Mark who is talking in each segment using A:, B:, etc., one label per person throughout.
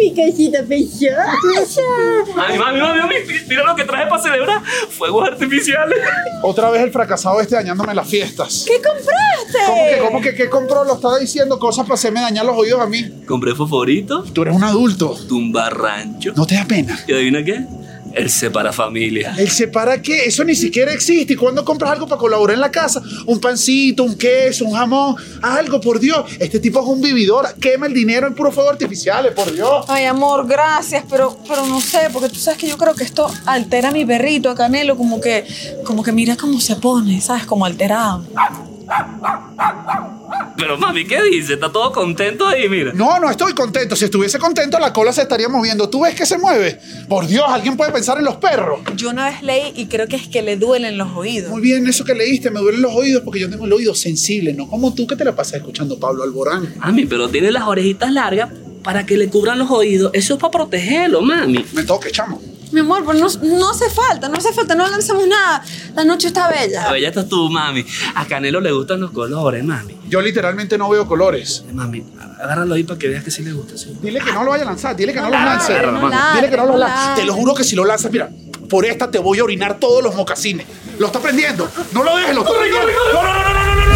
A: mi casita pechosa.
B: Mami, mami, mami, mami, mira lo que traje para celebrar. Fuegos artificiales.
C: Otra vez el fracasado este dañándome las fiestas.
A: ¿Qué compraste?
C: ¿Cómo que, cómo que, qué compró? Lo está diciendo cosas para hacerme dañar los oídos a mí.
B: Compré fosforito,
C: Tú eres un adulto.
B: tumbarrancho.
C: No te da pena.
B: ¿Y adivina qué? El separa familia.
C: El separa qué? Eso ni siquiera existe. ¿Y cuando compras algo para colaborar en la casa? Un pancito, un queso, un jamón, algo, por Dios. Este tipo es un vividor. Quema el dinero en puro fuego artificiales, por Dios.
D: Ay, amor, gracias, pero, pero no sé, porque tú sabes que yo creo que esto altera a mi perrito, a Canelo, como que, como que mira cómo se pone, ¿sabes? Como alterado.
B: Pero mami, ¿qué dice? Está todo contento ahí, mira.
C: No, no estoy contento. Si estuviese contento, la cola se estaría moviendo. ¿Tú ves que se mueve? Por Dios, alguien puede pensar en los perros.
D: Yo una vez leí y creo que es que le duelen los oídos.
C: Muy bien, eso que leíste, me duelen los oídos porque yo tengo el oído sensible, no como tú que te la pasas escuchando Pablo Alborán.
B: Mami, pero tiene las orejitas largas para que le cubran los oídos. Eso es para protegerlo, mami.
C: Me toque, chamo.
D: Mi amor, pero no, no hace falta, no hace falta, no lancemos nada. La noche está
B: A
D: bella.
B: ver, ya estás tú, mami. A Canelo le gustan los colores, mami.
C: Yo literalmente no veo colores.
B: Mami, agárralo ahí para que veas que sí le gusta. sí.
C: Dile que no lo vaya a lanzar, dile que no,
D: No
C: lo
D: ladre,
C: lance.
B: no
D: ladre,
C: dile que no lo
D: no
C: lance.
D: ladre.
C: Te lo juro que si lo lanzas, mira, por esta te voy a orinar todos los mocasines. Lo está prendiendo. No lo dejes, lo está prendiendo. No, no, no, no, no, no, no, no.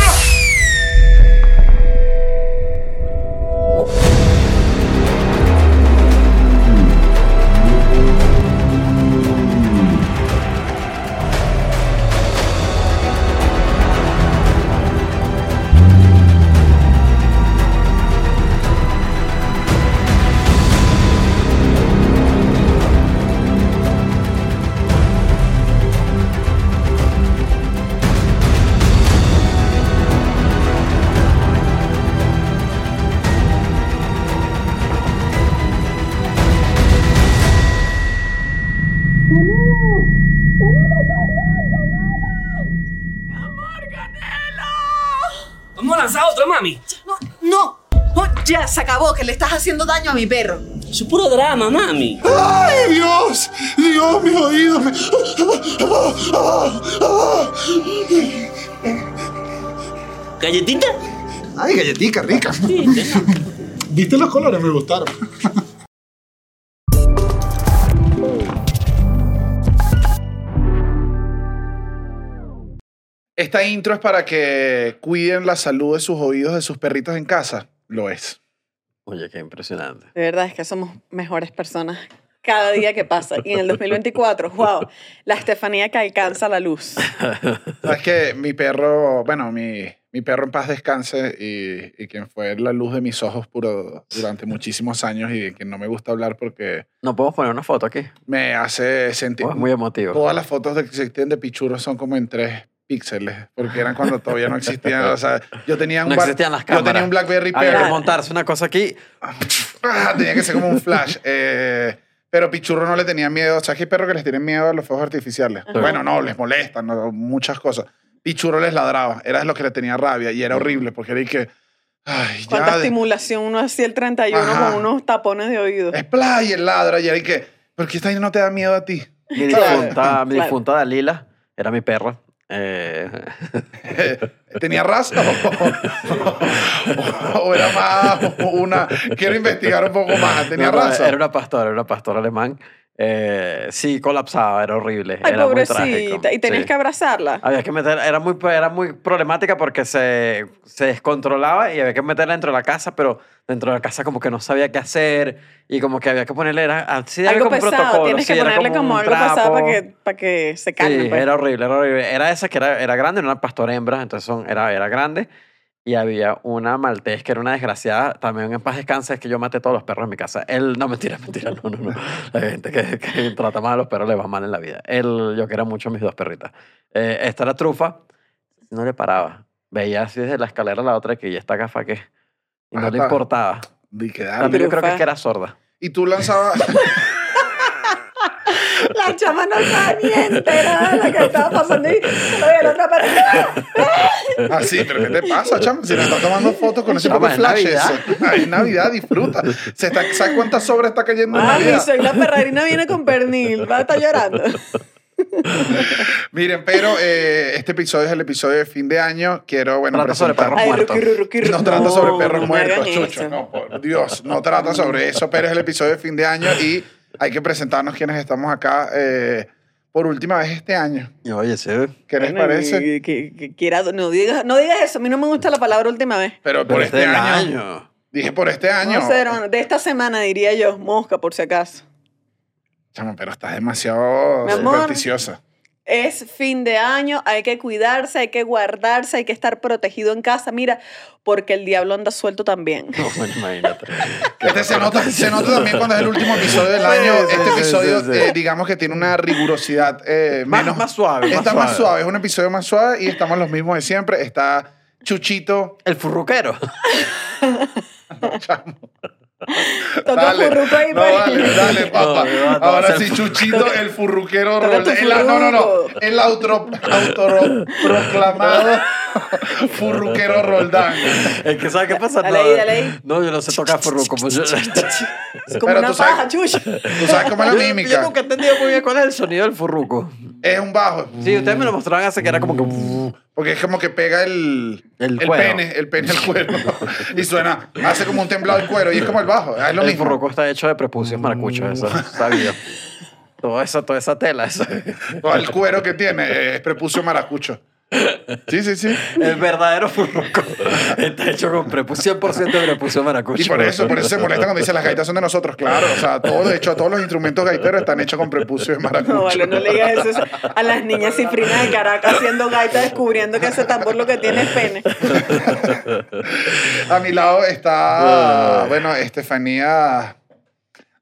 B: Vamos a lanzar otra, mami.
D: No, no, no, ya se acabó, que le estás haciendo daño a mi perro.
B: Eso es puro drama, mami.
C: ¡Ay, Dios! ¡Dios, mis oídos! me- Ah,
B: ¿Galletita?
C: ¡Ay, galletica rica! ¿Viste los colores? Me gustaron. Esta intro es para que cuiden la salud de sus oídos de sus perritos en casa. Lo es.
E: Oye, qué impresionante.
D: De verdad es que somos mejores personas cada día que pasa. Y en el 2024, wow, la Estefanía que alcanza la luz.
C: Sabes que mi perro, bueno, mi, mi perro en paz descanse y, y quien fue la luz de mis ojos puro durante muchísimos años y de quien no me gusta hablar porque
E: No podemos poner una foto aquí.
C: me hace sentir.
E: Oh, es muy emotivo.
C: Todas las fotos de que existen de Pichuro son como en tres píxeles, porque eran cuando todavía no existían. o sea, yo tenía un,
E: No
C: bar-
E: existían las
C: Yo tenía
E: cámaras.
C: un BlackBerry,
E: Había que
C: pero
E: montarse una cosa aquí.
C: ah, tenía que ser como un flash. Eh, pero Pichurro no le tenía miedo. O sea, que hay perros que les tienen miedo a los fuegos artificiales.
E: Ajá.
C: Bueno, no, les molestan, no, muchas cosas. Pichurro les ladraba, era lo que le tenía rabia y era horrible, porque era y que. Ay,
D: Cuánta
C: ya. de-
D: estimulación uno hacía el 31
C: Ajá.
D: con unos tapones de oído.
C: Es play, el ladra, y era y que. ¿Por qué esta no te da miedo a ti?
E: Mi difunta, mi
D: Claro.
E: difunta Dalila era mi perra. Eh,
C: ¿Tenía rasgo? ¿O era más una...? Quiero investigar un poco más. ¿Tenía
E: no, no,
C: raza?
E: Era una pastora, era una pastora alemán. Eh, sí, colapsaba, era horrible.
D: Ay,
E: era muy trágico.
D: pobrecita. Y tenías
E: Sí. Ah,
D: que abrazarla.
E: Había que meter, era muy, era muy problemática porque se, se descontrolaba y había que meterla dentro de la casa, pero dentro de la casa como que no sabía qué hacer y como que había que ponerle, era así, era
D: algo
E: como un
D: pesado.
E: protocolo,
D: Tienes
E: sí,
D: que
E: era
D: ponerle
E: como,
D: como,
E: un
D: algo pesado para
E: trapo.
D: que, para que se calme.
E: Sí,
D: pues.
E: era horrible, era horrible. Era esa que era, era grande, no era pastora hembra, entonces son- era, era grande. Y había una maltés que era una desgraciada, también en paz descanse, es que yo maté todos los perros en mi casa. Él, no, mentira, mentira, no, no, no. La gente que, que trata mal a los perros le va mal en la vida. Él, yo quería mucho a mis dos perritas. Eh, esta era trufa, no le paraba. Veía así desde la escalera a la otra que ya está gafa que. Y no
C: Ah,
E: le
C: está.
E: importaba.
C: Y que
E: Pero
C: dale.
E: yo creo que, es
D: Trufa.
E: que era sorda.
C: Y tú lanzabas...
D: La chama no estaba ni entera de la que estaba pasando. Y oye, la otra parte.
C: Ah, sí, pero ¿qué te pasa, chamo? Si nos estás tomando fotos con ese
E: Chama,
C: poco de
E: es
C: flashes.
E: Navidad.
C: Ay, Es Navidad, disfruta. Se está, ¿Sabes cuántas sobras está cayendo en
D: Mami,
C: Navidad?
D: soy la perrarina, viene con pernil. Va a estar llorando.
F: Miren, pero eh, este episodio es el episodio de fin de año. Quiero, bueno,
E: Trata sobre
F: presentar-
E: perros
A: Ay,
E: muertos.
A: Ruki, Ruki, Ruki, Ruki.
F: No trata sobre
A: No,
F: perros
A: no me
F: muertos,
A: hagan
F: Chucho.
A: eso.
F: No, por Dios, no trata sobre eso, pero es el episodio de fin de año y hay que presentarnos quienes estamos acá eh, por última vez este año.
E: Y Oye, sí.
F: ¿Qué les
A: Bueno,
F: parece?
A: que- que- que quiera- no, digas, no digas eso, a mí no me gusta la palabra última vez.
F: Pero por
E: Pero
F: este
E: del
F: año. Dije por este año.
A: No sé, hermano, de esta semana diría yo, mosca por si acaso.
F: Chamo, pero estás demasiado
A: Mi amor.
F: supersticiosa.
A: Es fin de año, hay que cuidarse, hay que guardarse, hay que estar protegido en casa. Mira, porque el diablo anda suelto también.
E: No, bueno, imagínate.
F: Este se nota, se nota también cuando es el último episodio del
E: Sí,
F: año.
E: sí,
F: este
E: sí,
F: episodio,
E: sí, sí.
F: eh, digamos que tiene una rigurosidad eh,
E: Más-
F: menos.
E: más suave, más
F: Está más
E: suave.
F: suave, es un episodio más suave y estamos los mismos de siempre. Está Chuchito.
E: El furruquero.
A: Toca furruco ahí,
F: no,
A: pues.
F: dale, dale,
E: No,
F: papá.
E: me va a
F: Ahora
E: hacer
F: sí, Chuchito, el furruquero.
A: Toca tu
F: Roldán. El, no, no, no.
A: furruco.
F: El autro- autoproclamado furruquero Roldán.
E: Es que, ¿sabes qué pasa?
A: Dale ahí, dale ahí.
E: No, yo no sé tocar furruco. pues yo-
A: Es como
F: Pero
A: una
F: tú sabes-
A: paja, chucha.
F: ¿Tú sabes cómo es la
E: Yo- Yo
F: mímica?
E: nunca he entendido muy bien cuál es el sonido del furruco.
F: Es un bajo.
E: Sí, ustedes me lo mostraron hace que era como que.
F: Porque es como que pega el,
E: El
F: el,
E: cuero.
F: pene, el pene al cuero. y suena, hace como un temblado el cuero y es como el bajo. Ah, Es lo
E: el
F: mismo. Mm.
E: furruco está hecho de prepucios maracuchos, eso sabía. Todo eso, toda esa tela. Eso.
F: Todo el cuero que tiene es prepucio maracucho. Sí, sí, sí.
E: El verdadero furruco está hecho con prepucio, 100% de prepucio maracucho.
F: Y por eso, por eso se molesta cuando dicen las gaitas son de nosotros, claro. O sea, todo, de hecho, todos los instrumentos gaiteros están hechos con prepucio de maracucho.
A: No, vale, no le digas eso a las niñas cifrinas de Caracas haciendo gaita descubriendo que ese tambor lo que tiene es pene.
F: A mi lado
E: Ah.
F: está, bueno, Estefanía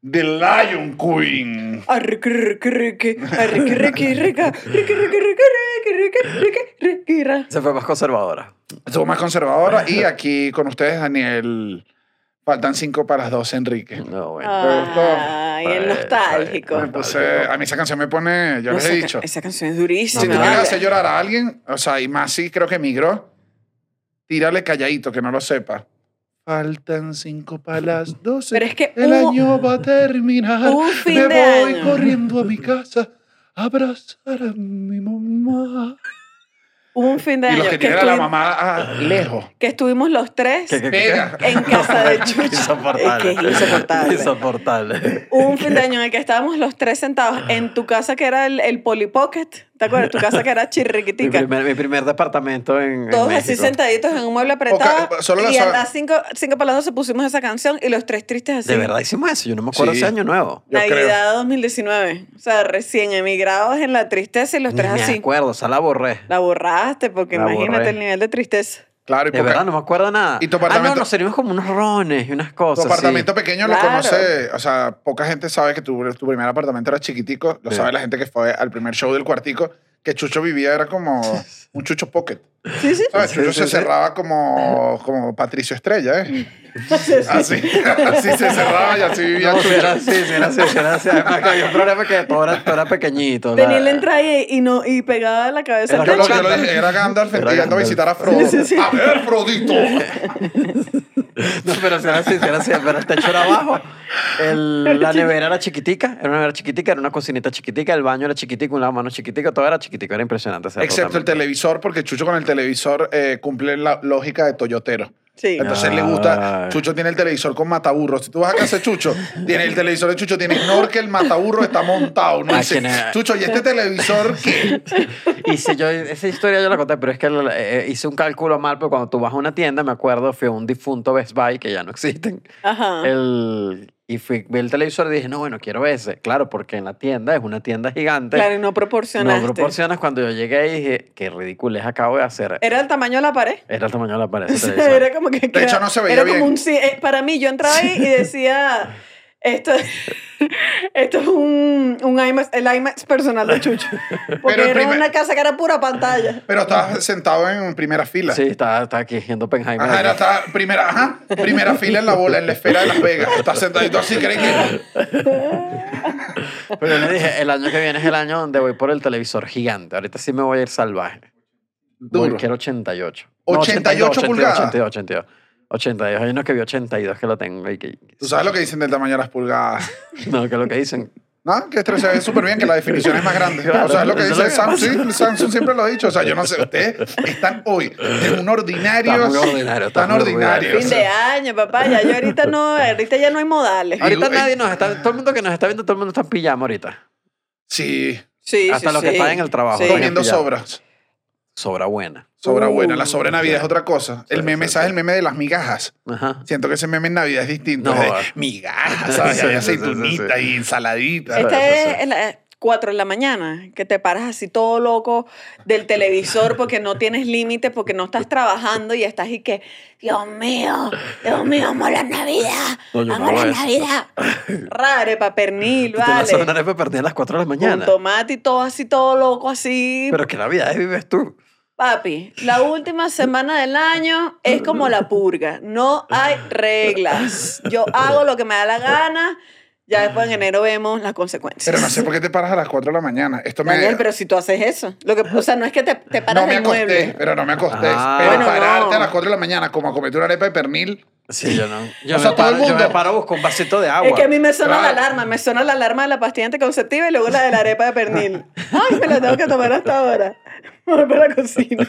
F: The Lion Queen.
A: Arriquirriquirrique, arriquirriquirrica, riquirriquirriquirriquirriquirriquirriquirra.
E: Se fue más conservadora.
F: Estuvo más conservadora. Y aquí con ustedes, Daniel. Faltan cinco para las dos, Enrique.
E: No, bueno.
A: Ah, Ay, el nostálgico.
F: Me puse- a mí esa canción me pone, yo
A: No,
F: les he
A: esa,
F: dicho,
A: esa canción es
F: si
A: durísima.
F: tú quieres
A: vale.
F: hacer llorar a alguien, o sea, y más si creo que emigró, tírale calladito, que no lo sepa. Faltan cinco para las doce.
A: Pero es que
F: el
A: hubo-
F: año va a terminar.
A: hubo un fin
F: me
A: de
F: voy
A: año.
F: corriendo a mi casa a abrazar a mi mamá.
A: Hubo un fin de
F: Y
A: año
F: los que
A: que,
F: tienen a la
A: estuvi-
F: mamá ah, lejos.
A: que estuvimos los tres
E: ¿Qué, qué, qué?
F: Pega.
A: en casa de Chucho. Es que
E: Insoportable.
A: es insoportable.
E: Insoportable.
A: Hubo un fin de año en el que estábamos los tres sentados en tu casa que era el, el Polipocket. ¿Te acuerdas? Tu casa que era
E: Mi
A: chirriquitica.
E: primer, mi primer departamento en. en
A: Todos así
E: México.
A: sentaditos en un mueble apretado.
F: Oca- solo la
A: y a
F: sal-
A: las cinco, cinco para las doce pusimos esa canción y los tres tristes así.
E: De verdad hicimos eso. Yo no me acuerdo
F: Sí.
E: ese año nuevo.
F: Yo creo.
A: Navidad 2019. O sea, recién emigrados en la tristeza y los
E: Ni
A: tres
E: me
A: así.
E: acuerdo, o sea, la borré.
A: La borraste porque
E: La
A: imagínate
E: borré.
A: el nivel de tristeza.
F: Claro, y
E: De
F: porque
E: verdad, no me acuerdo nada.
F: ¿Y tu
E: Ah,
F: apartamento?
E: no, nos servimos como unos rones y unas
F: Tu
E: cosas. sí.
F: apartamento pequeño lo
A: Claro.
F: conoce, o sea, poca gente sabe que tu, tu primer apartamento era chiquitico, lo
E: Sí.
F: sabe la gente que fue al primer show del cuartico, que Chucho vivía era como un Chucho Pocket.
A: Sí, sí.
F: ¿Sabes?
E: Sí,
F: Chucho
E: sí,
F: se
E: sí.
F: cerraba como, como Patricio Estrella, ¿eh? Así, así se cerraba y así vivía
E: No, sí,
F: Chucho.
E: era así, sí, era así, sí, era así. Además, que había un problema que todo era, todo era pequeñito. la-
A: Daniel entra ahí y, no, y pegaba la cabeza
E: Era
A: al
F: Yo lo,
A: techo.
F: yo lo dije, era Gandalf
E: Era
F: y ando a
E: Gandalf.
F: visitar a Frodo.
A: Sí, sí, sí.
F: A ver, Frodito.
E: No, pero sí era así, sí era así. Pero el techo era abajo. el- la nevera era chiquitica. Era una nevera chiquitica, era una cocinita chiquitica. El baño era chiquitico, un lavamanos chiquitico. Todo era chiquitico. Era impresionante. ese
F: Excepto el
E: apartamento.
F: televisor, porque Chucho con el televisor eh, cumple la lógica de Toyotero.
A: Sí.
F: Entonces le gusta.
E: Ay.
F: Chucho tiene el televisor con mataburro. Si tú vas a casa de Chucho, tiene el televisor de Chucho, tiene snorkel, mataburro, está montado. ¿no?
E: Ah,
F: Dice,
E: que no.
F: Chucho, ¿y este televisor qué?
E: Y si yo, esa historia yo la conté, pero es que eh, eh, hice un cálculo mal, porque cuando tú vas a una tienda, me acuerdo, fui a un difunto Best Buy, que ya no existen,
A: Ajá.
E: el, y fui, vi el televisor y dije, no, bueno, quiero ese. Claro, porque en la tienda es una tienda gigante.
A: Claro, y no
E: no
A: proporcionaste.
E: proporciones. Cuando yo llegué y dije, qué ridiculez acabo de hacer.
A: Era el tamaño de la pared.
E: Era el tamaño de la pared.
A: O
E: ese
A: sea,
E: televisor.
A: Eh. era como que.
F: De hecho, no se veía
A: era
F: bien.
A: Como un, ci- eh, para mí, yo entraba ahí y decía: Esto, esto es un, un IMAX, el IMAX personal de Chucho. Porque
F: Pero el
A: era
F: primer-
A: una casa que era pura pantalla.
F: Pero estabas sentado en primera fila.
E: Sí, estaba, estaba aquí en Oppenheimer.
F: Ajá, era, estaba primera, ajá, primera fila en la bola, en la esfera de Las Vegas. Estás sentadito así, ¿crees que?
E: Pero yo le dije, el año que viene es el año donde voy por el televisor gigante. Ahorita sí me voy a ir salvaje. Voy,
F: Duro.
E: quiero 88.
F: 88 pulgadas.
E: 82, 82, 82. Hay uno que vio 82 que lo tengo. Y que,
F: Tú sabes lo que dicen del tamaño de las pulgadas.
E: no, que lo que dicen.
F: No, que esto se ve súper bien, que la definición es más grande.
E: Claro,
F: o sea, es lo que
E: eso
F: dice
E: es lo que
F: Samsung. Samsung siempre lo ha dicho. O sea, yo no sé, ustedes están hoy en un ordinario.
E: Está muy ordinario, está
F: tan
E: muy
F: ordinario.
E: ordinario.
A: Fin de año, papá. Ya yo ahorita no, ahorita ya no hay modales.
E: Ahorita
F: Y- eh,
E: nadie nos está, todo el mundo que nos está viendo, todo el mundo está en pijama ahorita.
F: Sí,
A: Sí,
E: Hasta
A: sí,
E: los que
A: sí.
E: están en el trabajo.
A: Sí.
E: están en
F: comiendo
E: pijama.
F: sobras.
E: Sobra buena.
F: Sobra buena. La sobra de Navidad es otra cosa. El
E: Sí,
F: meme,
E: sí,
F: ¿sabes?
E: sí.
F: El meme de las migajas.
E: Ajá.
F: Siento que ese meme en Navidad es distinto.
E: No,
F: es de
E: va.
F: migajas, ¿sabes?
E: Sí, sí,
F: Hay
E: sí, sí,
F: aceitunita
E: sí.
F: y ensaladita.
E: Claro,
A: Esta
E: eso
A: es
E: pues, sí.
A: en la- 4 de la mañana, que te paras así todo loco del televisor porque no tienes límite, porque no estás trabajando y estás y que, Dios mío, Dios mío, amo la Navidad,
E: No, yo no
A: amo
E: hago
A: la
E: eso.
A: Navidad. Rare, papernil,
E: Tú te vas a una
A: vale.
E: arepa perdida a las 4 de la
A: Con
E: mañana.
A: tomate y todo así, todo loco así.
E: Pero qué navidades vives tú.
A: Papi, la última semana del año es como la purga. No hay reglas. Yo hago lo que me da la gana. Ya después en enero vemos las consecuencias.
F: Pero no sé por qué te paras a las 4 de la mañana. Esto me.
A: Daniel, pero si tú haces eso. Lo que, o sea, no es que te, te paras
F: no me
A: del
F: acosté,
A: mueble.
F: pero no me acosté.
E: Ah.
F: pero
A: Bueno,
F: pararte
A: no.
F: a las 4 de la mañana como a cometer una arepa de pernil.
E: Sí, yo no. Yo,
F: O sea,
E: me,
F: todo el
E: paro, yo
F: mundo-
E: me paro, busco un vasito de agua.
A: Es que a mí me suena
F: Claro.
A: la alarma. Me suena la alarma de la pastilla anticonceptiva y luego la de la arepa de pernil. Ay, me la tengo que tomar hasta ahora. Voy para la cocina.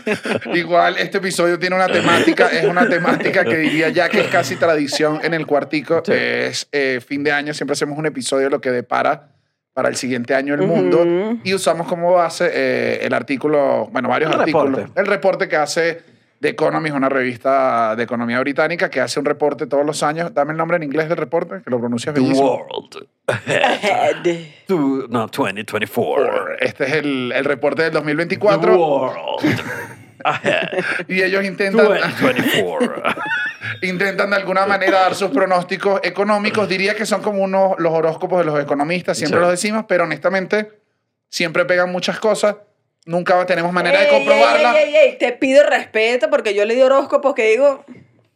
F: Igual, este episodio tiene una temática, es una temática que diría ya que es casi tradición en el cuartico.
E: Sí.
F: Es eh, fin de año, siempre hacemos un episodio de lo que depara para el siguiente año el mundo.
A: Ujú.
F: Y usamos como base eh, el artículo, bueno, varios
E: Un
F: artículos.
E: reporte.
F: El reporte que hace The Economist, una revista de economía británica que hace un reporte todos los años. Dame el nombre en inglés del reporte, que lo pronuncias
E: The
F: bellísimo.
E: World. Tu- no, 2024.
F: Este es el, el reporte del
E: The
F: 2024
E: World. Ahead.
F: y ellos intentan...
E: 2024.
F: intentan de alguna manera dar sus pronósticos económicos. Diría que son como unos, los horóscopos de los economistas, siempre
E: Sí.
F: los decimos, pero honestamente siempre pegan muchas cosas. Nunca tenemos manera de
A: Ey, ey,
F: comprobarla.
A: ey, ey, ey, Te pido respeto porque yo le di horóscopos que digo,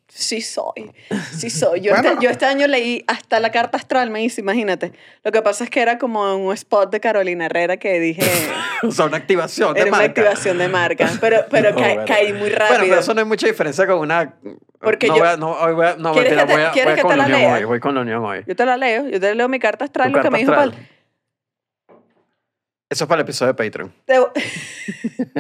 A: sí soy, sí soy. Yo,
F: Bueno.
A: este, yo este año leí hasta la carta astral, me hice, imagínate. Lo que pasa es que era como un spot de Carolina Herrera que dije,
E: o sea, una activación de
A: era una
E: marca.
A: activación de marca, pero, pero
E: No,
A: ca-
E: bueno.
A: caí muy rápido.
E: Bueno, pero eso no hay mucha diferencia con una...
A: Porque
E: no
A: yo-
E: Voy a, no, hoy voy a, no,
A: ¿Quieres
E: mentira,
A: que te-
E: voy a,
A: quieres
E: voy a
A: que
E: con
A: te
E: la
A: la
E: unión
A: lea?
E: hoy. Voy con la unión hoy.
A: Yo te la leo, yo te leo mi carta
E: Tu
A: astral, lo que
E: carta
A: me dijo
E: astral.
A: Pal.
E: Eso es para el episodio de Patreon.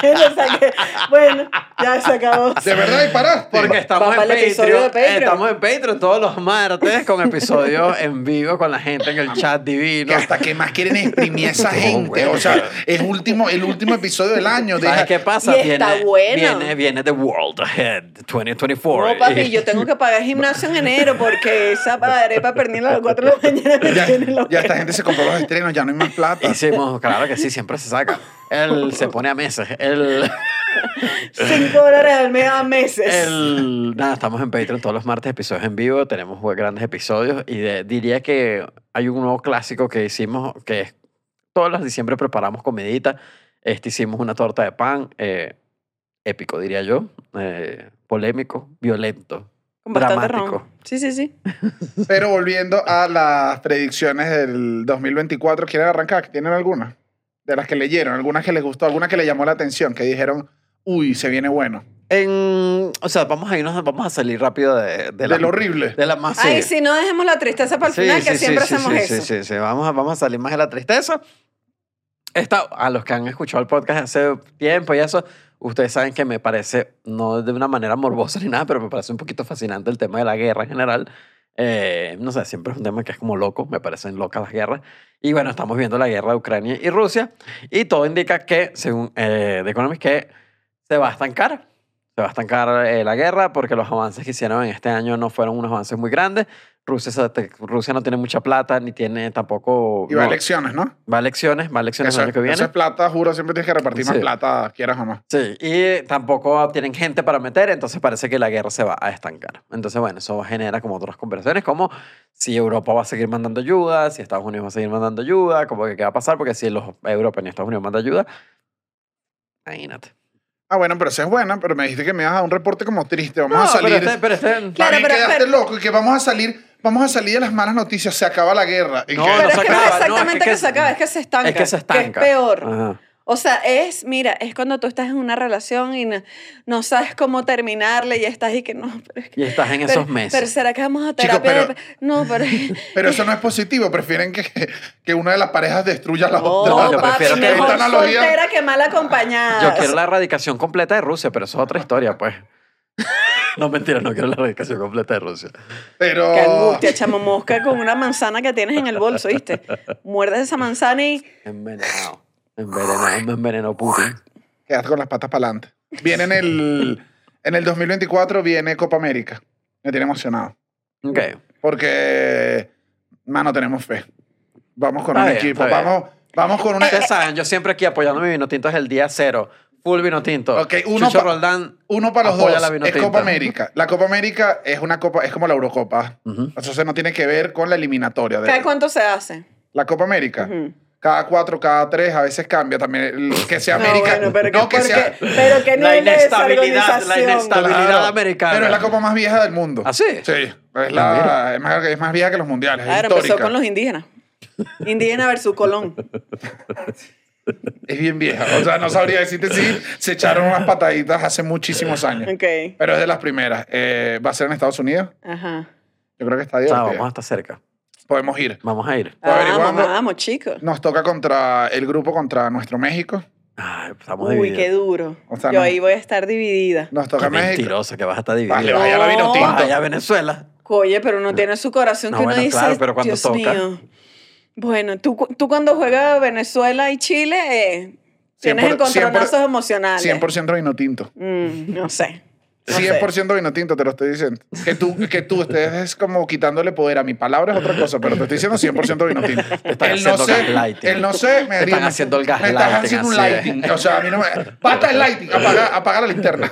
A: Te- Lo saqué. Bueno, ya se acabó.
F: De verdad, y paraste.
E: Porque estamos en
A: para el episodio
E: Patreon,
A: de Patreon.
E: eh, Estamos en Patreon todos los martes con episodios en vivo con la gente en el chat
F: Que
E: divino.
F: hasta que más quieren exprimir a esa gente.
E: bueno.
F: O sea, es último, el último episodio del año.
E: ¿Sabes
F: Deja-
E: qué pasa?
A: Y está
E: viene,
A: bueno.
E: viene, viene The World Ahead 2024.
A: No, papi,
E: Y-
A: yo tengo que pagar gimnasio en enero porque esa arepa pernil a las 4 de la mañana me
F: Ya,
A: tiene loca.
F: ya esta gente se compró los estrenos, ya no hay más plata.
E: Hicimos, claro que sí, siempre se saca. Él se pone a meses. Él,
A: 5 dólares al mes a meses.
E: él- nada, estamos en Patreon todos los martes, episodios en vivo, tenemos grandes episodios y de- diría que hay un nuevo clásico que hicimos que es, todos los diciembre preparamos comidita. Este hicimos una torta de pan, eh, épico diría yo, eh, polémico, violento,
A: Con bastante
E: dramático.
A: ron. Sí, sí, sí.
F: Pero volviendo a las predicciones del 2024, ¿quieren arrancar? ¿Tienen alguna? De las que leyeron, algunas que les gustó, alguna que les llamó la atención, que dijeron, uy, se viene bueno.
E: En, o sea, vamos a irnos, vamos a salir rápido de, de la,
F: Del horrible.
E: de la más seria.
A: Ay, si no dejemos la tristeza para el final, que siempre
E: sí,
A: hacemos
E: sí,
A: eso.
E: Sí, sí, sí. Vamos, a, vamos a salir más de la tristeza. Esta, a los que han escuchado el podcast hace tiempo y eso, ustedes saben que me parece, no de una manera morbosa ni nada, pero me parece un poquito fascinante el tema de la guerra en general. Eh, no sé, siempre es un tema que es como loco, me parecen locas las guerras. Y bueno, estamos viendo la guerra de Ucrania y Rusia, y todo indica que, según eh, The Economist, que se va a estancar. Se va a estancar eh, la guerra porque los avances que hicieron en este año no fueron unos avances muy grandes. Rusia, se- te- Rusia no tiene mucha plata, ni tiene tampoco...
F: Y va a
E: no,
F: elecciones, ¿no?
E: va a elecciones, va a elecciones
F: Eso,
E: el año que
F: eso
E: viene.
F: es plata, juro, siempre tienes que repartir más
E: Sí.
F: plata, quieras o no.
E: Sí, y tampoco tienen gente para meter, entonces parece que la guerra se va a estancar. Entonces, bueno, eso genera como otras conversaciones, como si Europa va a seguir mandando ayuda, si Estados Unidos va a seguir mandando ayuda, como que qué va a pasar, porque si los Europa y Estados Unidos mandan ayuda, imagínate.
F: Ah, bueno, pero eso es buena, pero me dijiste que me ibas a dar un reporte como triste. Vamos
E: No,
F: a salir.
E: pero este- pero este-
A: Claro,
F: También
A: pero-
F: quedaste
A: pero-
F: loco y que vamos a salir, vamos a salir de las malas noticias, se acaba la guerra. Y
E: No,
F: que-
A: Pero
E: no
A: es
E: se
A: que no
E: acaba, no,
A: es
E: es que-
A: exactamente
E: que
A: que,
E: es-
A: se acaba, es que se estanca.
E: es que se estanca.
A: es peor.
E: Ajá.
A: O sea, es, mira, es cuando tú estás en una relación y no, no sabes cómo terminarla y estás y que no, pero es que...
E: Y estás en esos
A: pero- Pero
E: meses.
A: será que vamos a
F: Chicos,
A: terapia. de-
F: pero-
A: No, pero.
F: Pero eso no es positivo. Prefieren que, que una de las parejas destruya a la
A: No,
F: otra.
E: yo
A: papi,
E: prefiero que-
A: mejor
F: Esta analogía-
A: soltera que mal acompañada.
E: Yo quiero la erradicación completa de Rusia, pero eso es otra historia, pues. No, mentira, no quiero la erradicación completa de Rusia.
F: Pero.
A: Qué angustia, chamo mosca con una manzana que tienes en el bolso, ¿viste? Muerdes esa manzana y.
E: Envenenado. Envenenado, me envenenó Putin.
F: Quedaste con las patas para adelante. Viene en el, en el 2024, viene Copa América. Me tiene emocionado.
E: Ok.
F: Porque, mano, tenemos fe. Vamos con
E: Está
F: un
E: bien,
F: equipo.
E: está bien.
F: Vamos, vamos con un
E: Ustedes saben, yo siempre aquí apoyando mi vino tinto desde el día cero. Full vino tinto.
F: Ok, uno
E: Chucho
F: pa-
E: Roldán.
F: Uno para los
E: Apoya
F: dos.
E: la vino
F: Es
E: tinta.
F: Copa América. La Copa América es una copa, es como la Eurocopa.
E: Ujú.
F: Entonces no tiene que ver con la eliminatoria. de-
A: ¿Cada cuánto se hace?
F: la Copa América.
A: Ujú.
F: Cada cuatro, cada tres, a veces cambia también. el- que sea América.
A: No, bueno, pero,
F: no,
A: que,
F: que sea.
A: porque- pero que
E: La
A: nivel de
E: inestabilidad, la
A: desorganización.
E: inestabilidad. americana.
F: Pero es la copa más vieja del mundo.
E: ¿Ah, sí? Ah,
F: Sí. Es, la, es, más, es más vieja que los mundiales. Es
A: Claro,
F: histórica.
A: empezó con los indígenas. Indígena versus Colón.
F: Es bien vieja. O sea, no sabría decirte si se echaron unas pataditas hace muchísimos años.
A: Ok.
F: Pero es de las primeras. Eh, ¿Va a ser en Estados Unidos?
A: Ajá.
F: Yo creo que está
E: O sea,
F: divertido.
E: vamos hasta cerca.
F: Podemos ir.
E: Vamos a ir.
F: Lo
A: Ah, Vamos,
F: averiguamos.
A: vamos, chicos.
F: Nos toca contra el grupo contra nuestro México.
E: Ay, estamos
A: Uy, qué
E: divididos.
A: duro.
F: O sea,
A: Yo
F: no.
A: ahí voy a estar dividida.
F: Nos toca
E: Qué
F: México.
E: mentirosa que vas a estar dividido.
F: Vale, vaya la vino
A: No.
F: tinto.
E: Vaya a Venezuela.
A: Oye, pero uno tiene su corazón
E: No,
A: que uno
E: bueno,
A: dice.
E: claro, pero cuando
A: Dios
E: toca".
A: mío". Bueno, tú, cu- tú cuando juegas Venezuela y Chile, eh, tienes
F: 100%,
A: encontronazos emocionales.
F: 100% vino tinto.
A: Mm, no sé. No sé.
F: 100% vino tinto, te lo estoy diciendo. Que tú, que tú estés como quitándole poder a mi palabra es otra cosa, pero te estoy diciendo 100% vino tinto.
E: están
F: el no
E: haciendo
F: sé,
E: gaslighting.
F: el no sé, me
E: Te están
F: me-
E: haciendo el
F: Me estás
E: gaslighting,
F: haciendo un
E: así es.
F: lighting. O sea, a mí no me. Basta el lighting, apaga, apaga la linterna.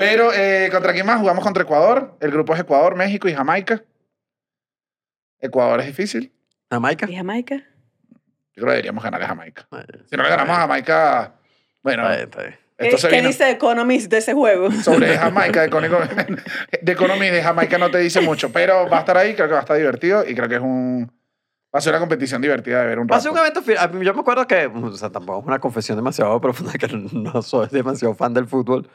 F: pero, eh, ¿contra quién más? Jugamos contra Ecuador. El grupo es Ecuador, México y Jamaica. Ecuador es difícil.
E: Jamaica.
A: ¿Y Jamaica?
F: Yo creo que deberíamos ganar a Jamaica.
E: Bueno,
F: Si no le ganamos a Jamaica, bueno,
E: está bien, está bien.
A: ¿Qué,
F: esto se
A: Eh, qué
F: vino
A: dice Economist de ese juego?
F: sobre Jamaica. De, Economy- de Economy de Jamaica no te dice mucho, pero va a estar ahí, creo que va a estar divertido y creo que es un... Va a ser una competición divertida de ver un
E: Va a ser
F: rato.
E: un evento. fi- a mí- Yo me acuerdo que, o sea, tampoco es una confesión demasiado profunda, que no soy demasiado fan del fútbol.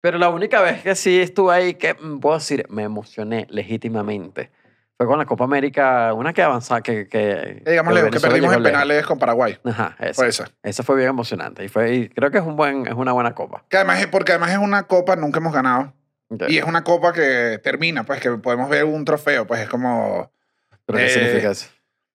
E: Pero la única vez que sí estuve ahí, que mm, puedo decir, me emocioné legítimamente. Fue con la Copa América, una que avanzaba, que. que
F: Eh, Digámosle que
E: Venezuela
F: perdimos
E: llegó
F: en
E: lejos.
F: penales con Paraguay.
E: Ajá, esa.
F: Fue esa.
E: Esa fue bien emocionante. Y, fue, y creo que es, un buen, es una buena copa.
F: Que además es, porque además es una copa, nunca hemos ganado.
E: Ok.
F: Y es una copa que termina, pues que podemos ver un trofeo, pues es como...
E: ¿Pero qué
F: eh,
E: significa eso?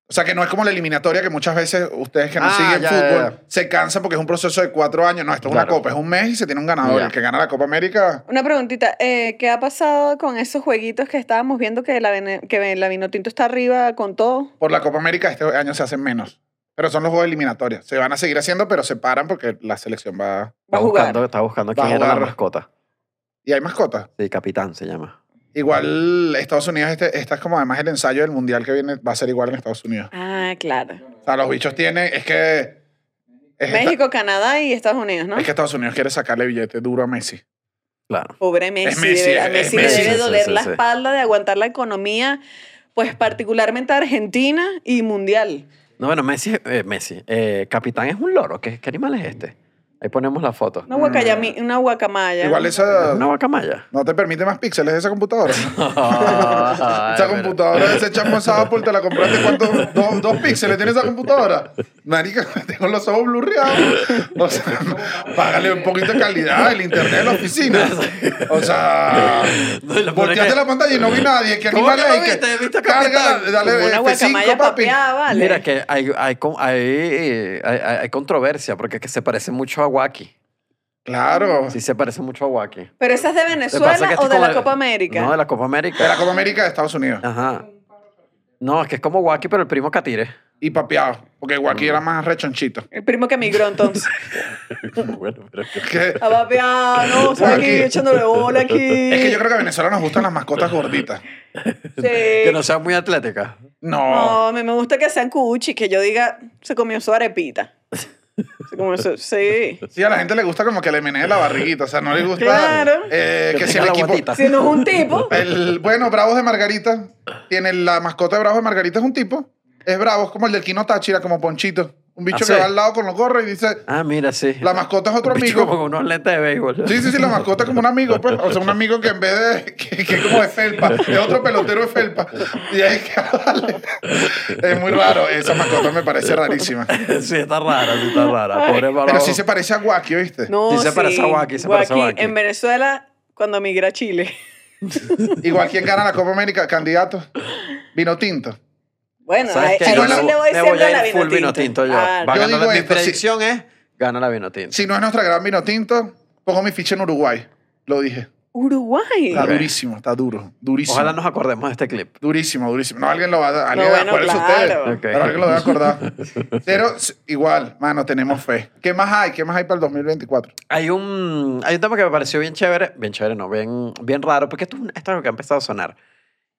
F: O sea, que no es como la eliminatoria que muchas veces ustedes que no
E: Ah,
F: siguen
E: ya,
F: fútbol
E: ya, ya.
F: se cansan porque es un proceso de cuatro años. No, esto es
E: Claro.
F: una copa, es un mes y se tiene un ganador.
E: Ya.
F: El que gana la Copa América...
A: Una preguntita, eh, ¿qué ha pasado con esos jueguitos que estábamos viendo que la, Vene- que la Vinotinto está arriba con todo?
F: Por la Copa América este año se hacen menos. Pero son los juegos eliminatorios. Se van a seguir haciendo, pero se paran porque la selección va.
A: Va
E: Está
A: a jugar.
E: buscando, está buscando
F: Va a
E: quién era la
F: jugar.
E: mascota.
F: Y hay mascotas.
E: Sí, capitán se llama.
F: Igual Estados Unidos, este, esta es como además el ensayo del mundial que viene, va a ser igual en Estados Unidos.
A: Ah, claro.
F: O sea, los bichos tienen. Es que. es esta-
A: México, Canadá y Estados Unidos, ¿no?
F: es que Estados Unidos quiere sacarle billete duro a Messi.
E: Claro.
A: Pobre Messi,
F: Es Messi,
A: de verdad,
F: es
A: Messi le
F: Messi.
A: debe
E: Sí, sí,
A: doler
E: sí,
A: la
E: sí.
A: espalda de aguantar la economía, pues particularmente argentina y mundial.
E: No, bueno, Messi, eh, Messi. eh, capitán es un loro. ¿Qué, ¿Qué animal es este? Ahí ponemos la foto.
A: Una, guacayami- una guacamaya.
F: Mm. Igual
E: ¿Es
F: esa.
E: una guacamaya?
F: No te permite más píxeles de esa computadora.
E: Ay,
F: esa
E: pero-
F: computadora de ese chamo esa Apple te la compraste cuánto dos, dos píxeles tiene esa computadora marica tengo los ojos blurreados o sea págale un poquito de calidad el internet de la oficina o sea
E: No, y lo peor es
F: volteaste
E: que-
F: la pantalla y no vi nadie que
E: ¿Cómo
F: animal
E: que no
F: es que
E: viste? ¿Viste a
F: carga
E: Capitán?
F: dale
A: Como una
F: F5
A: guacamaya
F: papi
A: papeada, vale.
E: Mira que hay, hay, con- hay, eh, hay, hay- hay controversia porque es que se parece mucho a Wacky.
F: claro
E: Sí se parece mucho a Wacky.
A: ¿Pero esa es de
E: Lo que pasa es
A: Venezuela
E: que este
A: o de la
E: como-
A: Copa América?
E: No, de la Copa América.
F: de la Copa América de Estados Unidos
E: Ajá. No, es que es como Wacky, pero el primo Catire.
F: y papeado porque Wacky era más rechonchito
A: El primo que migró entonces.
E: bueno, pero
F: que
A: A papear, ah, no, estoy aquí
F: Aquí.
A: echándole bola aquí.
F: es que yo creo que a Venezuela nos gustan las mascotas gorditas
A: Sí.
E: que no sea muy atlética.
A: No, a mí me gusta que sean cuchi, que yo diga, se comió su arepita. Se comió su... Sí.
F: Sí, a la gente le gusta como que le menee la barriguita, o sea, no le gusta
A: Claro.
F: eh, que,
E: Que
F: si
E: tenga
F: el
E: la
F: equipo...
E: guatita.
A: Si no es un tipo,
F: El, bueno, Bravos de Margarita, tiene la mascota de Bravos de Margarita, es un tipo, es bravo, es como el del Quino Táchira, como Ponchito. Un bicho
E: Ah,
F: que
E: sí.
F: va al lado con los gorros y dice,
E: Ah, mira, sí.
F: la mascota es otro
E: Un bicho
F: amigo.
E: Como con unos lentes de béisbol.
F: Sí, sí, sí, la mascota es como un amigo, pues. O sea, un amigo que en vez de. que, que es como de felpa, es otro pelotero de felpa. Y ahí que dale. Es muy raro, esa mascota me parece rarísima.
E: sí, está rara, sí, está rara. Pobre
F: Pero
E: varón.
F: sí se parece a Wacky, ¿viste?
A: No,
E: Sí se parece a Wacky, se parece a Wacky.
A: En Venezuela, cuando migré a Chile.
F: Igual quien gana la Copa América, candidato. Vino tinto.
A: Bueno, eh,
E: ¿Sabes
A: ahí,
E: qué?
A: ahí
E: Yo
A: sí le
E: me
A: voy siempre
E: voy a
A: a la
E: ir full vino tinto yo.
A: Ah,
E: Va
F: Yo
E: ganando-
F: digo
E: mi
F: esto, sí.
E: predicción ¿eh? es gana la vino tinto.
F: Si no es nuestra gran vino tinto, pongo mi ficha en Uruguay. Lo dije.
A: Uruguay.
F: Está
E: Ok.
F: durísimo, está duro. Durísimo.
E: Ojalá nos acordemos de este clip.
F: Durísimo, durísimo. No, alguien lo va a. Alguien
A: No, bueno,
F: acuérdese
A: claro.
F: ustedes.
E: Ok.
F: Pero alguien lo debe acordar. Pero s- igual, mano, tenemos fe. ¿Qué más hay? ¿Qué más hay para el 2024?
E: Hay un, hay un tema que me pareció bien chévere, bien chévere, no, bien, bien raro, porque esto, es un- esto es lo que ha empezado a sonar.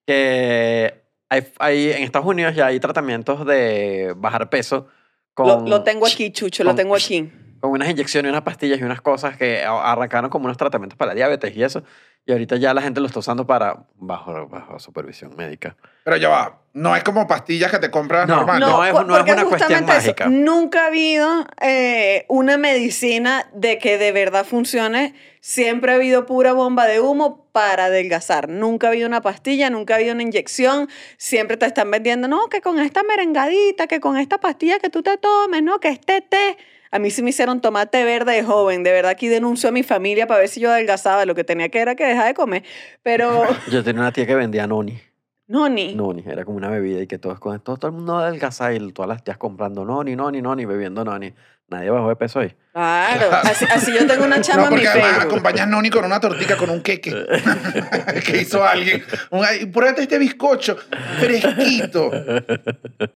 E: Que hay, hay- en Estados Unidos ya hay tratamientos de bajar peso con,
A: Lo, lo tengo aquí, Chucho, lo
E: con-
A: tengo aquí.
E: con unas inyecciones, unas pastillas y unas cosas que a- arrancaron como unos tratamientos para diabetes y eso. Y ahorita ya la gente lo está usando para bajo, bajo supervisión médica.
F: Pero ya va. No es como pastillas que te compras
E: No,
F: normal.
E: no. es-
A: por-
E: no es
A: porque
E: una cuestión
A: justamente eso,
E: mágica.
A: nunca ha habido eh, una medicina de que de verdad funcione. Siempre ha habido pura bomba de humo para adelgazar. Nunca ha habido una pastilla, nunca ha habido una inyección. Siempre te están vendiendo, no, que con esta merengadita, que con esta pastilla que tú te tomes, no, que este té. A mí sí me hicieron tomate verde de joven. De verdad, aquí denuncio a mi familia para ver si yo adelgazaba. Lo que tenía que era que dejaba de comer. Pero,
E: Yo tenía una tía que vendía noni.
A: no, ni.
E: Noni, era como una bebida y que todos con todo, todo el mundo adelgaza y todas las tías comprando noni, noni, noni, bebiendo noni. Nadie bajó de peso ahí.
A: Claro. Así, así yo tengo una chama
F: No,
A: en mi
F: porque además
A: Facebook.
F: acompañas Noni con una tortica, con un queque que hizo alguien. Un, ay, pruébate este bizcocho fresquito.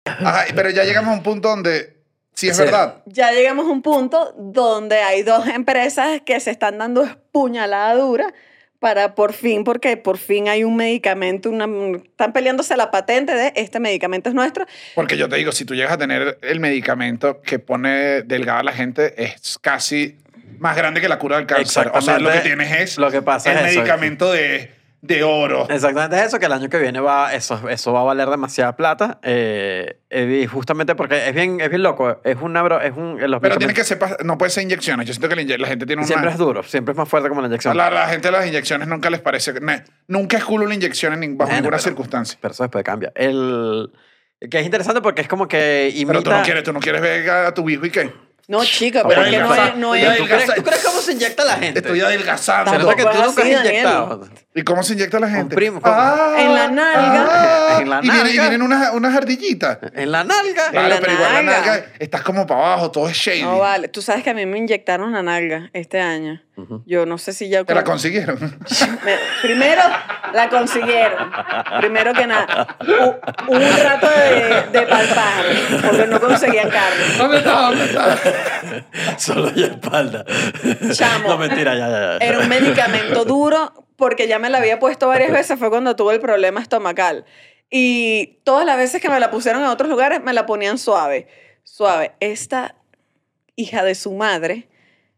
F: Ajá, pero ya llegamos a un punto donde, si es
E: Sí.
F: verdad,
A: ya llegamos a un punto donde hay dos empresas que se están dando espuñalada dura para por fin, porque por fin hay un medicamento, una, están peleándose la patente de este medicamento es nuestro.
F: Porque yo te digo, si tú llegas a tener el medicamento que pone delgada a la gente, es casi más grande que la cura del cáncer. O sea,
E: Exactamente.
F: lo que tienes es
E: Lo que pasa
F: el
E: es eso.
F: medicamento de, de oro.
E: Exactamente eso, que el año que viene va, eso, eso va a valer demasiada plata. eh, eh, y justamente porque es bien, es bien loco. Es una bro- es un, eh, los
F: Pero tiene
E: medicamentos-
F: que ser, pas- no puede ser inyecciones. Yo siento que la, inye- la gente tiene una...
E: Siempre es duro, siempre es más fuerte como la inyección.
F: la, la gente las inyecciones nunca les parece... ne- nunca es cool una inyección en, nin- bajo
E: Bueno,
F: ninguna
E: pero-
F: circunstancia.
E: Pero eso después cambia. El, que es interesante porque es como que imita...
F: Pero tú no quieres, tú no quieres ver a, a tu hijo y qué.
A: No, chica,
E: Pero
A: pero es
E: el
A: que no
E: gas-
A: es, no
F: el
A: es-
E: ¿Tú crees, tú crees cómo se inyecta la gente?
F: Estoy adelgazando.
E: ¿Será que tú
A: Tampoco es
E: nunca has
A: así, Daniel.
E: inyectado?
F: ¿Y cómo se inyecta la gente?
E: primo, ¿cómo?
F: Ah,
A: En la nalga.
F: ah.
E: En la
F: Y vienen, y
E: nalga.
F: vienen unas, unas ardillitas.
E: En la nalga.
A: En
F: Claro,
A: la
F: pero igual la
A: nalga.
F: nalga estás como para abajo, todo es shady.
A: No vale, tú sabes que a mí me inyectaron la nalga este año. Yo no sé si ya...
F: Te la consiguieron.
A: Me- primero la consiguieron. Primero que nada. Hu- Hubo un rato de, de palpar, porque no conseguían carne.
F: ¿Dónde está? ¿Dónde está?
E: Solo y espalda.
A: Chamo.
E: No, mentira, ya, ya, ya.
A: Era un medicamento duro porque ya me la había puesto varias veces, fue cuando tuve el problema estomacal. Y todas las veces que me la pusieron en otros lugares, me la ponían suave. Suave. Esta hija de su madre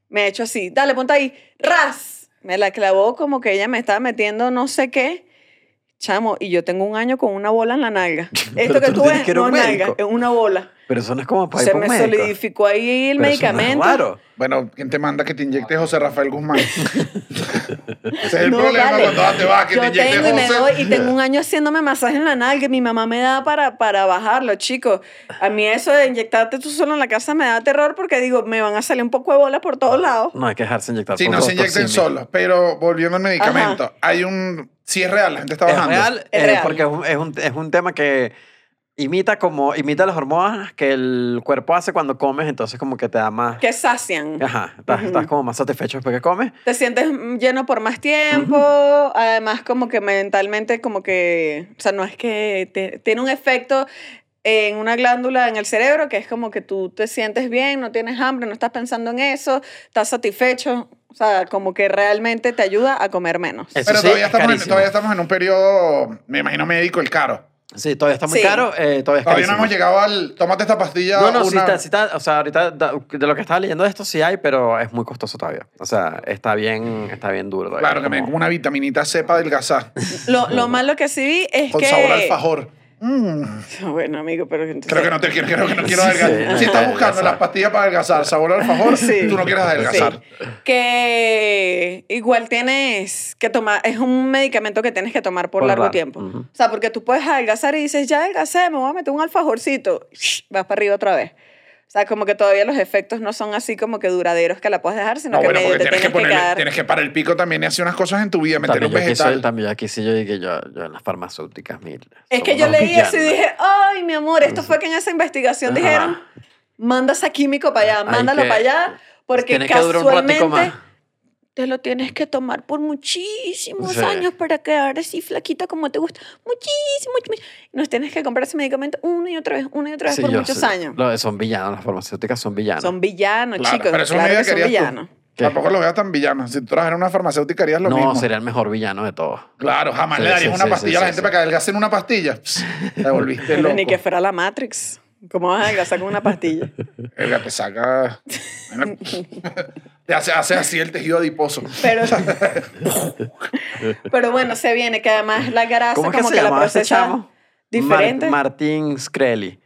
A: me ha hecho así, dale, ponte ahí, ras. Me la clavó como que ella me estaba metiendo no sé qué. Chamo, y yo tengo un año con una bola en la nalga.
E: Pero
A: Esto que
E: tú
A: tú
E: tienes
A: ves
E: que ir a
A: no es
E: un
A: nalga,
E: médico.
A: es una bola.
E: Pero eso no es como para ir
A: Se
E: pa' un
A: me
E: médico.
A: solidificó ahí el
E: Pero eso no es
A: medicamento.
E: raro.
F: Bueno, ¿quién te manda que te inyecte José Rafael Guzmán? Ese es el
A: No,
F: problema
A: vale.
F: cuando te vas, que
A: Yo
F: te inyecte
A: tengo y me
F: José.
A: doy y tengo un año haciéndome masaje en la nalga y mi mamá me da para, para bajarlo, chicos. A mí eso de inyectarte tú solo en la casa me da terror porque digo, me van a salir un poco de bola por todos lados.
E: No hay que dejarse inyectar.
F: Si
E: por
F: no se
E: rotosimi.
F: inyecten solos, pero volviendo al medicamento, hay un... Si es real, la gente está
E: Es
F: bajando.
E: real,
A: Es
E: eh,
A: real.
E: porque es un, es, un, es un tema que imita como imita las hormonas que el cuerpo hace cuando comes, entonces como que te da más...
A: Que sacian.
E: Ajá, estás, estás como más satisfecho después que comes.
A: Te sientes lleno por más tiempo. Además, como que mentalmente, como que. O sea, no es que. te- tiene un efecto en una glándula en el cerebro que es como que tú te sientes bien, no tienes hambre, no estás pensando en eso, estás satisfecho. O sea, como que realmente te ayuda a comer menos.
E: Eso
F: Pero
E: sí, es
F: todavía, estamos en,
E: carísimo.
F: todavía estamos en un periodo, me imagino, médico, el caro.
E: Sí, todavía está muy
A: Sí.
E: caro, eh, todavía es
F: Todavía no
E: carísimo.
F: hemos llegado al... Tómate esta pastilla.
E: No, no, sí
F: una-
E: está, sí está, o sea, ahorita da- de lo que estaba leyendo de esto sí hay, pero es muy costoso todavía. O sea, está bien, está bien duro todavía.
F: Claro, que me den
E: Como-
F: como una vitaminita cepa adelgazar.
A: Lo, lo malo que sí vi es
F: Con
A: que
F: sabor al fajor.
A: Bueno, amigo, pero entonces...
F: Creo que no te quiero, creo que no quiero
E: Sí, sí,
F: adelgazar. si
E: no,
F: estás
E: no,
F: buscando
E: adelgazar.
F: las pastillas para adelgazar, sabor al alfajor,
A: Sí.
F: tú no quieres adelgazar.
A: Sí. Que igual tienes que tomar, es un medicamento que tienes que tomar por,
E: Por
A: largo
E: largo,
A: tiempo.
E: ujú.
A: O sea, porque tú puedes adelgazar y dices, ya adelgacé, me voy a meter un alfajorcito, vas para arriba otra vez. O sea, como que todavía los efectos no son así como que duraderos que la puedes dejar, sino
F: No,
A: que
F: bueno,
A: medio
F: porque
A: te
F: tienes
A: tienes
F: que ponerle,
A: quedar.
F: tienes que para el pico también y hacer unas cosas en tu vida, meter
E: También
F: un
E: yo, aquí soy,
F: vegetal.
E: también yo aquí sí yo dije yo, yo en las farmacéuticas mil.
A: Es que yo
E: somos
A: leí eso y
E: villanos.
A: dije, ay, mi amor, esto fue que en esa investigación
E: Ajá.
A: dijeron, manda ese químico para allá,
E: Hay
A: mándalo
E: que-
A: para allá, porque
E: Tienes que durar un
A: casualmente
E: ratico más.
A: te lo tienes que tomar por muchísimos
E: Sí.
A: años para quedar así flaquita como te gusta. Muchísimo, muchísimo. Nos tienes que comprar ese medicamento una y otra vez, una y otra vez
E: Sí,
A: por
E: yo
A: muchos
E: sé.
A: años.
E: Lo- son villanos, las farmacéuticas son villanos.
A: Son villanos,
F: Claro,
A: chicos.
F: pero eso
A: claro
F: no
A: que son
F: querías
A: villanos.
F: tú.
E: ¿Qué?
F: Tampoco lo veas tan villano. Si tú trajeras una farmacéutica harías lo
E: no,
F: mismo.
E: sería el mejor villano de todos.
F: Claro, jamás
E: Sí,
F: le darías
E: sí,
F: una
E: sí,
F: pastilla
E: sí,
F: a la
E: sí,
F: gente
E: sí.
F: para que adelgacen una pastilla. Pss, Te volviste
A: Pero
F: loco.
A: ni que fuera la Matrix. ¿Cómo vas a adelgazar con una pastilla?
F: Verga, te saca... Bueno, te hace, hace así el tejido adiposo.
A: Pero, pero bueno, se viene que además la grasa
E: ¿Cómo es que
A: como
E: se
A: que, la
E: llamaba ese
A: procesa
E: chamo?
A: diferente.
E: Mar- Martín Screlly.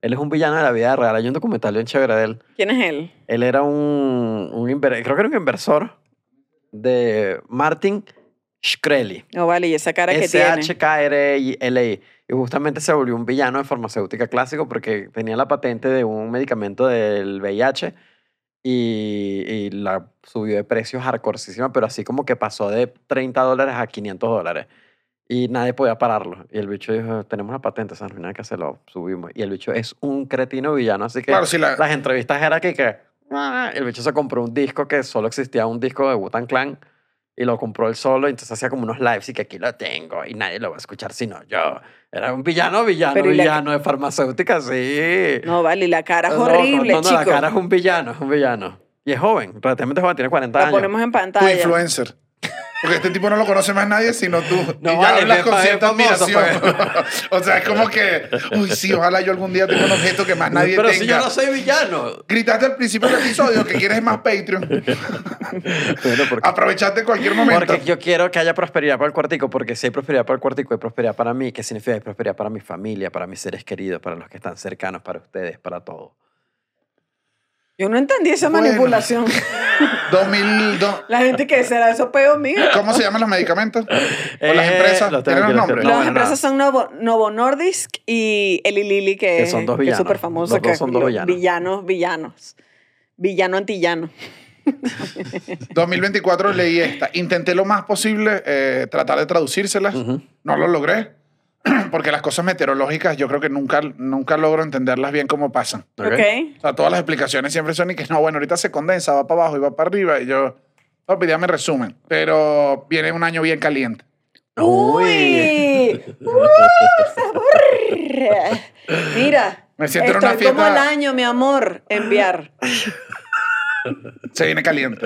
E: Él es un villano de la vida real. Hay un documental bien chévere de él.
A: ¿Quién es él?
E: Él era un, un inver- creo que era un inversor de Martin Shkreli.
A: No vale, y esa cara que tiene.
E: E S-H-K-R-I-L-I. Y justamente se volvió un villano de farmacéutica clásico porque tenía la patente de un medicamento del VIH y, y la subió de precio hardcoreísima, pero así como que pasó de 30 dólares a 500 dólares. Y nadie podía pararlo. Y el bicho dijo, tenemos la patente, o sea, no hay nada que se lo subimos. Y el bicho es un cretino villano, así que
F: Claro, si la-
E: las entrevistas eran que, que, "Ah", el bicho se compró un disco que solo existía un disco de Wu-Tang Clan y lo compró él solo, y entonces hacía como unos lives y que aquí lo tengo y nadie lo va a escuchar sino yo. Era un villano, villano,
A: Pero, ¿y la-
E: villano de farmacéutica, sí.
A: No vale, y la cara es
E: Loco,
A: horrible,
E: no, no, la
A: chico.
E: cara es un villano, es un villano. Y es joven, relativamente joven, tiene 40
A: La
E: años.
A: ponemos en
F: Tu
A: pantalla.
F: influencer. Porque este tipo no lo conoce más nadie sino tú.
E: No,
F: y ya
E: vale,
F: hablas
E: que
F: con
E: pa-
F: cierta
E: es famoso,
F: admiración. o sea, es como que, uy, sí, ojalá yo algún día tenga un objeto que más nadie
E: Pero
F: tenga.
E: si yo no soy villano.
F: Gritaste al principio del episodio que quieres más Patreon.
E: Bueno, porque,
F: Aprovechaste cualquier momento.
E: porque yo quiero que haya prosperidad para el cuartico, porque si hay prosperidad para el cuartico, hay prosperidad para mí. ¿Qué significa? Hay prosperidad para mi familia, para mis seres queridos, para los que están cercanos, para ustedes, para todos.
A: Yo no entendí esa
F: Bueno.
A: manipulación.
F: 2002.
A: La gente que será eso peo mío.
F: ¿Cómo se llaman los medicamentos? ¿O las
E: Eh,
F: empresas?
E: los tengo
F: ¿Tienen
E: aquí,
F: los
E: los
F: nombres?
E: tengo. No,
A: Las
E: bueno,
A: empresas son Novo, Novo Nordisk y Eli Lilly, que,
E: Que son dos
A: que es
E: villanos.
A: súper famoso.
E: Los dos
A: que
E: son dos
A: los
E: villanos.
A: Villanos, villanos. Villano antillano.
F: 2024 leí esta. Intenté lo más posible eh, tratar de traducírselas. No lo logré. Porque las cosas meteorológicas yo creo que nunca, nunca logro entenderlas bien cómo pasan.
A: Ok.
F: O sea, todas las explicaciones siempre son y que no, bueno, ahorita se condensa, va para abajo y va para arriba. Y yo, no, pues ya me resumen. Pero viene un año bien caliente.
A: ¡Uy! ¡Uh, sabor! Mira,
F: Me siento en
A: estoy
F: una fiesta-
A: como el año, mi amor, enviar.
F: Se viene caliente.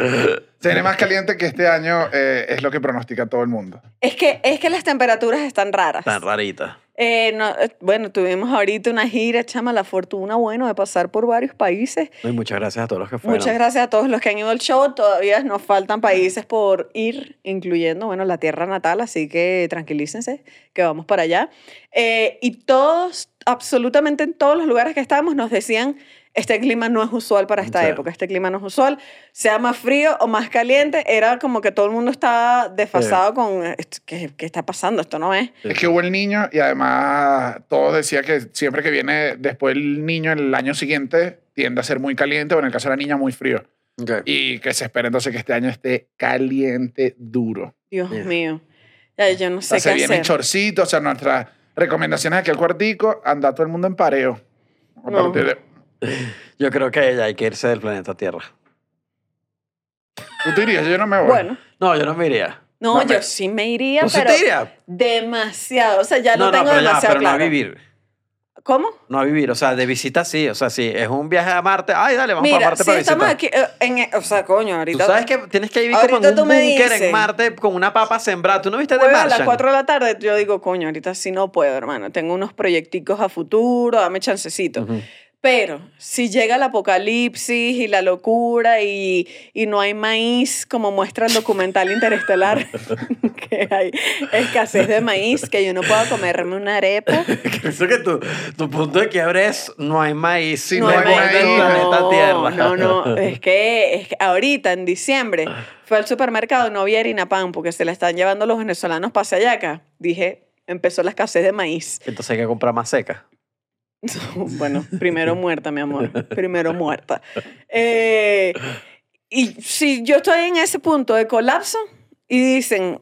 F: Se viene más caliente que este año eh, es lo que pronostica todo el mundo.
A: Es que, es que las temperaturas están raras.
E: Tan rarita.
A: Eh, no, eh, bueno, tuvimos ahorita una gira, chama, la fortuna, bueno, de pasar por varios países.
E: Y muchas gracias a todos los que fueron.
A: Muchas gracias a todos los que han ido al show. Todavía nos faltan países por ir, incluyendo, bueno, la tierra natal, así que tranquilícense, que vamos para allá. Eh, y todos, absolutamente en todos los lugares que estábamos, nos decían, este clima no es usual para esta
E: Sí.
A: época, este clima no es usual, sea más frío o más caliente, era como que todo el mundo estaba desfasado con, eh, esto- ¿qué, qué está pasando? Esto no es.
F: Es que hubo el niño y además todos decía que siempre que viene después el niño el año siguiente tiende a ser muy caliente o en el caso de la niña muy frío.
E: Ok.
F: Y que se espera entonces que este año esté caliente duro.
A: Dios
E: Yes.
A: mío. Ya, yo no
F: O
A: sé
F: sea, se
A: qué
F: viene
A: hacer.
F: chorcito, o sea, nuestras recomendaciones aquí al cuartico, anda todo el mundo en pareo. A
A: No.
F: partir de-
E: Yo creo que ya hay que irse del planeta Tierra.
F: Tú te irías, yo no me voy.
A: Bueno,
E: No, yo no me iría.
A: no,
F: Dame.
A: yo sí me iría,
E: ¿Tú sí
A: pero...
E: te irías?
A: Demasiado. O sea, ya lo
E: no,
A: tengo
E: no, pero, ya,
A: demasiado
E: pero
A: claro.
E: no a vivir.
A: ¿Cómo?
E: No a vivir. O sea, de visita sí. O sea, sí. Es un viaje a Marte. Ay, dale, vamos a
A: Mira,
E: Marte
A: si
E: para
A: estamos
E: visitar.
A: aquí. eh, en- o sea, coño,
E: Tú
A: ahorita.
E: sabes que tienes que vivir
A: Ahorita
E: como en
A: tú
E: un
A: me
E: búnker
A: dices.
E: en Marte con una papa sembrada. ¿Tú no viste de
A: Jueves a las
E: Martian?
A: 4 de la tarde, yo digo, coño, ahorita sí no puedo, hermano. Tengo unos proyecticos a futuro, dame chancecito. Pero si llega el apocalipsis y la locura y, y no hay maíz, como muestra el documental interestelar, que hay escasez de maíz, que yo no puedo comerme una arepa.
E: Creo que tu, tu punto de quiebre es no hay maíz.
F: Sí, no hay maíz,
E: en el planeta Tierra.
A: No, no, es que, es que ahorita, en diciembre, fue al supermercado, no había harina pan porque se la están llevando los venezolanos para Sayaca. Dije, empezó la escasez de maíz.
E: Entonces hay que comprar más seca.
A: Bueno, primero muerta, mi amor. Primero muerta. Eh, y si yo estoy en ese punto de colapso y dicen,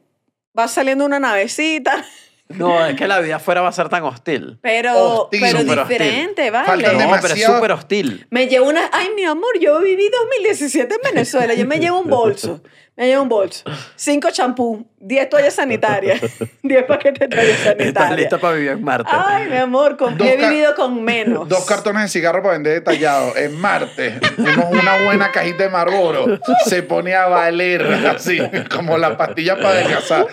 A: va saliendo una navecita,
E: No, es que la vida afuera va a ser tan hostil.
A: pero,
F: Hostil,
A: pero
E: súper hostil.
A: diferente,
F: Falta
A: ¿vale?
E: No, pero es
F: demasiado-
E: súper hostil.
A: Me llevo una. Ay, mi amor, yo viví 2017 en Venezuela. Yo me llevo un bolso. Me llevo un bolso. Cinco champú, 10 toallas sanitarias, 10 paquetes de toallas
E: Estás lista
A: sanitarias.
E: para vivir en Marte.
A: Ay, mi amor, con
F: Dos
A: he
F: ca-
A: vivido con menos.
F: Dos cartones de cigarro para vender detallado. En Marte, fuimos una buena cajita de Marlboro. Se pone a valer, así, como la pastilla para descansar.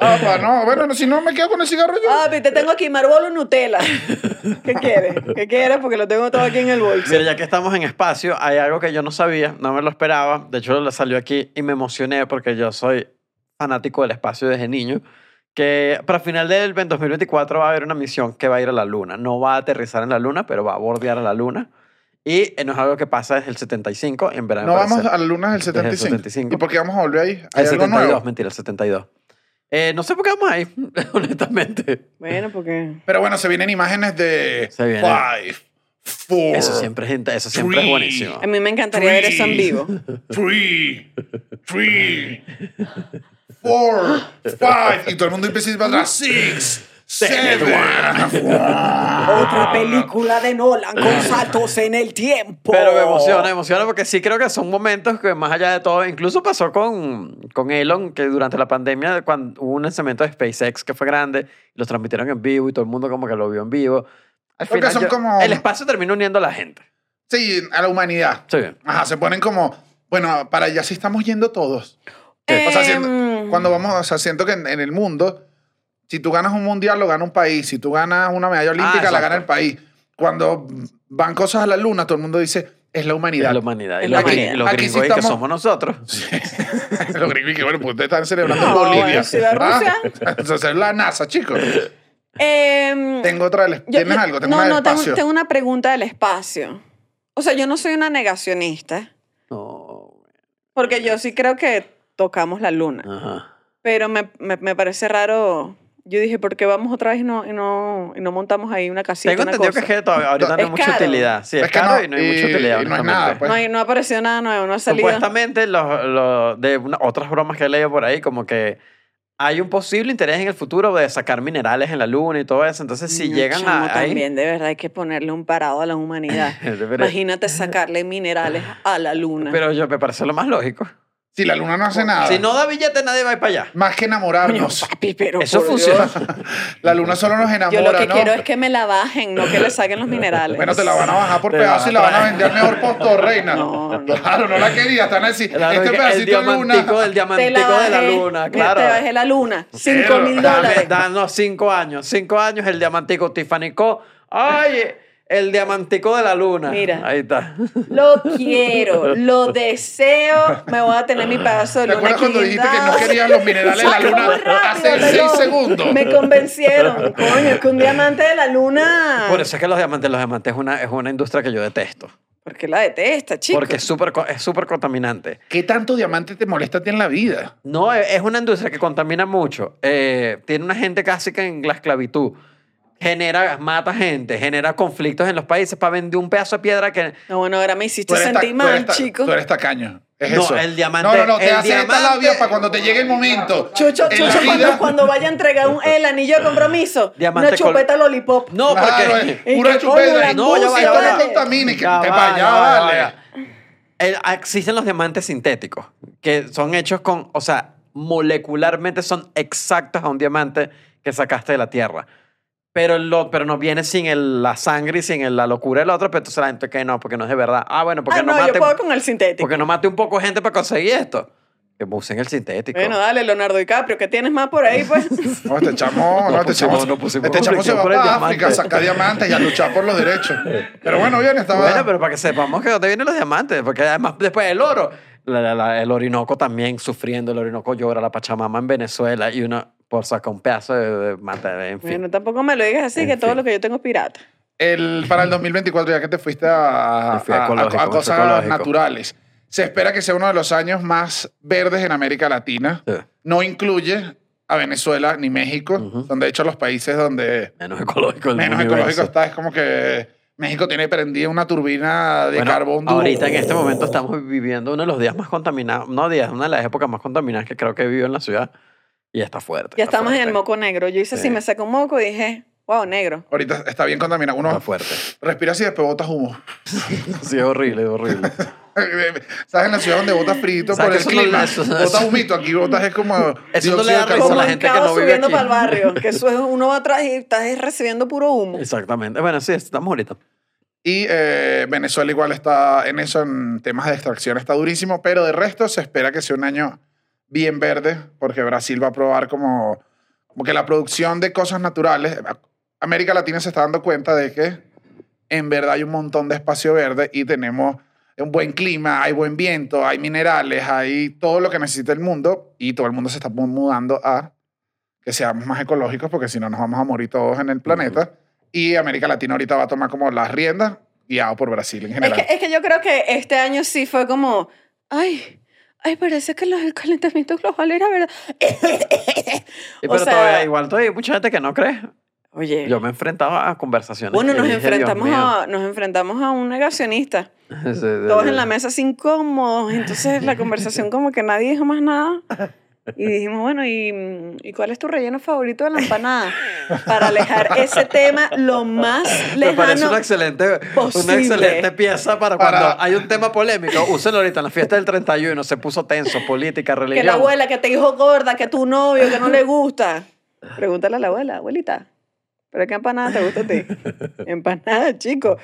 F: Ah, pa, no, bueno, no, si no me quedo con el cigarro yo.
A: Papi, te tengo aquí marbolo Nutella. ¿Qué quieres? ¿Qué quieres? Porque lo tengo todo aquí en el bolso.
E: Mira, ya que estamos en espacio, hay algo que yo no sabía, no me lo esperaba. De hecho, le salió aquí y me emocioné porque yo soy fanático del espacio desde niño. Que para final del 2024 va a haber una misión que va a ir a la Luna. No va a aterrizar en la Luna, pero va a bordear a la Luna. Y eh, no es algo que pasa desde el 75 en verano.
F: No vamos
E: parece.
F: a la luna del
E: Desde el
F: 75.
E: 75.
F: ¿Y por qué vamos a volver ahí? ¿Hay
E: El
F: algo
E: 72,
F: nuevo?
E: mentira, el 72. Eh, no sé por qué vamos ahí, honestamente.
A: Bueno, porque.
F: Pero bueno, se vienen imágenes de
E: Se vienen.
F: five, four,
E: Eso siempre, es gente- eso siempre es
F: Three.
E: buenísimo.
A: A mí me encantaría ver eso en vivo.
F: three, three, four, five. Y todo el mundo empieza a ir para atrás. Six, seven.
A: Otra película de Nolan con saltos en el tiempo.
E: Pero me emociona, me emociona porque sí creo que son momentos que más allá de todo, incluso pasó con, con Elon, que durante la pandemia cuando hubo un lanzamiento de SpaceX que fue grande, los transmitieron en vivo y todo el mundo como que lo vio en vivo. Al
F: Creo que
E: final
F: son
E: yo-
F: como-
E: El espacio termina uniendo a la gente.
F: Sí, a la humanidad.
E: Sí.
F: Ajá, se ponen como, bueno, para allá sí estamos yendo todos. O sea, siento-
A: Em.
F: cuando vamos, o sea, siento que en, en el mundo, si tú ganas un mundial, lo gana un país. Si tú ganas una
A: Ah,
F: medalla olímpica, la
E: exacto.
F: gana el país. Cuando van cosas a la luna, todo el mundo dice, es la humanidad.
E: Es la humanidad. Y
A: Es
E: los,
A: la
E: gringos-
A: humanidad.
E: los
F: Aquí sí
E: gringos ahí que
F: estamos-
E: somos nosotros.
F: Los gringos que, bueno, pues ustedes están celebrando
A: No,
F: en
A: bueno,
F: Bolivia.
A: si va Rusia.
F: Ah, Entonces es la NASA, chicos.
A: Em,
F: Tengo otra del-
A: yo-
F: ¿Tienes
A: yo-
F: algo? Tengo
A: no,
F: una del
A: no, tengo-
F: espacio.
A: Tengo, una pregunta del espacio. O sea, yo no soy una negacionista,
E: No.
A: porque yo sí creo que tocamos la luna.
E: Ajá.
A: Pero me, me- me parece raro. Yo dije, ¿por qué vamos otra vez y no, y no, y no montamos ahí una casita?
E: Tengo
A: una
E: entendido
A: cosa?
E: que es que todavía- ahorita no,
F: No,
E: hay
A: es
E: mucha
A: caro.
E: utilidad. Sí, es,
F: Es que
E: caro
F: no,
E: y no hay mucha
F: y-
E: utilidad.
F: y no hay
E: honestamente.
F: nada, pues.
A: no, hay- no ha aparecido nada nuevo, no ha salido.
E: Supuestamente, los, los- de una- otras bromas que he leído por ahí, como que hay un posible interés en el futuro de sacar minerales en la luna y todo eso. Entonces, si
A: No,
E: llegan
A: Mm, chamo,
E: a ahí,
A: También, de verdad, hay que ponerle un parado a la humanidad.
E: Pero-
A: Imagínate sacarle minerales a la luna.
E: pero yo me parece lo más lógico.
F: Si la luna no hace nada,
E: Si no da billete, nadie va a ir para allá.
F: más que
A: Coño,
F: enamorarnos.
A: papi, pero
E: Eso
A: por
E: funciona.
F: Este
A: Dios.
F: La luna solo nos
A: Yo
F: enamora,
A: lo que
F: ¿no?
A: quiero es que me la bajen, no que le saquen los minerales.
F: Bueno, te la van a bajar por
E: Pues, Te la
F: pedazos y la
E: van a
F: van a vender al mejor postor, reina.
A: No, no.
F: Claro, no la quería. Están así.
E: Claro,
F: este
E: que el
F: pedacito de luna.
E: diamantico del
A: Te la
E: diamantico de la
A: bajé,
E: luna,
A: mira,
E: claro.
A: Te bajé la luna. Cinco
F: Pero,
A: mil
E: Dame-
A: dólares.
E: Danos cinco años. Cinco años el diamantico Tiffany Co. ¡Ay! El diamantico de la luna.
A: Mira.
E: Ahí está.
A: Lo quiero, lo deseo. Me voy a tener mi pedazo de
F: ¿Te
A: luna.
F: acuerdas cuando dijiste que no
A: guindado?
F: querías los minerales de la
A: Saca muy
F: luna
A: rápido,
F: hace
A: loco.
F: seis segundos?
A: Me convencieron, coño, es que un diamante de la luna.
E: Por eso es que los diamantes, los diamantes es una, es una industria que yo detesto.
A: Porque la detesta, chico.
E: Porque es súper co- es súper contaminante.
F: ¿Qué tanto diamante te molesta a ti en la vida?
E: No, e- es una industria que contamina mucho. Eh, tiene una gente casi que en la esclavitud. Genera, mata gente, genera conflictos en los países para vender un pedazo de piedra que...
A: No, bueno, ahora me hiciste
F: ta-
A: sentir
F: tú
A: mal,
F: eres ta-
A: chico.
F: Tú eres tacaño. Es
E: No,
F: eso.
E: el diamante-
F: No, no, no. Te
E: el
F: hace esta
E: diamante-
F: labia para cuando te llegue el momento.
A: Chucho,
F: En la
A: Chucho, cuando,
F: vida-
A: cuando vaya a entregar un- el anillo de compromiso,
E: Diamante
A: una chupeta
E: col-
A: lollipop.
E: No,
F: Claro,
E: porque...
F: es pura
A: Y que coño,
F: chupeta.
A: la
E: No, ya va,
F: Si
E: ya
F: tú
E: va,
F: no
E: ya va.
F: contamines, que te
E: Ya va,
F: vaya,
E: ya va, ya
F: vale.
E: va. El- ah, existen los diamantes sintéticos, que son hechos con, o sea, molecularmente son exactos a un diamante que sacaste de la tierra. Pero, lo, pero no viene sin el- la sangre y sin el- la locura del otro, pero entonces la gente que no, porque no es de verdad. Ah, bueno, porque
A: Ah,
E: no,
A: no, yo
E: mate,
A: puedo con el sintético.
E: porque no mate un poco de gente para conseguir esto. Que usen el sintético.
A: Bueno, dale, Leonardo DiCaprio, ¿qué tienes más por ahí? Pues
F: No, este chamo,
E: Nos
F: no, este
E: pusimos-
F: chamo,
E: nos pusimos
F: este chamo se
E: pues,
F: va
E: por el
F: para
E: diamante.
F: África a sacar diamantes y a luchar por los derechos. Pero bueno, bien, estaba.
E: Bueno, pero para que sepamos que dónde vienen los diamantes, porque además después el oro, la- la- la- el Orinoco también sufriendo, el Orinoco llora, la Pachamama en Venezuela y una por sacar un pedazo de, de mata, en fin.
A: bueno, tampoco me lo digas así,
E: En
A: que todo
E: fin.
A: lo que yo tengo es pirata.
F: El, para el 2024, ya que te fuiste a,
E: Me fui a
F: a- a-
E: ecológico,
F: a
E: me fui
F: cosas
E: ecológico.
F: naturales, se espera que sea uno de los años más verdes en América Latina.
E: Sí.
F: No incluye a Venezuela ni México, donde de hecho los países donde
E: Menos ecológico el
F: menos
E: universo.
F: ecológico está es como que México tiene prendida una turbina de
E: Bueno,
F: carbón duro.
E: ahorita en este momento estamos viviendo uno de los días más contaminados, no días, una de las épocas más contaminadas que creo que vivido en la ciudad y está fuerte.
A: Ya
E: está
A: estamos en
E: fuerte,
A: el moco negro. Yo hice
E: Sí.
A: así, me saco un moco y dije, wow, negro.
F: Ahorita está bien contaminado.
E: Está
F: Uno
E: fuerte.
F: respira así y después botas humo.
E: Sí, es horrible, es horrible.
F: ¿Sabes? En la ciudad donde botas frito
E: ¿Sabes
F: por
E: que
F: el
E: eso no-
F: clima.
E: eso-
F: botas
E: eso-
F: humito. Aquí botas es como.
E: Eso no
F: dióxido
E: le da
F: de
E: risa a
A: Como
E: la
F: carbono.
A: un
E: gente que
A: cabo
E: no vive
A: subiendo
E: aquí.
A: para el barrio, que eso es, uno va atrás y estás recibiendo puro humo.
E: Exactamente. Bueno, sí, estamos ahorita.
F: Y eh, Venezuela igual está en eso, en temas de extracción está durísimo, pero de resto se espera que sea un año bien verde, porque Brasil va a probar como, como que la producción de cosas naturales, América Latina se está dando cuenta de que en verdad hay un montón de espacio verde y tenemos un buen clima, hay buen viento, hay minerales, hay todo lo que necesita el mundo y todo el mundo se está mu- mudando a que seamos más ecológicos porque si no nos vamos a morir todos en el planeta. Y América Latina ahorita va a tomar como las riendas guiado por Brasil en
A: Es
F: general.
A: que, es que yo creo que este año sí fue como, ay, ay, parece que lo del calentamiento global era verdad.
E: Y
A: O
E: pero
A: sea-
E: todavía, igual todavía hay mucha gente que no cree.
A: Oye,
E: Yo me he enfrentado a conversaciones.
A: bueno,
E: que
A: nos
E: dije, "Dios
A: enfrentamos,
E: mío".
A: a, nos enfrentamos a un negacionista.
E: Sí, sí, sí.
A: Todos en la mesa sin cómodos. Entonces la conversación como que nadie dijo más nada. Y dijimos, bueno, ¿y, y cuál es tu relleno favorito de la empanada? Para alejar ese tema lo más
E: Me parece
A: lejano.
E: una excelente, una
A: posible.
E: excelente pieza para
F: Para-
E: cuando hay un tema polémico. Úsenlo ahorita en la fiesta del 31. Se puso tenso, política, religión.
A: Que la abuela, que te dijo gorda, que tu novio, que no le gusta. Pregúntale a la abuela, abuelita. ¿Pero qué empanada te gusta a ti? Empanada, chico.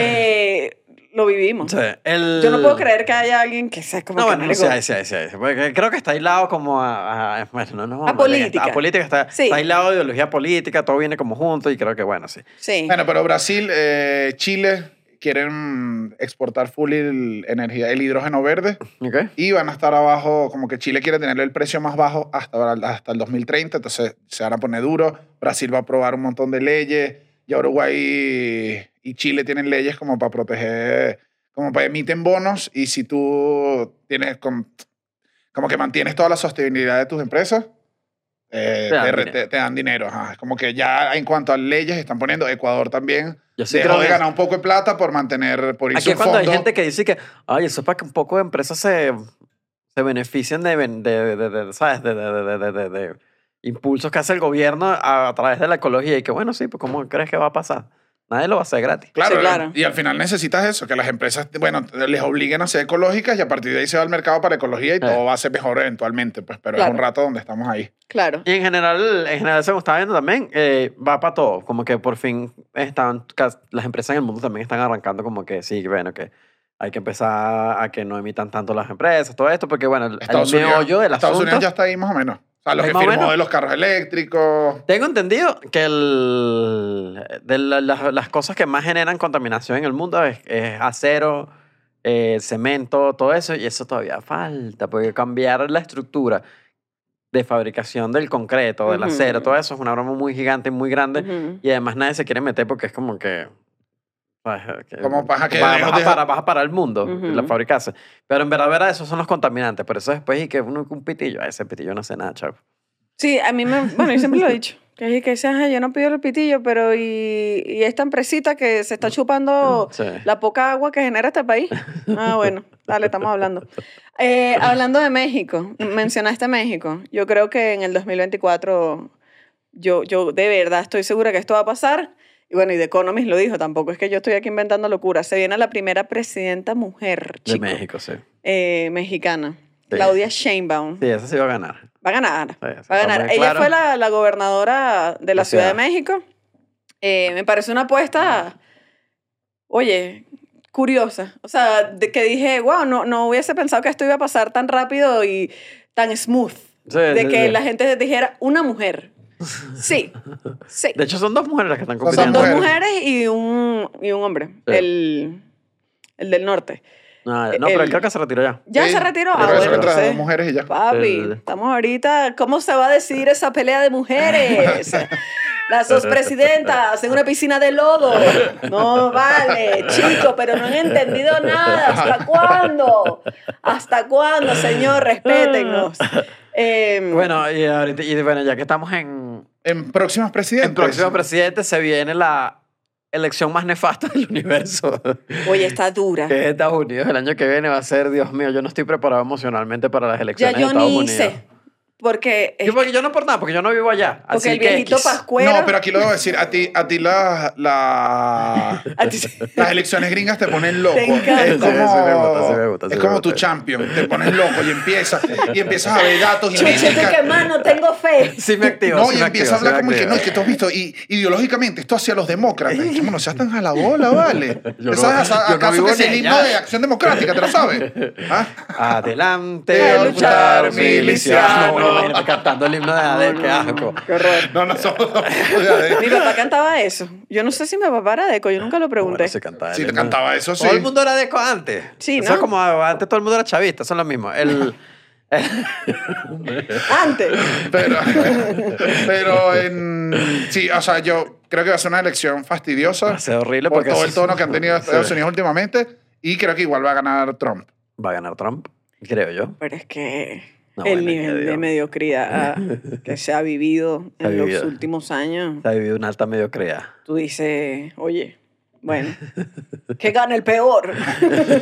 A: Eh, lo vivimos.
E: Sí, el-
A: Yo no puedo creer que haya alguien que sea como
E: No,
A: que
E: bueno,
A: no le
E: sí,
A: gusta.
E: hay, sí, hay, sí, hay. Porque creo que está aislado como a. a- bueno, no, no,
A: A
E: no,
A: política.
E: A política está,
A: Sí.
E: está aislado de ideología política, todo viene como junto y creo que bueno, sí.
A: Sí.
F: Bueno, pero Brasil, eh, Chile quieren exportar full el, energía, el hidrógeno verde
E: ¿Ok?
F: y van a estar abajo, como que Chile quiere tener el precio más bajo hasta, hasta el 2030, entonces se van a poner duro, Brasil va a aprobar un montón de leyes, ya Uruguay y Chile tienen leyes como para proteger, como para emiten bonos y si tú tienes con- como que mantienes toda la sostenibilidad de tus empresas, eh,
E: Te dan
F: te, re-
E: dinero.
F: te- te dan dinero. ajá. Es Como que ya en cuanto a leyes están poniendo, Ecuador también
E: Yo sí
F: dejó
E: creo
F: de
E: que-
F: ganar un poco de plata por mantener, por irse
E: Aquí
F: a
E: es
F: un
E: cuando hay
F: fondo.
E: gente que dice que, ay, eso es para que un poco de empresas se, se beneficien de, ben- de, de, de- de- ¿sabes? De, de, de, de, de- de impulsos que hace el gobierno a, a través de la ecología. Y que, bueno, sí, pues ¿cómo crees que va a pasar? Nadie lo va a hacer gratis.
F: Claro, eh,
A: Sí, claro.
F: y al final necesitas eso, que las empresas, bueno, les obliguen a ser ecológicas y a partir de ahí se va al mercado para
E: Eh.
F: ecología y todo va a ser mejor eventualmente, pues, pero
A: Claro.
F: es un rato donde estamos ahí.
A: Claro.
E: Y en general, en general, según estaba viendo también, eh, va para todo. Como que por fin están, cas- las empresas en el mundo también están arrancando como que sí, bueno, que hay que empezar a que no imitan tanto las empresas, todo esto, porque bueno, el, el
F: Estados,
E: meollo
F: Unidos,
E: del
F: Estados
E: asunto...
F: Unidos ya está ahí más o menos. O sea, lo
E: Ahí
F: que
E: más o
F: firmó
E: menos.
F: de los carros eléctricos.
E: Tengo entendido que el, de la- las- las cosas que más generan contaminación en el mundo es, es acero, eh, cemento, todo eso, y eso todavía falta, porque cambiar la estructura de fabricación del concreto, del
A: Ujú.
E: acero, todo eso es una broma muy gigante y muy grande,
A: Ujú.
E: y además nadie se quiere meter porque es como que... ¿sabes? Que
F: Como paja que
E: va- vas,
F: dejo-
E: a
F: dejo-
E: parar, vas a parar el mundo,
A: Ujú.
E: la fabricarse. Pero en verdad, verdad, esos son los contaminantes. Por eso después y que uno un pitillo, "Ay, ese pitillo no hace nada, chavo.
A: Sí, a mí me. Bueno, yo siempre lo he dicho. Que es que dices, "Ajá, yo no pido el pitillo, pero y, y esta empresita que se está chupando
E: Sí.
A: Oh, la poca agua que genera este país. Ah, bueno, dale, estamos hablando. Eh, hablando de México, mencionaste México. Yo creo que en el 2024, yo, yo de verdad estoy segura que esto va a pasar. Y bueno, y The Economist lo dijo, tampoco es que yo estoy aquí inventando locuras. Se viene la primera presidenta mujer
E: De
A: chico,
E: México, sí.
A: eh, mexicana,
E: Sí.
A: Claudia Sheinbaum.
E: Sí, esa sí va a ganar.
A: Va a ganar.
E: Sí, eso
A: Va a
E: está
A: ganar.
E: muy
A: Ella
E: claro.
A: fue la, la gobernadora de la
E: La
A: Ciudad de
E: ciudad.
A: México. Eh, me parece una apuesta, oye, curiosa. O sea, de que dije, wow, no, no hubiese pensado que esto iba a pasar tan rápido y tan smooth.
E: Sí,
A: de
E: sí,
A: que
E: sí.
A: la gente dijera, una mujer. Sí, sí.
E: De hecho, son dos mujeres las que están
F: Son dos
A: Son
E: compitiendo.
A: dos
F: mujeres.
A: mujeres y un, y un hombre.
E: Sí.
A: El, el del norte.
E: Ah, no, pero
A: El-
E: él creo que se retiró ya.
A: ¿Ya
F: Sí,
A: se retiró?
F: yo
A: Ah,
F: creo que se
A: bueno,
F: retiraron
A: sí.
F: dos mujeres y ya.
E: Sí,
A: Papi,
E: sí, sí.
A: estamos ahorita. ¿Cómo se va a decidir esa pelea de mujeres? Las dos presidentas en una piscina de lodo. No vale, chico, pero no han entendido nada. ¿Hasta cuándo? ¿Hasta cuándo, señor? Respétennos. Eh,
E: Bueno, y, ahorita, y bueno, ya que estamos en,
F: En próximas presidentes.
E: en próximo presidente, se viene la elección más nefasta del universo.
A: oye, está dura.
E: Que es Estados Unidos. El año que viene va a ser, Dios mío, yo no estoy preparado emocionalmente para las
A: Ya
E: elecciones de
A: yo
E: Estados
A: ni
E: Unidos.
A: hice. Porque,
E: Yo, porque yo no por nada, porque yo no vivo allá.
A: porque
E: así
A: el
E: que
A: viejito
E: X.
A: Pascuero.
F: No, pero aquí lo debo decir. A ti, a ti la- la-
A: a ti se-
F: las elecciones gringas te ponen loco.
A: Te encanta.
F: Es como,
E: Sí, sí me gusta, sí me gusta, sí
F: es
E: me
F: como
E: gusta.
F: tu champion. Te pones loco y empiezas, y empiezas a ver datos y
A: Chucho, tú
F: métricas.
A: que más no tengo fe.
E: Sí me activo,
F: No,
E: sí
F: y
E: me
F: empieza
E: activo,
F: a hablar
E: sí me
F: como que
E: activo.
F: no, es que todos visto, y ideológicamente esto hacia los demócratas. Y Dijimos, no seas tan jalabola, vale.
E: Yo no-
F: ¿Te sabes
E: yo no
F: acaso
E: vivo
F: que es
E: ni
F: el himno
E: allá.
F: de acción democrática? ¿Te lo sabes? ¿Ah?
E: Adelante,
F: De
E: a
F: luchar,
E: luchar,
F: miliciano.
E: miliciano. No, imagínate cantando el himno de AD, qué asco.
A: Qué horror.
F: No, no somos. de-
A: Mi papá cantaba eso. Yo no sé si mi papá era deco, yo nunca lo pregunté.
E: Ah, Bueno, sí cantaba el
F: Sí, te
E: himno.
F: cantaba eso, sí.
E: Todo el mundo era deco antes.
A: Sí,
E: Eso
A: ¿no?
E: como antes todo el mundo era chavista, son lo mismo. El,
A: Antes.
F: Pero, pero en, sí, o sea, yo creo que va a ser una elección fastidiosa.
E: Va a ser horrible
F: por
E: porque
F: todo
E: es-
F: el tono que han tenido Estados Unidos últimamente. Y creo que igual va a ganar Trump.
E: va a ganar Trump, creo yo.
A: Pero es que
E: No,
A: el
E: bueno,
A: nivel
E: ya digo.
A: de mediocridad que se ha vivido
E: Se ha
A: en los
E: vivido.
A: últimos años,
E: Se ha vivido una alta mediocridad.
A: tú dices, oye, bueno, que gane el peor.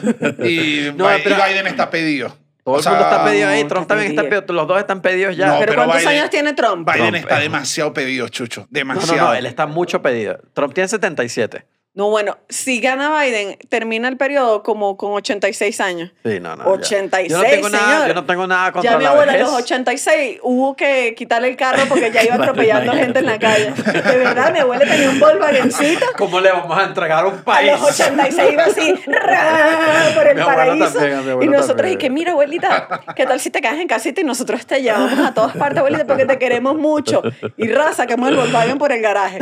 F: Y,
E: No,
F: Bi- y
E: pero-
F: Biden está pedido.
E: Todo
F: O
E: el
F: sea,
E: mundo está pedido ahí,
A: no,
E: Trump
A: está
E: también está
A: pedido.
E: pedido, los dos están pedidos ya.
F: No,
A: ¿Pero,
F: pero
A: cuántos
F: Biden-
A: años tiene Trump?
F: Biden
E: Trump,
F: está
E: eh.
F: demasiado pedido, Chucho.
E: no, no,
F: Demasiado.
E: no, él está mucho pedido. Trump tiene 77.
A: No, bueno, si gana Biden, termina el periodo como con 86 años.
E: Sí, no, no. ya.
A: 86,
E: yo no tengo nada,
A: señor.
E: yo no tengo nada contra
A: Ya mi
E: la
A: abuela a
E: vejez.
A: los 86 hubo que quitarle el carro porque ya iba
E: Claro,
A: atropellando gente en la calle. De verdad, mi abuela tenía un Volkswagencito
E: ¿Cómo le vamos a entregar un
A: A
E: país?
A: los 86 iba así ra, por el
E: Mi abuela
A: paraíso.
E: también, mi
A: y
E: abuela
A: nosotros,
E: también.
A: y que mira, abuelita, ¿qué tal si te quedas en casita y nosotros te llevamos a todas partes, abuelita, porque te queremos mucho? Y ra, sacamos el Volkswagen por el garaje.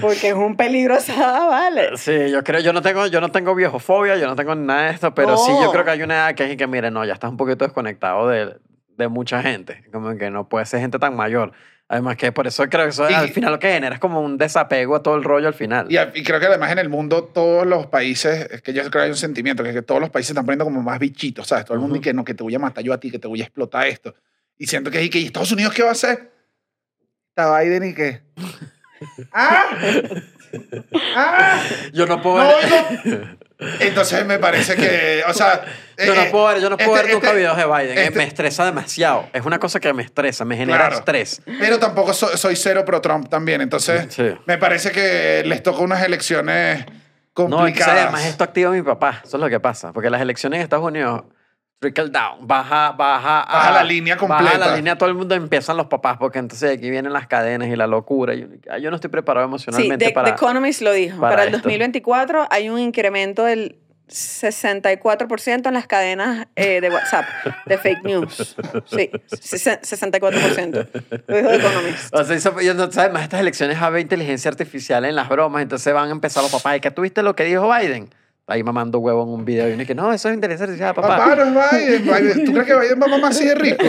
A: Porque es un peligro esa, vale.
E: Sí, yo creo, yo no tengo, yo no tengo viejofobia, yo no tengo nada de esto, pero sí,
A: No.
E: yo creo que hay una edad que es que, mire, no, ya estás un poquito desconectado de, de mucha gente, como que no puede ser gente tan mayor. Además que por eso creo que eso
F: Y-
E: al final lo que genera es como un desapego a todo el rollo al final.
F: Y, a- y creo que además en el mundo todos los países, es que yo creo que hay un sentimiento, que es que todos los países están poniendo como más bichitos, ¿sabes? Todo el mundo y
E: Ujú.
F: que no, que te voy a matar yo a ti, que te voy a explotar esto. Y siento que, y que ¿y Estados Unidos qué va a hacer? Está Biden y qué. ¡Ah! ¡Ah!
E: Yo no
F: ¡No
E: puedo ver,
F: oigo! Entonces me parece que, o sea...
E: yo no
F: eh,
E: puedo ver, yo no puedo
F: este-
E: ver nunca
F: este-
E: videos de Biden, eh,
F: este-
E: me estresa demasiado, es una cosa que me estresa, me genera
F: Claro.
E: estrés.
F: Pero tampoco so- soy cero pro Trump también, entonces
E: Sí.
F: me parece que les tocó unas elecciones
E: No, es que
F: complicadas.
E: además esto activa a mi papá, eso es lo que pasa, porque las elecciones en Estados Unidos trickle down, baja, baja, a-
F: Baja la línea completa.
E: Baja la línea, todo el mundo empiezan los papás, porque entonces aquí vienen las cadenas y la locura. y uno- ah, yo no estoy preparado
A: Sí,
E: emocionalmente
A: The,
E: para...
A: The Economist lo dijo. Para,
E: para
A: el
E: esto.
A: 2024 hay un incremento del 64% en las cadenas eh, de WhatsApp, de fake news. Sí, sesen- 64%. Lo dijo The Economist.
E: O sea, eso- y entonces, además, estas elecciones había inteligencia artificial en las bromas, entonces van a empezar los papás. ¿Y que tuviste lo que dijo Biden? Ahí mamando huevo en un video y uno que no, eso es inteligencia artificial, papá.
F: Papá, no es Biden. Biden. ¿Tú crees que Biden va a mamar así de rico?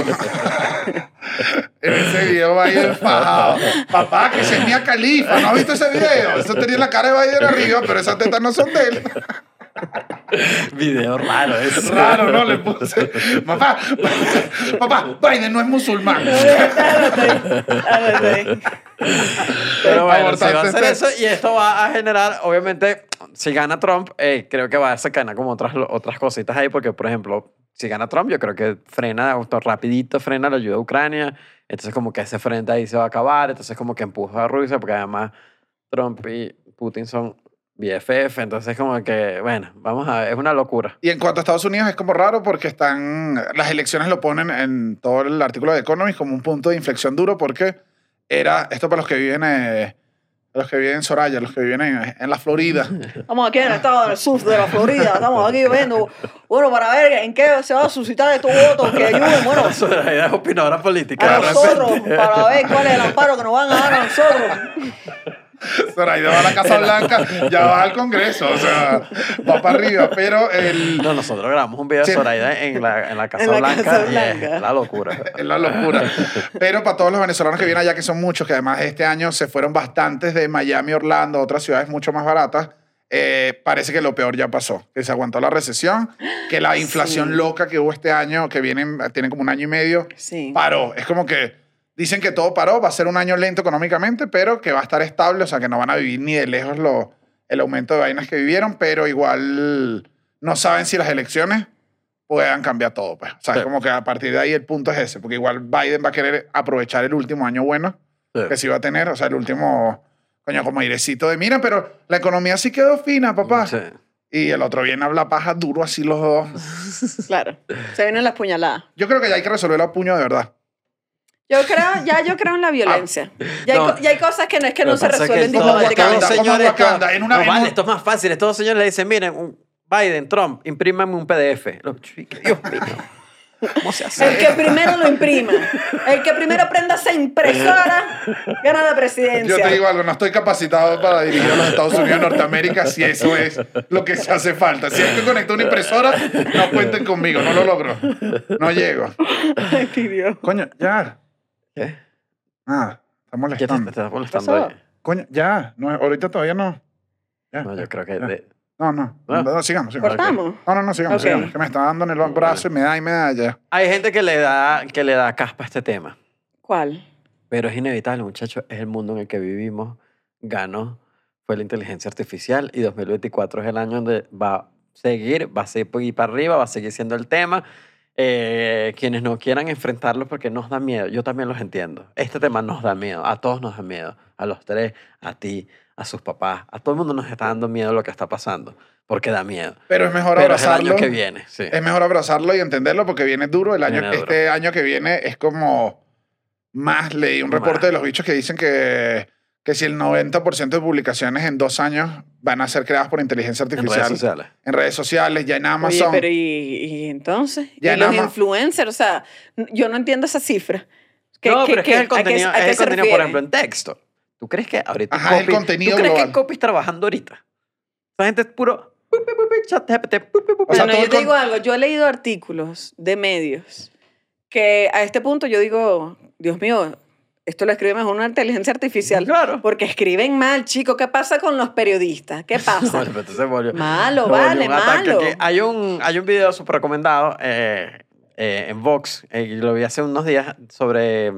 F: en ese video Biden fajado. Papá, que se es Mia Califa. ¿No has visto ese video? Eso tenía la cara de Biden arriba, pero esas tetas no son de él.
E: Video raro, es
F: Raro, ¿no? Le puse. Papá, papá, Biden no es musulmán.
A: Ah,
E: Pero bueno,
F: Abortaste
E: si va a hacer
F: este.
E: eso y esto va a generar, obviamente, si gana Trump, eh, creo que va a sacar como otras, otras cositas ahí, porque, por ejemplo, si gana Trump, yo creo que frena, auto- rapidito frena la ayuda a Ucrania, entonces como que ese frente ahí se va a acabar, entonces como que empuja a Rusia, porque además Trump y Putin son BFF, entonces como que, bueno, vamos a ver, es una locura.
F: Y en cuanto a Estados Unidos es como raro porque están las elecciones lo ponen en todo el artículo de Economist como un punto de inflexión duro porque era esto para los que viven eh, Los que viven en Soraya, los que viven en, en la Florida.
A: Estamos aquí en el estado del sur de la Florida. Estamos aquí viendo, bueno, para ver en qué se va a suscitar estos votos que ayuden, bueno,
E: Eso de la idea es opinadora política.
A: a
E: de
A: nosotros,
E: repente.
A: para ver cuál es el amparo que nos van a dar a nosotros.
F: Zoraida va a la Casa Blanca, ya va al Congreso, o sea, va para arriba. Pero el,
E: No, nosotros grabamos un video de
F: Sí.
E: Zoraida en la, en la Casa
A: En la
E: Blanca
A: Casa
E: y es
A: Blanca.
E: la locura.
F: Es la locura. Pero para todos los venezolanos que vienen allá, que son muchos, que además este año se fueron bastantes de Miami, Orlando, otras ciudades mucho más baratas, eh, parece que lo peor ya pasó. Que se aguantó la recesión, que la inflación loca que hubo este año, que vienen, tienen como un año y medio,
A: Sí.
F: paró. Es como que dicen que todo paró, va a ser un año lento económicamente, pero que va a estar estable, o sea, que no van a vivir ni de lejos lo, el aumento de vainas que vivieron, pero igual no saben si las elecciones puedan cambiar todo. Pues. O sea,
E: Sí.
F: es como que a partir de ahí el punto es ese, porque igual Biden va a querer aprovechar el último año bueno
E: Sí.
F: que sí va a tener, o sea, el último, coño, como airecito de mira, pero la economía sí quedó fina, papá.
E: Sí.
F: Y el otro viene a hablar paja duro así los dos.
A: Claro. Se vienen las puñaladas.
F: Yo creo que ya hay que resolverlo a puño de verdad.
A: Yo creo, ya yo creo en la violencia. Ya, hay,
E: Ah. No.
A: co- ya hay cosas que no es que
E: Lo
A: no se
E: pasa es
A: resuelven
E: todos-
A: diplomáticamente.
E: todos los
F: Wakanda, como
E: señores-
F: Wakanda, en una-
E: no,
F: en
E: vale,
F: un-
E: esto es más fácil. Estos dos señores le dicen, miren, un- Biden, Trump, imprímanme un PDF. Los chicos, Dios mío. ¿Cómo se hace?
A: El que primero lo imprima. El que primero prenda esa impresora gana la presidencia.
F: Yo te digo algo, no estoy capacitado para dirigir a los Estados Unidos, Norteamérica, si eso es lo que se hace falta. Si hay que conectar una impresora, no cuenten conmigo, no lo logro. No llego. Coño, ya.
E: ¿Qué?
F: Ah,
E: ¿Qué te,
F: está
E: te
F: molestando.
E: estás molestando ahí?
F: Coño, ya. No, ahorita todavía no. Ya.
E: No, yo creo
F: Ah.
E: que... de-
F: No, no.
E: Ah.
F: No, no, sigamos, sigamos.
A: ¿Cortamos?
F: No, no, no, sigamos,
A: Ok.
F: sigamos. Que me está dando en el brazo y me da y me da ya.
E: Hay gente que le, da, que le da caspa a este tema.
A: ¿Cuál?
E: Pero es inevitable, muchachos. Es el mundo en el que vivimos. Ganó. Fue la inteligencia artificial. Y 2024 es el año donde va a seguir, va a seguir para arriba, va a seguir siendo el tema. Eh, quienes no quieran enfrentarlo porque nos da miedo, yo también los entiendo. Este tema nos da miedo, a todos nos da miedo, a los tres, a ti, a sus papás, a todo el mundo nos está dando miedo lo que está pasando, porque da miedo.
F: Pero es mejor
E: Pero es el
F: abrazarlo.
E: año que viene, sí.
F: Es mejor abrazarlo y entenderlo porque viene duro. El año,
E: Viene duro.
F: Este año que viene es como más. Leí un reporte
E: Más.
F: de los bichos que dicen que, que si el 90% de publicaciones en dos años van a ser creadas por inteligencia
E: En redes
F: artificial.
E: sociales.
F: En redes sociales, ya en
A: Oye,
F: Amazon.
A: pero ¿y, y entonces?
F: Ya
A: ¿Y los
F: nada más.
A: influencers? O sea, n- yo no entiendo esa cifra. ¿Qué-
E: no,
A: qué-
E: pero es que
A: qué-
E: es el
A: a qué-
E: contenido,
A: a qué
E: es el
A: se
E: contenido por
A: refiere?
E: ejemplo, en texto. ¿Tú crees que ahorita
F: Ajá, el
E: Copy-
F: contenido
E: ¿Tú crees
F: global.
E: que Copy está trabajando ahorita? Esa gente es puro pup, pup, pup, chat GPT, pup, pup, pup.
F: O sea,
A: Bueno,
F: todo
A: yo
F: el
A: te
F: con-
A: digo algo. Yo he leído artículos de medios que a este punto yo digo, Dios mío, esto lo escribe mejor una inteligencia artificial.
E: Claro.
A: Porque escriben mal, chico. ¿Qué pasa con los periodistas? ¿Qué
E: No,
A: pasa?
E: pero entonces volvió-
A: Malo,
E: volvió
A: vale,
E: un ataque
A: malo.
E: aquí. Hay un, hay un video súper recomendado eh, eh, en Vox, eh, y lo vi hace unos días, sobre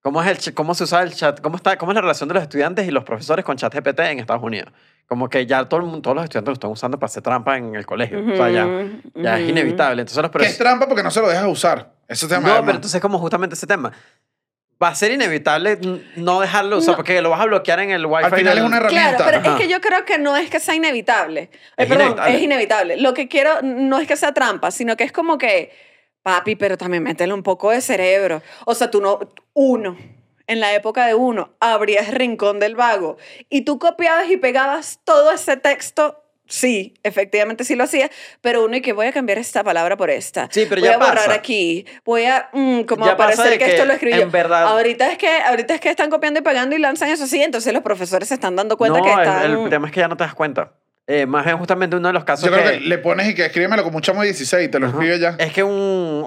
E: cómo, es el, ch- cómo se usa el chat, cómo, está, cómo es la relación de los estudiantes y los profesores con ChatGPT en Estados Unidos. Como que ya todo el mundo- todos los estudiantes lo están usando para hacer trampa en el colegio. O sea, ya,
A: Ujú,
E: ya es
A: ujú.
E: inevitable. Entonces los
F: que
A: pues-
F: es trampa porque no se lo dejas usar. Eso se llama.
E: No, pero entonces como justamente ese tema. Va a ser inevitable n- no dejarlo usar
A: No.
E: porque lo vas a bloquear en el wifi.
F: al final
E: del-
F: es una herramienta.
A: Claro, pero
E: Ajá.
A: es que yo creo que no es que sea inevitable. Eh,
E: Es
A: perdón,
E: inevitable.
A: es inevitable. Lo que quiero no es que sea trampa, sino que es como que, papi, pero también métele un poco de cerebro. O sea, tú no, uno, en la época de uno, abrías Rincón del Vago y tú copiabas y pegabas todo ese texto. Sí, efectivamente sí lo hacía, pero uno y que voy a cambiar esta palabra por esta.
E: Sí, pero
A: voy
E: ya
A: a borrar
E: pasa.
A: aquí, voy a mm, como
E: Ya pasa
A: parecer
E: de
A: que,
E: que
A: esto lo escribí
E: en
A: yo.
E: verdad-
A: Ahorita es que ahorita es que están copiando y pegando y lanzan eso sí, entonces los profesores se están dando cuenta
E: no,
A: que
E: el-
A: están
E: el, tema es que ya no te das cuenta. Eh, más es justamente uno de los casos
F: Yo creo que
E: que...
F: le pones y que escríbemelo como un chamo de 16 y te lo
E: Ajá.
F: escribe ya.
E: Es que un,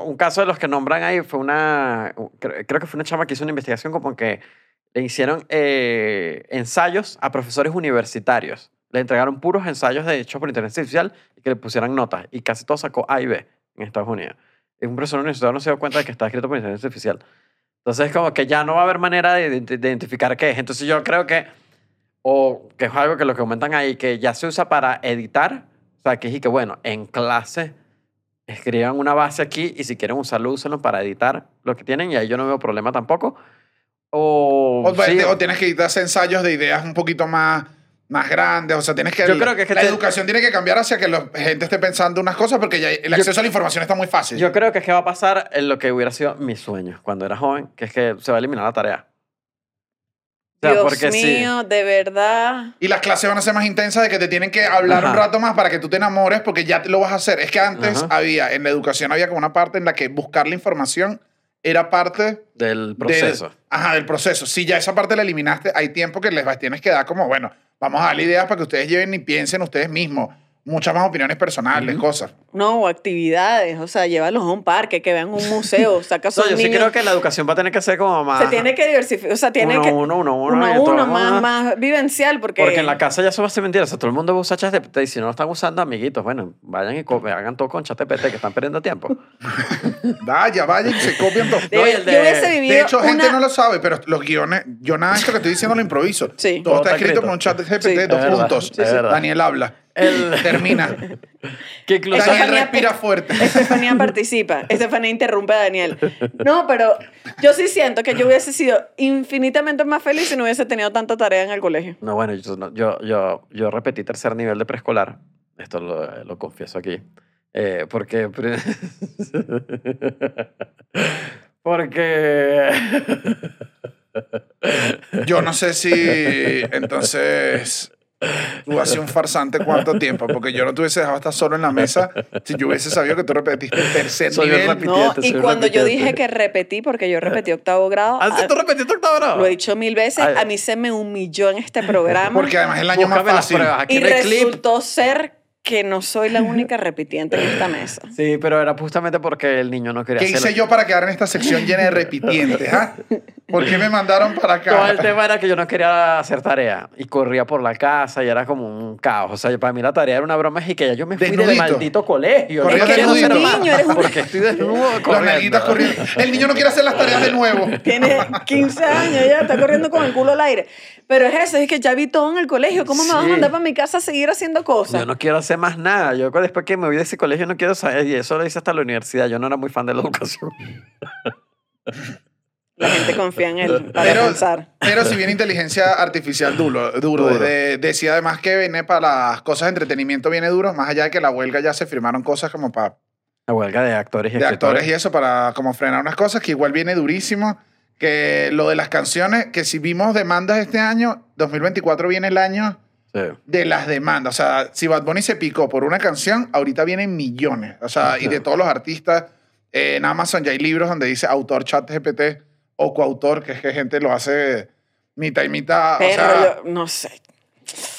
E: un caso de los que nombran ahí fue una... Creo, creo que fue una chama que hizo una investigación como que le hicieron eh, ensayos a profesores universitarios. Le entregaron puros ensayos de hechos por inteligencia artificial y que le pusieran notas. Y casi todo sacó A y B en Estados Unidos. Y un profesor universitario no se dio cuenta de que está escrito por inteligencia artificial. Entonces, como que ya no va a haber manera de, ident- de identificar qué es. Entonces, yo creo que, o que es algo que lo que comentan ahí, que ya se usa para editar. O sea, que es y que, bueno, en clase escriban una base aquí y si quieren usarlo, úsenlo para editar lo que tienen y ahí yo no veo problema tampoco. O,
F: O,
E: sí,
F: o Pues, tienes que quitarse ensayos de ideas un poquito más, más grandes. O sea, tienes que.
E: Yo creo que este- es que
F: la
E: te-
F: educación tiene que cambiar hacia que la gente esté pensando unas cosas porque ya el
E: Yo-
F: acceso a la información está muy fácil.
E: Yo creo que es que va a pasar en lo que hubiera sido mi sueño cuando era joven, que es que se va a eliminar la tarea. sea,
A: Dios
E: porque sí.
A: mío, de verdad.
F: Y las clases van a ser más intensas de que te tienen que hablar un
E: Ajá.
F: rato más para que tú te enamores porque ya te lo vas a hacer. Es que antes
E: Ajá.
F: había, en la educación había como una parte en la que buscar la información era parte
E: del
F: del-
E: proceso.
F: ajá, del proceso. Si ya esa parte la eliminaste, hay tiempo que les vas- tienes que dar como, bueno, vamos a darle ideas para que ustedes lleven y piensen ustedes mismos. Muchas más opiniones personales, cosas.
A: No, o actividades, o sea, llévalos a un parque, que vean un museo, saca a
E: No,
A: sus
E: yo sí
A: niños.
E: creo que la educación va a tener que ser como más.
A: Se tiene que diversificar, o sea, tiene
E: Uno,
A: que...
E: uno, uno, uno,
A: uno,
E: y
A: a
E: todo,
A: uno, más,
E: ajá.
A: más vivencial, porque...
E: Porque en la casa ya eso va a ser mentira. O sea, todo el mundo usa ChatGPT y si no lo están usando, amiguitos, bueno, vayan y co- hagan todo con ChatGPT que están perdiendo tiempo.
F: Vaya, vaya, y se copian todo.
A: De-
E: No, y el
A: yo
E: de-
A: hubiese
E: de
A: vivido
F: De hecho, gente
A: una-
F: no lo sabe, pero los guiones, yo nada de esto que estoy diciendo lo improviso.
A: Sí.
F: Todo, está escrito por un chat de GPT,
A: Sí. Es
F: dos
E: verdad,
F: puntos.
E: sí, es verdad.
F: Daniel habla.
E: El-
F: Termina.
E: Que incluso.
A: Eso es
F: Daniel
A: genial.
F: respira fuerte.
A: Estefanía participa, Estefanía interrumpe a Daniel. No, pero yo sí siento que yo hubiese sido infinitamente más feliz si no hubiese tenido tanta tarea en el colegio.
E: No, bueno, yo, no- yo, yo, yo repetí tercer nivel de preescolar. Esto lo, lo confieso aquí. Eh, porque. pri- porque.
F: Yo no sé si entonces tú has sido un farsante cuánto tiempo, porque yo no te hubiese dejado estar solo en la mesa si yo hubiese sabido que tú repetiste el tercer
E: Soy un
F: nivel.
E: rapi-
A: No,
E: Repitiente,
A: y
E: soy
A: cuando yo
E: repitiente.
A: dije que repetí, porque yo repetí octavo grado,
E: ¿Antes Ah, tú
A: a-
E: repetiste octavo grado?
A: lo he dicho mil veces,
E: Ay.
A: a mí se me humilló en este programa
F: Porque además el año
E: Búscame
F: más
E: las
F: fácil.
E: pruebas. Aquí
A: y
E: no hay clip.
A: resultó ser que no soy la única repitiente en esta mesa.
E: Sí, pero era justamente porque el niño no quería
F: ¿Qué
E: hacerlo.
F: hice yo para quedar en esta sección llena de repitientes? ah? ¿Por qué me mandaron para acá?
E: Todo el tema era que yo no quería hacer tarea y corría por la casa y era como un caos. O sea, para mí la tarea era una broma y que ya yo me fui del
F: Desnudito.
E: maldito colegio. no
F: Corrías
E: quiero
F: desnudito.
E: hacer más,
A: Niño, eres un-
E: Porque estoy desnudo
F: Las nalguitas
E: corriendo.
F: corriendo. El niño no quiere hacer las tareas de nuevo.
A: Tiene 15 años, ya está corriendo con el culo al aire. Pero es eso, es que ya vi todo en el colegio. ¿Cómo me vas a
E: Sí.
A: mandar para mi casa a seguir haciendo cosas?
E: Yo no quiero hacer más nada. Yo después que me voy de ese colegio no quiero saber. Y eso lo hice hasta la universidad. Yo no era muy fan de la educación.
A: La gente confía en él para
F: Pero-
A: pensar.
F: Pero si bien inteligencia artificial duro, duro,
E: Duro.
F: de- decía además que viene para las cosas de entretenimiento viene duro, más allá de que la huelga ya se firmaron cosas como para
E: La huelga de actores y
F: de actores y
E: escritores.
F: eso para como frenar unas cosas que igual viene durísimo. Que lo de las canciones, que si vimos demandas este año, 2024 viene el año
E: Sí.
F: de las demandas. O sea, si Bad Bunny se picó por una canción, ahorita vienen millones. O sea, y de todos los artistas, eh, en Amazon ya hay libros donde dice autor chat GPT o coautor, que es que gente lo hace mitad y mitad.
A: Pero
F: o sea,
A: yo no sé.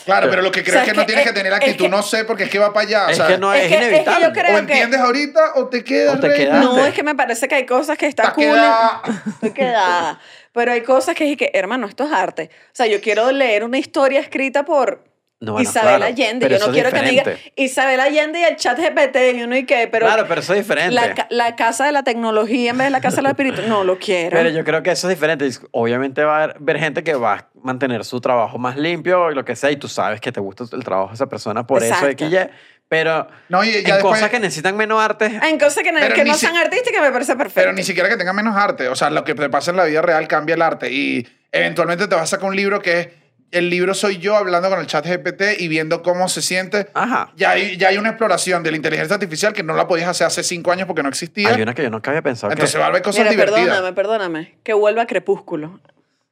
F: claro, pero lo que creo
A: O sea,
F: es que
A: es
F: no
A: que-
F: tienes que
A: es-
F: tener
A: es
F: actitud,
A: que-
F: no sé, porque es que va para allá. Ah, O
E: Es
F: sea,
E: que no
A: es
E: es,
A: que- es que yo
E: inevitable.
A: creo
F: o
A: que-
F: entiendes ahorita o te quedas.
E: O te
F: rey.
E: quedas.
A: No,
E: Grande.
A: es que me parece que hay cosas que está
F: Pa'
A: cool.
F: quedar.
A: Estoy quedada. Pero hay cosas que dije que, hermano, esto es arte. O sea, yo quiero leer una historia escrita por
E: No, bueno,
A: Isabel
E: claro,
A: Allende.
E: pero
A: Yo
E: eso
A: no
E: es
A: quiero que me diga
E: diferente.
A: Isabel Allende y el chat GPT y uno y qué, pero.
E: claro, pero eso es diferente.
A: la, ca- la casa de la tecnología en vez de la casa de los espíritus. No, lo quiero.
E: Pero yo creo que eso es diferente. Obviamente va a haber- ver gente que va a mantener su trabajo más limpio y lo que sea, y tú sabes que te gusta el trabajo de esa persona por
A: Exacto.
E: eso, XY, pero
F: No, y ya
E: en
F: después-
E: cosas que necesitan menos arte,
A: Ah, En cosas que, no-
F: Pero
A: que
F: ni
A: no
F: si-
A: sean artísticas me parece perfecto.
F: Pero ni siquiera que tenga menos arte. O sea, lo que te pasa en la vida real cambia el arte. Y eventualmente te vas a sacar un libro que es. El libro soy yo hablando con el chat GPT y viendo cómo se siente.
E: ajá.
F: Ya hay, ya hay una exploración de la inteligencia artificial que no la podías hacer hace cinco años porque no existía.
E: Hay una que yo nunca había pensado
F: Entonces
E: que...
F: va a haber cosas
A: Mira,
F: divertidas.
A: perdóname, perdóname. Que vuelva Crepúsculo.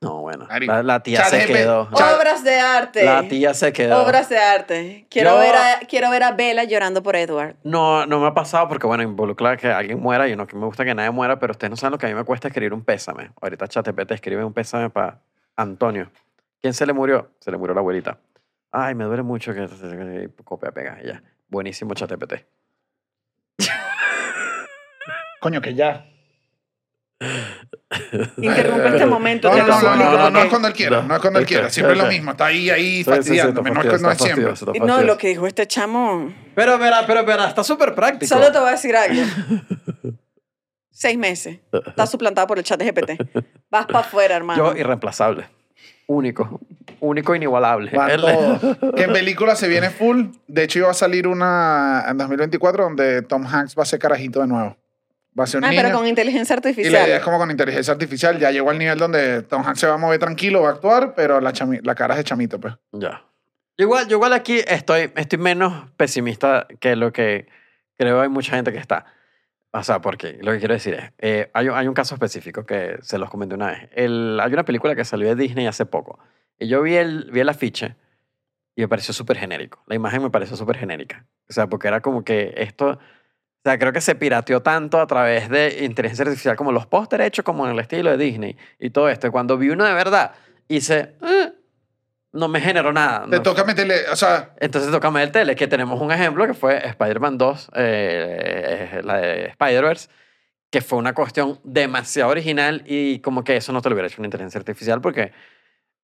E: No, bueno.
F: Marico.
E: La, la tía
F: Chat
E: se
F: GP.
E: quedó.
F: Chat-
A: Obras de arte.
E: La tía se quedó.
A: Obras de arte. Quiero,
E: Yo-
A: ver a, quiero ver a Bella llorando por Edward.
E: No, no me ha pasado porque, bueno, involucra que alguien muera y no que me gusta que nadie muera, pero ustedes no saben lo que a mí me cuesta escribir un pésame. Ahorita ChatGPT escribe un pésame para Antonio. ¿Quién se le murió? Se le murió la abuelita. Ay, me duele mucho que copia pega y ya. Buenísimo ChatGPT.
F: Coño, que ya.
A: Interrumpe este momento.
F: No, no, no,
A: te lo
F: no, no,
A: suplico,
F: no, no
A: ok.
F: es cuando él quiera.
E: No.
F: No es cuando él
E: Ok,
F: quiera. Siempre
E: ok.
F: es lo mismo. Está ahí, ahí
E: Sí, sí, sí, está
F: fastidiándome. No es
E: fastidioso,
F: que- no es
E: está
F: siempre.
E: fastidioso, está
A: Y No,
E: fastidioso.
A: lo que dijo este chamo.
E: Pero, verá, pero, verá, está súper práctico.
A: Solo te voy a decir algo. Seis meses. Está suplantado por el chat de GPT. Vas para afuera, hermano.
E: Yo, irreemplazable. Único. Único, e inigualable.
F: Va
E: Él-
F: todo. Que en película se viene full. De hecho, iba a salir una en 2024 donde Tom Hanks va a ser carajito de nuevo. Va a ser un
A: Ah,
F: niño.
A: pero con inteligencia
F: Y la idea es
A: artificial.
F: como con inteligencia artificial. Ya llegó al nivel donde Tom Hanks se va a mover tranquilo, va a actuar, pero la, chami- la cara es de chamito, pues.
E: Ya. Yo Igual, yo igual aquí estoy, estoy menos pesimista que lo que creo hay mucha gente que está. O sea, porque lo que quiero decir es, eh, hay, un- hay un caso específico que se los comenté una vez. El- hay una película que salió de Disney hace poco. Y yo vi el, vi el afiche y me pareció súper genérico. La imagen me pareció súper genérica. O sea, porque era como que esto... O sea, creo que se pirateó tanto a través de inteligencia artificial como los pósteres hechos como en el estilo de Disney y todo esto. Y cuando vi uno de verdad, hice... "Eh, no me generó nada.
F: Te
E: no-
F: toca meterle, o sea,
E: entonces tocame el tele, que tenemos un ejemplo que fue Spider-Man 2, eh, eh, la de Spider-Verse, que fue una cuestión demasiado original y como que eso no te lo hubiera hecho una inteligencia artificial porque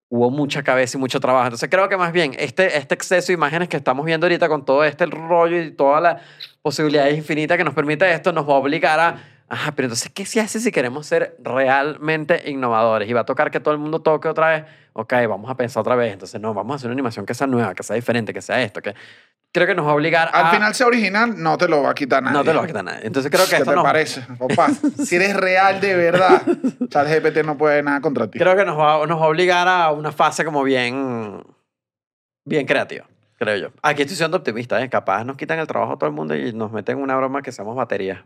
E: hubo mucha cabeza y mucho trabajo. Entonces creo que más bien este, este exceso de imágenes que estamos viendo ahorita con todo este rollo y todas las posibilidades infinitas que nos permite esto, nos va a obligar a... Ajá, pero entonces, ¿qué se hace si queremos ser realmente innovadores? Y va a tocar que todo el mundo toque otra vez. Ok, vamos a pensar otra vez. Entonces, no, vamos a hacer una animación que sea nueva, que sea diferente, que sea esto. Que... Creo que nos va a obligar
F: al
E: a...
F: final sea original, no te lo va a quitar nadie.
E: Ah. No te lo va a quitar nadie. Entonces creo que
F: ¿Qué
E: esto
F: te
E: nos,
F: parece? Papá, si eres real de verdad, ChatGPT no puede nada contra ti.
E: creo que nos va, nos va a obligar a una fase como bien, bien creativa, creo yo. Aquí estoy siendo optimista, ¿eh? Capaz nos quitan el trabajo a todo el mundo y nos meten una broma que seamos baterías.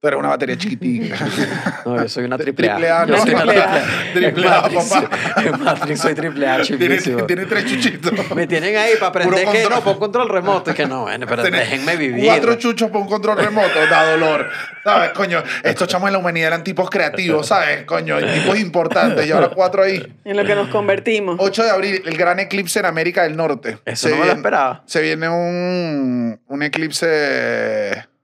F: Tú eres una batería chiquitica.
E: No, yo soy una triple,
F: Triple A,
E: Yo
F: ¿no?
E: soy una
F: Triple A. Triple A,
E: En Matrix-
F: papá.
E: En Matrix soy triple A,
F: tiene,
E: chimbísimo.
F: tiene tres chuchitos.
E: Me tienen ahí para aprender
F: Puro
E: que
F: control.
E: no, pon control remoto. Y que no, bueno, pero
F: Tenés
E: déjenme vivir.
F: Cuatro chuchos por un control remoto da dolor. ¿Sabes, coño? Estos chamos en la humanidad eran tipos creativos, ¿sabes, coño? Y tipos importantes. Y ahora cuatro ahí.
A: En lo que nos convertimos.
F: 8 de abril, el gran eclipse en América del Norte.
E: Eso no me lo esperaba.
F: Se viene un, un eclipse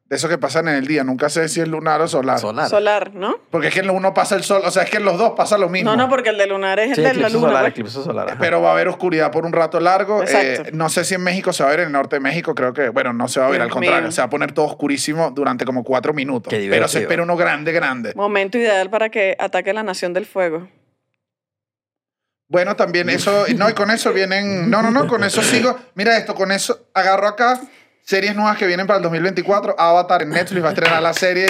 F: de esos que pasan en el día. Nunca sé si es lunar o solar.
E: Solar.
A: Solar, ¿no?
F: Porque es que en uno pasa el sol. O sea, es que en los dos pasa lo mismo.
A: No, no, porque el de lunar es el
E: Sí,
A: de la
E: eclipse
A: luna.
E: solar,
A: pues.
E: eclipse solar. ajá.
F: Pero va a haber oscuridad por un rato largo. Eh,
A: Exacto.
F: no sé si en México se va a ver, en el norte de México creo que, bueno, no se va a ver,
A: Dios
F: al contrario,
A: mío.
F: se va a poner todo oscurísimo durante como cuatro minutos.
E: Qué
F: Pero
E: divertido.
F: se espera uno grande, grande.
A: Momento ideal para que ataque la nación del fuego.
F: Bueno, también eso, no, y con eso vienen, no, no, no, con eso sigo, mira esto, con eso agarro acá series nuevas que vienen para el 2024, Avatar en Netflix va a estrenar la serie,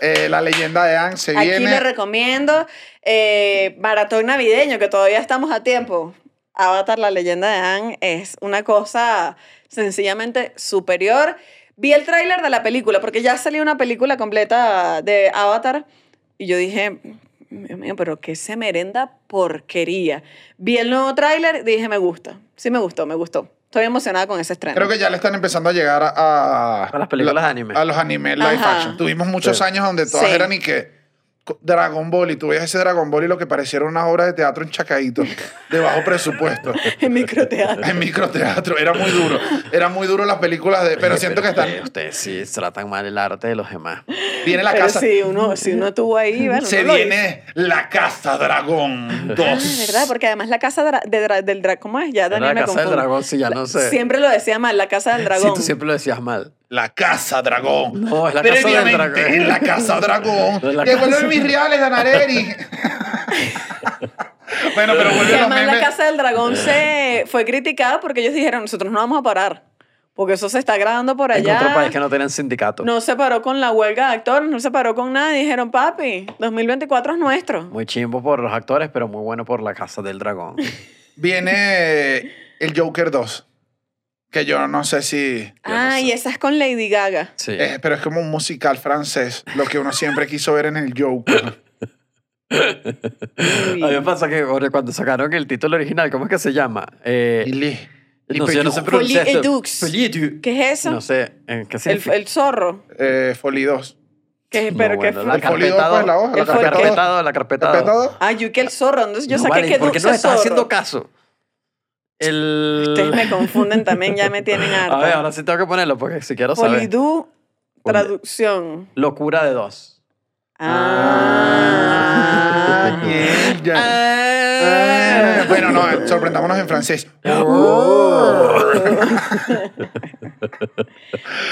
F: eh, La leyenda de Anne se
A: Aquí
F: viene.
A: le recomiendo eh, Maratón Navideño, que todavía estamos a tiempo. Avatar, la leyenda de Anne, es una cosa sencillamente superior. Vi el tráiler de la película, porque ya salió una película completa de Avatar, y yo dije, Dios mío, pero qué se merenda porquería. Vi el nuevo tráiler, dije, me gusta. Sí me gustó, me gustó. Estoy emocionada con ese estreno.
F: Creo que ya le están empezando a llegar a, a,
E: A las películas
F: la-
E: de anime.
F: A los anime live
A: Ajá.
F: action. Tuvimos muchos
E: Sí.
F: años donde todas
A: Sí.
F: eran y que co- Dragon Ball y tú veías ese Dragon Ball y lo que pareciera una obra de teatro en chacaíto, de bajo presupuesto.
A: En microteatro.
F: En microteatro, era muy duro. Era muy duro las películas de. Pero
E: Oye,
F: siento que están.
E: ustedes- Ustedes sí tratan mal el arte de los demás.
F: Viene la
A: Pero
F: casa.
A: si uno, si uno estuvo ahí, bueno,
F: Se
A: uno lo
F: viene la Casa Dragón
A: Ah,
F: 2.
A: ¿verdad? Porque además la casa dra- de dra- del dragón, ¿cómo es? Ya
E: Era la
A: Daniel me
E: casa del
A: confunde.
E: dragón, sí, ya no sé.
A: Siempre lo decía mal, la casa del
E: Sí,
A: dragón.
E: tú siempre lo decías mal.
F: La Casa Dragón.
E: No, es la casa del
F: Previamente
E: dragón.
F: en la Casa Dragón.
E: Es la
F: Que
E: casa-
F: vuelven mis reales, Danareri. bueno, pero
A: Y
F: vuelven los
A: además la
F: memes.
A: casa del dragón se fue criticada porque ellos dijeron, nosotros no vamos a parar, porque eso se está grabando por
E: En otro
A: allá.
E: país que no tienen sindicato.
A: No se paró con la huelga de actores, no se paró con nada. Dijeron, papi, 2024 es nuestro.
E: Muy chimbo por los actores, pero muy bueno por la casa del dragón.
F: Viene el Joker 2. Que yo no sé si.
E: Yo no
A: Ah,
E: sé.
A: y esa es con Lady Gaga.
E: Sí.
F: eh, pero es como un musical francés, lo que uno siempre quiso ver en el Joker.
E: A mí me pasa que ahora, cuando sacaron el título original, ¿cómo es que se llama? Eh,
F: Y Lee- Lee
E: no sé, yo no sé
F: Pedoux,
E: pronunciar
A: Folie et
E: esto.
A: Dux.
E: Folie et Dux.
A: ¿Qué es eso?
E: No sé, ¿en qué
A: el,
E: significa?
A: el zorro.
F: eh, Folly 2.
A: Que,
E: No,
A: pero que
E: bueno,
A: fue-
E: la
F: el Folie 2,
E: carpeta
F: pues, la hoja,
E: dos, la
A: la carpeta dos.
E: carpeta dos, la carpeta
F: ¿Carpeta
E: dos.
F: dos?
A: Ah, yo que el zorro. Entonces yo
E: No,
A: saqué
E: vale,
A: que Este
E: ¿Por qué
A: Dux
E: no
A: es
E: estás haciendo
A: zorro.
E: caso? El...
A: Ustedes me confunden también, ya me tienen harta.
E: A ver, ahora sí tengo que ponerlo porque si quiero saber.
A: Polidú, traducción.
E: Locura de dos.
A: Ah.
E: Ah.
F: Bien, ya.
E: Ah.
F: Eh, Bueno, no, eh, sorprendámonos en francés.
E: Eh,
A: Uh.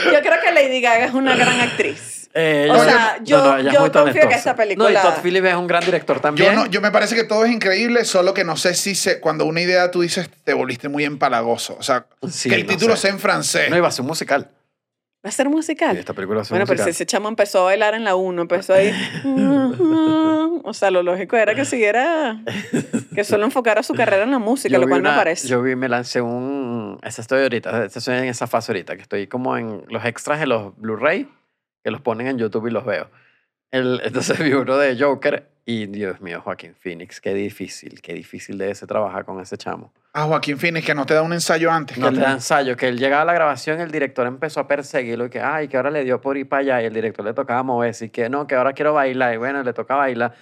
A: Yo creo que Lady Gaga es una gran actriz.
E: Eh,
A: O
E: yo-
A: sea,
E: no,
A: yo-
E: no, ella es
A: yo
E: muy
A: confío
E: talentosa.
A: que esta película-
E: No, y Todd Phillips es un gran director
F: Yo,
E: también.
F: no, yo me parece que todo es increíble, solo que no sé si se, cuando una idea tú dices te volviste muy empalagoso. O sea,
E: Sí,
F: que el
E: no
F: título
E: sé.
F: sea en francés.
E: No, iba a ser un musical.
A: ¿Va a ser musical?
E: Sí, esta película va a ser
A: bueno, pero si
E: musical.
A: ese chamo empezó a bailar en la 1, empezó ahí. O sea, lo lógico era que siguiera. Que solo enfocara su carrera en la música,
E: Yo
A: lo
E: vi
A: cual me
E: una-
A: parece.
E: Yo vi, me lancé un... Esa estoy ahorita, esa estoy en esa fase ahorita, que estoy como en los extras de los Blu-ray, que los ponen en YouTube y los veo. El, entonces vi uno de Joker y Dios mío, Joaquín Phoenix, qué difícil, qué difícil debe ser trabajar con ese chamo.
F: Ah, Joaquín Phoenix, que no te da un ensayo antes.
E: No
F: que
E: te
F: el-
E: da ensayo, que él llegaba a la grabación, el director empezó a perseguirlo y que, ay, que ahora le dio por ir para allá y el director le tocaba moverse y que no, que ahora quiero bailar y bueno, le toca bailar.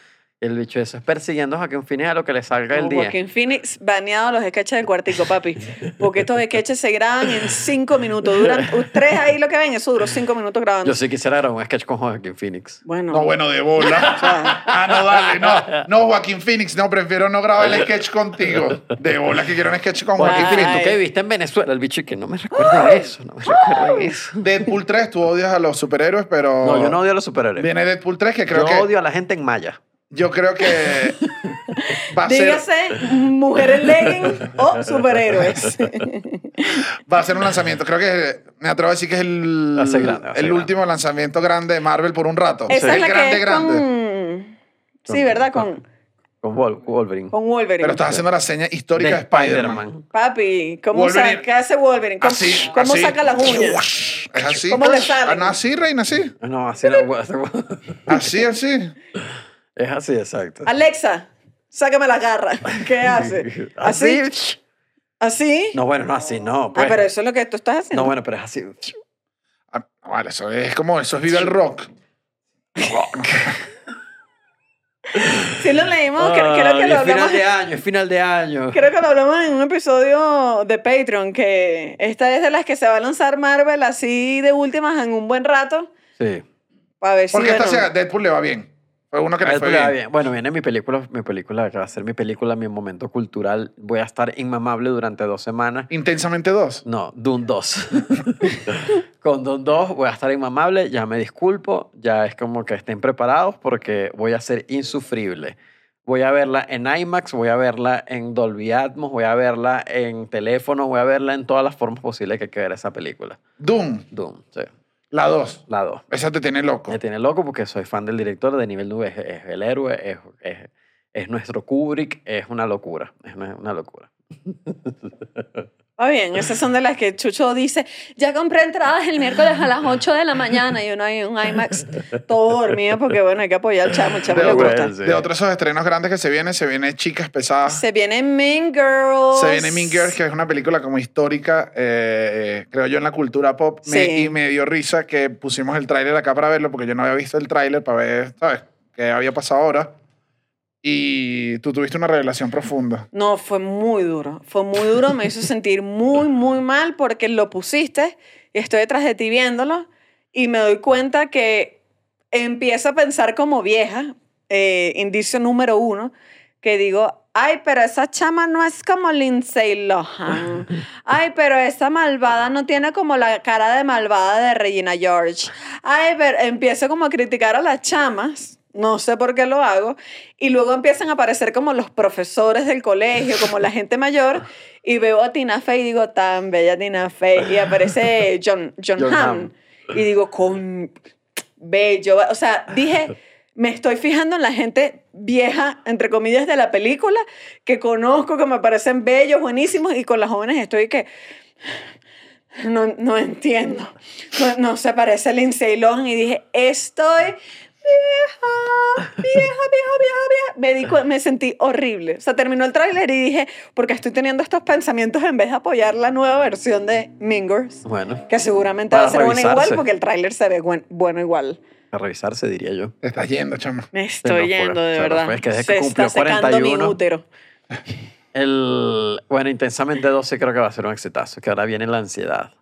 E: Y el bicho eso es persiguiendo a Joaquín Phoenix a lo que le salga el
A: Como
E: día.
A: Joaquín Phoenix baneado los sketches del cuartico, papi. Porque estos sketches se graban en cinco minutos. Duran tres ahí lo que ven, eso duró cinco minutos grabando.
E: Yo sí quisiera grabar un sketch con Joaquín Phoenix.
A: Bueno.
F: No, bueno, de bola.
A: o sea,
F: Ah, no, dale, no. No, Joaquín Phoenix, no, prefiero no grabar el sketch contigo. De bola que quiero un sketch con Joaquín
E: Joaquín
A: Ay.
E: Phoenix,
F: Phoenix.
E: tú que viviste en Venezuela, el bicho y que no me recuerda eso, no me recuerda eso.
F: Deadpool 3, tú odias a los superhéroes, pero.
E: No, yo no odio a los superhéroes.
F: Viene Deadpool 3, que
E: Yo
F: creo que.
E: odio a la gente en maya.
F: Yo creo que. va, a ser,
A: dígase mujeres leggings o superhéroes.
F: va a ser un lanzamiento. Creo que me atrevo a decir que es el,
E: Va a ser grande, va a ser
F: el
E: grande.
F: último lanzamiento grande de Marvel por un rato.
A: Esa es
F: el
A: la
F: grande,
A: que es
F: grande.
A: con... Sí, ¿verdad? Con,
E: Con Wol- Wolverine.
A: con Wolverine.
F: Pero estás haciendo la seña
E: De
F: histórica de Spider-Man.
A: Papi, ¿cómo
F: Wolverine.
A: saca ese Wolverine? ¿Cómo,
F: Así,
A: cómo
F: así.
A: saca las uñas?
F: Es así.
A: ¿Cómo
F: pues.
A: le salen?
F: Ah, Así, reina, así.
E: No, así no.
F: Así, así.
E: Es así, exacto.
A: Alexa, sácame las garras. ¿Qué hace? ¿Así?
E: Así.
A: ¿Así?
E: No, bueno, no, así no.
A: ah,
E: pues.
A: pero eso es lo que tú estás haciendo.
E: No, bueno, pero es así.
F: Ah, Vale, eso es como, eso es viva el rock.
A: Sí lo leímos, creo, creo
E: Ay,
A: que lo
E: Ah, es final
A: hablamos.
E: de año, es final de año.
A: Creo que lo hablamos en un episodio de Patreon, que esta es de las que se va a lanzar Marvel así de últimas en un buen rato.
E: Sí.
A: Para ver
F: Porque
A: si.
F: esta
A: bueno,
F: sea- Deadpool le va bien. Fue uno que
E: A
F: le
E: ver,
F: fue
E: Ah, pero
F: bien.
E: bien. Bueno, viene mi película, mi película, que va a ser mi película, mi momento cultural. Voy a estar inmamable durante dos semanas.
F: Intensamente dos.
E: No, Dune 2. Con Dune 2 voy a estar inmamable, ya me disculpo, ya es como que estén preparados porque voy a ser insufrible. Voy a verla en IMAX, voy a verla en Dolby Atmos, voy a verla en teléfono, voy a verla en todas las formas posibles que hay que ver esa película.
F: Doom,
E: Dune, sí,
F: la dos.
E: la 2.
F: Esa te tiene loco.
E: Me tiene loco porque soy fan del director de nivel 9, es, es el héroe, es, es, es nuestro Kubrick, es una locura, es una una locura.
A: Está bien, esas son de las que Chucho dice: Ya compré entradas el miércoles a las 8 de la mañana y uno hay un IMAX todo dormido, porque bueno, hay que apoyar al chamo, el chamo
F: De
A: le
F: otro-
A: gusta.
E: Sí.
F: De otros esos estrenos grandes que se vienen, se viene Chicas Pesadas.
A: Se viene Mean Girls.
F: Ah. Se viene Mean Girls, que es una película como histórica, eh, creo yo, en la cultura pop. Me-
A: Sí.
F: y me dio risa que pusimos el tráiler acá para verlo, porque yo no había visto el tráiler para ver, ¿sabes? ¿Qué había pasado ahora? Y tú tuviste una revelación profunda.
A: No, fue muy duro. Fue muy duro. Me hizo sentir muy, muy mal porque lo pusiste y estoy detrás de ti viéndolo y me doy cuenta que empiezo a pensar como vieja, eh, indicio número uno, que digo, ay, pero esa chama no es como Lindsay Lohan. Ay, pero esa malvada no tiene como la cara de malvada de Regina George. Ay, pero empiezo como a criticar a las chamas. No sé por qué lo hago. Y luego empiezan a aparecer como los profesores del colegio, como la gente mayor. Y veo a Tina Fey y digo, tan bella Tina Fey. Y aparece John, John,
E: John
A: Hamm.
E: Hamm.
A: Y digo, con bello. O sea, dije, me estoy fijando en la gente vieja, entre comillas, de la película, que conozco, que me parecen bellos, buenísimos, y con las jóvenes estoy que... No, no entiendo. No, no se parece a Lindsay Lohan. Y dije, estoy vieja, vieja, vieja, vieja, vieja. Me, di cu- me sentí horrible. O sea, terminó el tráiler y dije, porque estoy teniendo estos pensamientos en vez de apoyar la nueva versión de Mingers.
E: Bueno,
A: Que seguramente
E: Para
A: va a ser buena igual
E: revisarse.
A: porque el tráiler se ve buen- bueno igual.
E: a revisarse diría yo.
F: Te estás yendo, chamo.
A: Me estoy
E: locura,
A: yendo, de
E: se
A: verdad.
E: fue, es que desde
A: se
E: que
A: está
E: cumplió
A: secando mi
E: 41.
A: útero.
E: El, bueno, Intensamente 12 creo que va a ser un exitazo, que ahora viene la ansiedad.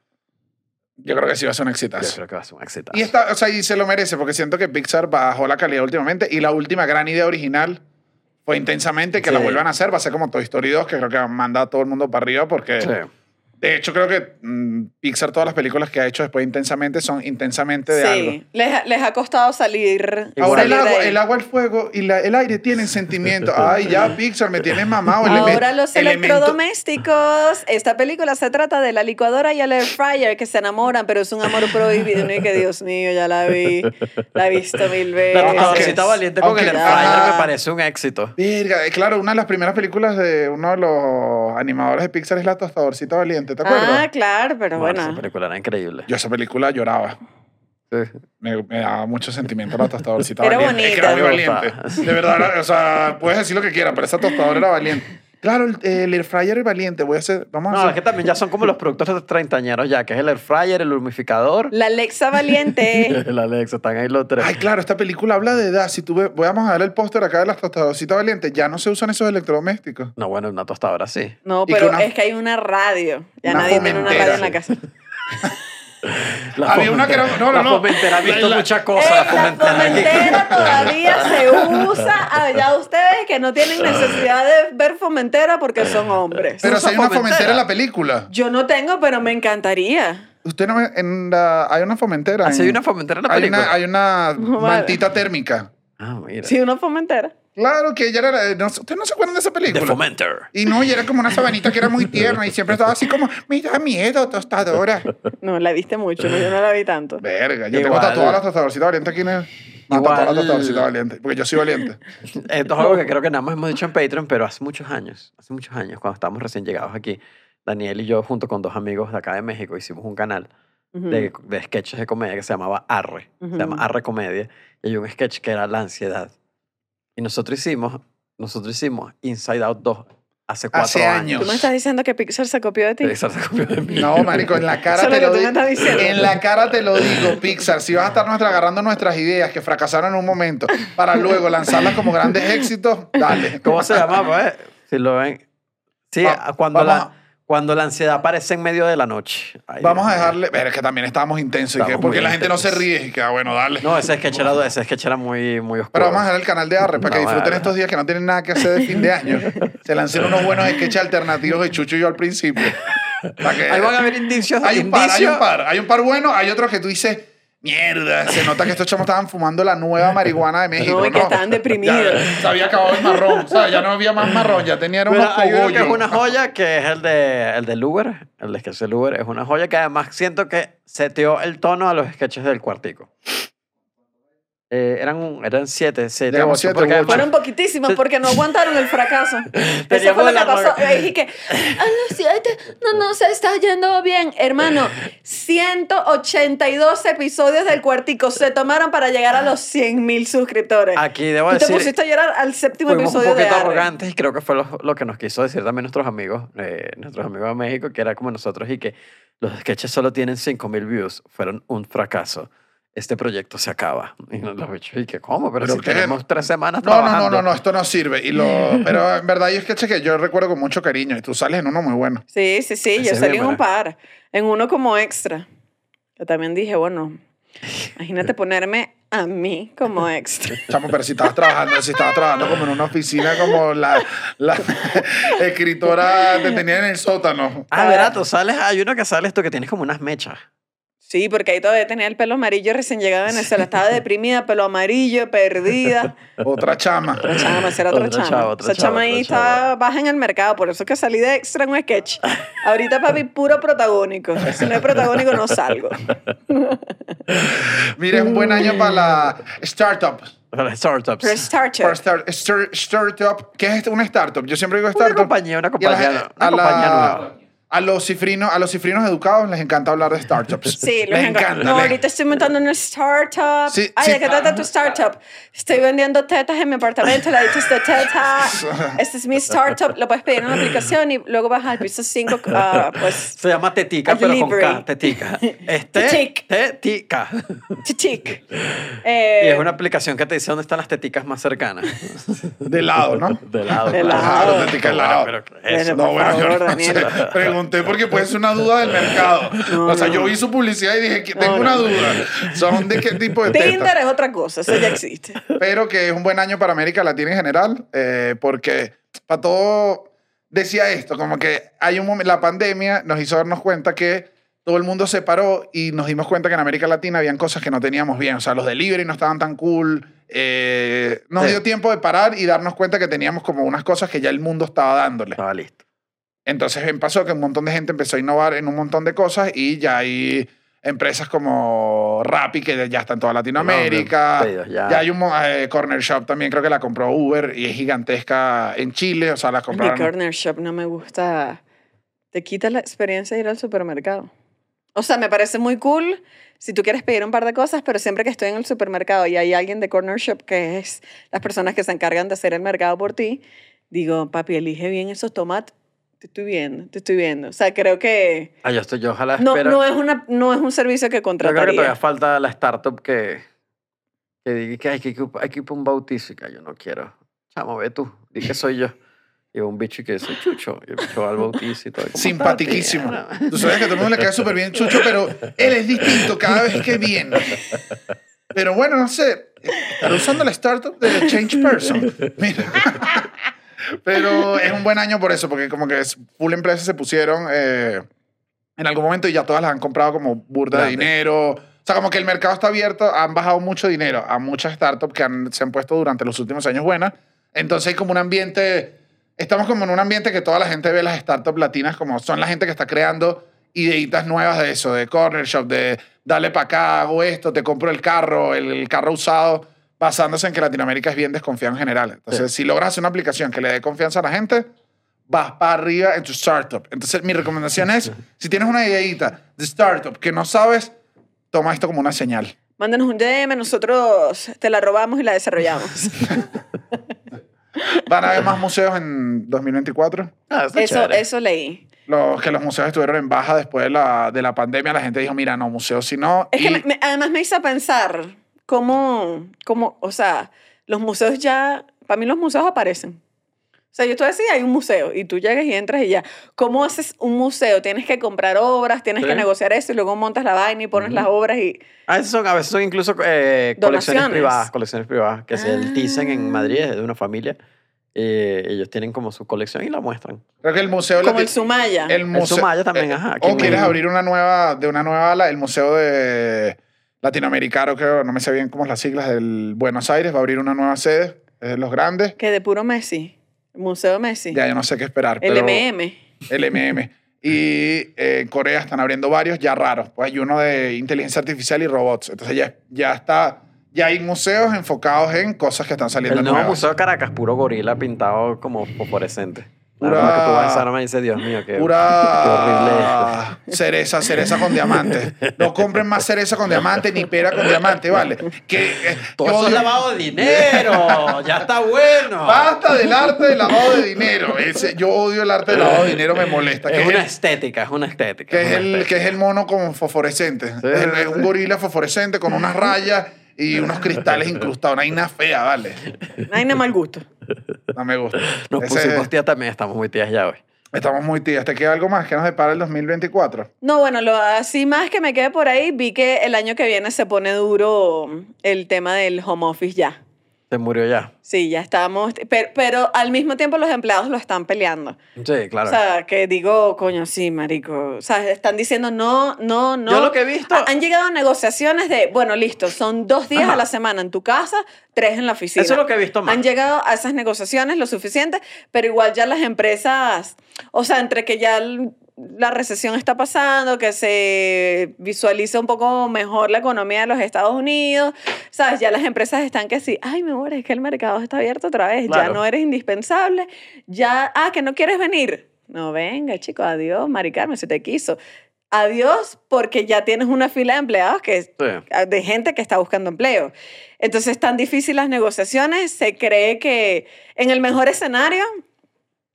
F: Yo creo que sí va a ser un
E: Yo
F: exitazo.
E: creo que va a ser un exitazo.
F: Y, está, o sea, y se lo merece, porque siento que Pixar bajó la calidad últimamente. Y la última gran idea original fue intensamente que la
E: Sí.
F: vuelvan a hacer. Va a ser como Toy Story 2, que creo que manda a todo el mundo para arriba, porque.
E: Sí.
F: De hecho, creo que mm, Pixar, todas las películas que ha hecho después de intensamente, son intensamente de algo.
A: Sí, les, ha- les ha costado salir.
F: Ahora el
A: salir de
F: agua,
A: ahí.
F: el agua, el fuego y la- el aire tienen sentimiento. Ay, ya, Pixar, me tienes mamado. Elemen-
A: Ahora los
F: elemento-
A: electrodomésticos. Esta película se trata de la licuadora y el air fryer que se enamoran, pero es un amor prohibido. No y que Dios mío, ya la vi. La he visto mil
E: La
A: veces.
E: computadorcita valiente con
F: aunque-
E: el Empire
A: Ah.
F: ajá.
E: me parece un éxito.
F: Verga, eh, claro, una de las primeras películas de uno de los animadores de Pixar es La Tostadorcita Valiente, ¿te acuerdas?
A: Ah, claro, pero
E: Bueno,
A: bueno.
E: Esa película era increíble.
F: Yo esa película lloraba. Me, me daba mucho sentimiento la tostadorcita
A: Era
F: valiente. Es que era muy
E: bonita.
F: valiente. De verdad, era- o sea, puedes decir lo que quieras, pero esa tostadora era valiente. Claro, el, el air fryer es valiente. Voy a hacer, vamos a
E: No, es
F: hacer.
E: que también ya son como los productos treintañeros ya, que es el air fryer, el humificador,
A: La Alexa Valiente.
E: el Alexa, están ahí los tres.
F: Ay, claro, esta película habla de edad. Si tú ves, voy a dar el póster acá de las tostadorcitas valientes. Ya no se usan esos electrodomésticos.
E: No, bueno, una tostadora sí.
A: No,
F: Y
A: pero
F: con una-
A: es que hay una radio. Ya
F: Una
A: nadie tiene una
F: fomentera.
A: radio en la casa.
E: La
F: Había una que era- no, no,
E: la
F: no.
E: Fomentera ha visto
F: La-
E: muchas
A: Ey,
E: cosas. la
A: Eh, la
E: Fomentera.
A: fomentera todavía se usa. Allá ustedes que no tienen necesidad de ver fomentera porque son hombres.
F: Pero
E: usa
F: si hay una
E: Fomentera.
F: fomentera en la película.
A: Yo no tengo, pero me encantaría.
F: Usted no ve, en la, hay una fomentera.
E: Ah, sí,
F: en-
E: hay una fomentera en la
F: hay
E: película.
F: una, hay una
A: No, vale.
F: mantita térmica.
E: Ah, mira.
A: Sí, una fomentera.
F: Claro que ella era. No, ¿Ustedes no se acuerdan de esa
E: De
F: película?
E: Fomenter.
F: Y no, y era como una sabanita que era muy tierna y siempre estaba así como, me da miedo, tostadora.
A: No, la viste mucho, no, yo no la vi tanto.
F: Verga, yo tengo
E: Igual.
F: tatuadas las tostadorcitas valientes aquí en el... No,
E: Igual.
F: tatuadas las tostadorcitas valientes, porque yo soy valiente.
E: Esto es algo que creo que nada más hemos dicho en Patreon, pero hace muchos años, hace muchos años, cuando estábamos recién llegados aquí, Daniel y yo, junto con dos amigos de acá de México, hicimos un canal
A: Ujú.
E: de, de sketches de comedia que se llamaba Arre.
A: Ujú.
E: Se llama Arre Comedia. Y hay un sketch que era La Ansiedad. Y nosotros hicimos, nosotros hicimos Inside Out 2 hace cuatro
F: Hace años.
A: ¿Tú me estás diciendo que Pixar se copió de ti?
E: Pixar se copió de mí.
F: No, marico, en la cara
A: Eso es
F: te
A: lo
F: lo
A: que tú
F: digo.
A: me estás diciendo.
F: En la cara te lo digo, Pixar. Si vas a estar nuestra, agarrando nuestras ideas que fracasaron en un momento para luego lanzarlas como grandes éxitos, dale.
E: ¿Cómo se llamaba? eh? Si lo ven. Sí,
F: Va-
E: cuando,
F: vamos
E: la, cuando la ansiedad aparece en medio de la noche. Ay,
F: Vamos a
E: Dios mío.
F: dejarle. Pero es que también estábamos intensos. y que-
E: Estamos
F: porque
E: muy
F: la gente no se
E: intensos.
F: ríe. Y que, ah, bueno, dale.
E: No, ese sketch era, ese sketch era muy, muy oscuro.
F: Pero vamos a dejar el canal de Arre para que
E: No,
F: disfruten
E: vale.
F: estos días que no tienen nada que hacer de fin de año. Se lancen unos buenos sketches alternativos de Chucho y yo al principio. Para que-
E: Ahí van a haber indicios.
F: Hay un par, hay
E: indicios.
F: un par. Hay un par bueno, hay otro que tú dices, mierda, se nota que estos chamos estaban fumando la nueva marihuana de México.
A: No, y que estaban deprimidos.
F: Ya, se había acabado el marrón, ¿sabes? Ya no había más marrón, ya tenían
E: Pero
F: unos
E: hay uno que es
F: cogollos.
E: una joya que es el de el del Uber, el de sketch del Uber es una joya que además siento que seteó el tono a los sketches del cuartico. Eh, eran un- eran siete, siete,
F: Digamos
E: ocho,
F: siete
E: porque
F: u
E: además-
A: Fueron poquitísimos porque no aguantaron el fracaso. Eso
E: Teníamos
A: fue lo
E: la
A: que pasó.
E: roga-
A: Ahí que, a los siete, no, no, se está yendo bien. Hermano, 182 episodios del cuartico se tomaron para llegar a los 100 mil suscriptores.
E: Aquí debo
A: Tú te
E: decir-
A: pusiste a llorar al séptimo
E: Fuimos un
A: episodio de
E: poquito
A: Arre.
E: arrogantes y creo que fue lo, lo que nos quiso decir también nuestros amigos, eh, nuestros amigos de México, que era como nosotros y que los sketches solo tienen 5000 views, fueron un fracaso. Este proyecto se acaba. Y nos lo bichos, y que, ¿cómo? Pero,
F: ¿Pero
E: si
F: qué?
E: tenemos tres semanas
F: No, no, no,
E: trabajando.
F: no, no, esto no sirve. Y lo, pero en verdad, yo es que yo recuerdo con mucho cariño y tú sales en uno muy bueno.
A: Sí, sí, sí,
E: Ese
A: yo
E: es
A: salí
E: bien
A: en un
E: barato.
A: par, en uno como extra. Yo también dije, bueno, imagínate ponerme a mí como extra.
F: Chamo, pero si estabas trabajando, si estabas trabajando como en una oficina, como la, la escritora te tenía en el sótano.
E: Ah, ¿verdad? Tú sales, hay uno que sales tú que tienes como unas mechas.
A: Sí, porque ahí todavía tenía el pelo amarillo recién llegada a Venezuela. Estaba deprimida, pelo amarillo, perdida. Ah,
F: Otra chama.
A: Chama, esa era otra,
E: Otra
A: chama.
E: chava, otra
A: Esa chama
E: chava,
A: ahí
E: otra chava.
A: estaba baja en el mercado, por eso que salí de extra en un sketch. Ahorita, papi, puro protagónico. Si no hay protagónico, no salgo.
F: Mira, es un buen año para la startup.
E: Para startups.
A: Pero starter.
F: Para start- star- startup. ¿Qué es esto? una startup? Yo siempre digo startup.
E: compañía, una compañía,
F: Y a la-
E: una
F: a la-
E: compañía nueva.
F: A los, cifrinos, a los cifrinos educados les encanta hablar de startups.
A: Sí, los
F: les
A: engan-
F: encanta.
A: No,
F: les-
A: ahorita estoy montando una startup.
F: Sí,
A: Ay,
F: sí.
A: ¿de qué trata tu startup? Estoy vendiendo tetas en mi apartamento, la dices de teta. Esta es mi startup. Lo puedes pedir en una aplicación y luego vas al piso 5, pues,
E: Se llama Tetica,
A: A
E: pero con
A: delivery.
E: K, Tetica. Este,
A: Tetic.
E: tetica.
A: chichic.
E: Y
A: Eh,
E: es una aplicación que te dice dónde están las teticas más cercanas.
F: De lado, ¿no?
E: De lado.
A: De
E: claro.
A: lado.
E: Bueno,
F: Tetica de lado.
E: pero eso.
A: Bueno,
F: No,
A: Por
F: bueno, yo
A: favor,
F: no
A: Daniel.
F: sé. Pregunté porque puede ser una duda del mercado. o sea, yo vi su publicidad y dije, que tengo
A: No,
F: una
A: no.
F: duda. ¿Son de qué tipo de tetas?
A: Tinder es otra cosa, eso ya existe.
F: pero que es un buen año para América Latina en general, eh, porque para todo decía esto, como que hay un momen- la pandemia nos hizo darnos cuenta que todo el mundo se paró y nos dimos cuenta que en América Latina habían cosas que no teníamos bien, o sea, los delivery no estaban tan cool, eh, nos
E: Sí.
F: dio tiempo de parar y darnos cuenta que teníamos como unas cosas que ya el mundo estaba dándole.
E: Estaba listo.
F: Entonces em, pasó que un montón de gente empezó a innovar en un montón de cosas y ya hay empresas como Rappi que ya está en toda Latinoamérica.
E: Pedidos ya.
F: Ya hay un mo- eh, corner shop también, creo que la compró Uber y es gigantesca en Chile, o sea, la
A: Mi
F: compraron.
A: corner shop no me gusta. Te quita la experiencia de ir al supermercado. O sea, me parece muy cool si tú quieres pedir un par de cosas, pero siempre que estoy en el supermercado y hay alguien de Corner Shop, que es las personas que se encargan de hacer el mercado por ti, digo, papi, elige bien esos tomates. Te estoy viendo, te estoy viendo. O sea, creo que
E: Ah, yo estoy, yo ojalá
A: no,
E: espero.
A: no, es, una, no es un servicio que
E: yo creo que todavía
A: contrataría.
E: falta la startup que, que diga que hay que equip- hay que ir para un bautizo y que yo no quiero. Chamo, ve tú, di que soy yo. Y un bicho y que soy chucho. Y el bicho va al bautizo y "Ah, todo. ¿Cómo estás,
F: Simpatiquísimo.
E: tía?
F: Tú sabes que a todo el mundo le queda súper bien Chucho, pero él es distinto cada vez que viene. Pero bueno, no sé. Estaré usando la startup de Change Person. Mira. Pero es un buen año por eso, porque como que es- full empresas se pusieron eh, en algún momento y ya todas las han comprado como burda de
E: Grande.
F: dinero. O sea, como que el mercado está abierto, han bajado mucho dinero a muchas startups que han- se han puesto durante los últimos años buenas. Entonces hay como un ambiente, estamos como en un ambiente que toda la gente ve las startups latinas como son la gente que está creando ideitas nuevas de eso, de corner shop, de dale para acá, hago esto, te compro el carro, el, el carro usado, basándose en que Latinoamérica es bien desconfiada en general. Entonces, si logras hacer una aplicación que le dé confianza a la gente, vas para arriba en tu startup. Entonces, mi recomendación es, si tienes una ideita de startup que no sabes, toma esto como una señal.
A: Mándanos un DM, nosotros te la robamos y la desarrollamos.
F: Van a haber más museos en 2024.
E: Ah, está
A: eso,
E: chévere.
A: eso leí.
F: Los que los museos estuvieron en baja después de la, de la pandemia, la gente dijo, mira, no, museos si no.
A: Es que
F: Y
A: me- me- además me hizo pensar cómo, cómo, o sea, los museos ya, para mí los museos aparecen. O sea, yo estoy así, hay un museo y tú llegas y entras y ya. ¿Cómo haces un museo? Tienes que comprar obras, tienes
E: Sí.
A: que negociar eso y luego montas la vaina y pones las obras y...
E: A veces son, a veces son incluso eh, colecciones
A: Donaciones.
E: privadas, colecciones privadas, que si el Thyssen en
A: Ah.
E: Madrid es de una familia, eh, ellos tienen como su colección y la muestran.
F: creo que el museo...
A: Como
F: lati-
A: el Sumaya.
F: el museo-
E: Sumaya ah, también,
F: eh,
E: ajá, aquí
F: O
E: en
F: quieres
E: Medellín.
F: abrir una nueva, de una nueva ala, el museo de latinoamericano, creo, no me sé bien cómo es las siglas, del Buenos Aires, va a abrir una nueva sede, es de los grandes.
A: Que de puro Messi. El Museo Messi.
F: Ya yo no sé qué esperar.
A: el
F: pero-
A: MM.
F: el MM. Y eh, en Corea están abriendo varios ya raros. Pues hay uno de inteligencia artificial y robots. Entonces ya, ya está. Ya hay museos enfocados en cosas que están saliendo
E: El nuevo
F: nuevas.
E: Museo de Caracas, puro gorila pintado como fosforescente. Nada
F: Pura-
E: más que tú vas a esa arma y dices, Dios mío, qué, qué horrible esto.
F: Pura cereza, cereza con diamantes. No compren más cereza con diamante ni pera con diamante, ¿vale? Que, eh,
E: Todo
F: yo
E: eso es
F: odio-
E: lavado de dinero, ya está bueno.
F: Basta del arte del lavado de dinero. Ese- yo odio el arte del lavado de dinero, me molesta. que
E: Es
F: es
E: una
F: el-
E: estética, es una estética.
F: Que es,
E: una
F: el, que
E: estética.
F: es el mono con fosforescente. es, el-
E: sí,
F: es un
E: sí.
F: gorila fosforescente con unas rayas y unos cristales incrustados. Una vaina fea, vale.
A: Ay, no mal gusto.
F: No me gusta.
E: Nos
F: Ese-
E: pusimos tías también, estamos muy tías ya hoy.
F: estamos muy tías. ¿Te queda algo más que nos depara el 2024?
A: No, bueno, lo así más que me quede por ahí, vi que el año que viene se pone duro el tema del home office ya.
E: Se murió ya.
A: Sí, ya estamos, pero, pero al mismo tiempo los empleados lo están peleando.
E: Sí, claro.
A: O sea, que digo, coño, sí, marico. O sea, están diciendo no, no, no.
E: Yo lo que he visto-
A: Ha- Han llegado negociaciones de, bueno, listo, son dos días
E: Ajá.
A: a la semana en tu casa, tres en la oficina.
E: Eso es lo que he visto más.
A: Han llegado a esas negociaciones lo suficiente, pero igual ya las empresas, o sea, entre que ya l- la recesión está pasando, que se visualiza un poco mejor la economía de los Estados Unidos, sabes, ya las empresas están que sí, ay, mi amor, es que el mercado está abierto otra vez,
E: Claro.
A: ya no eres indispensable, ya, ah, que no quieres venir. No, venga, chico, adiós, Mari Carmen, se te quiso. Adiós, porque ya tienes una fila de empleados que
E: Sí.
A: de gente que está buscando empleo. Entonces, tan difícil las negociaciones, se cree que en el mejor escenario,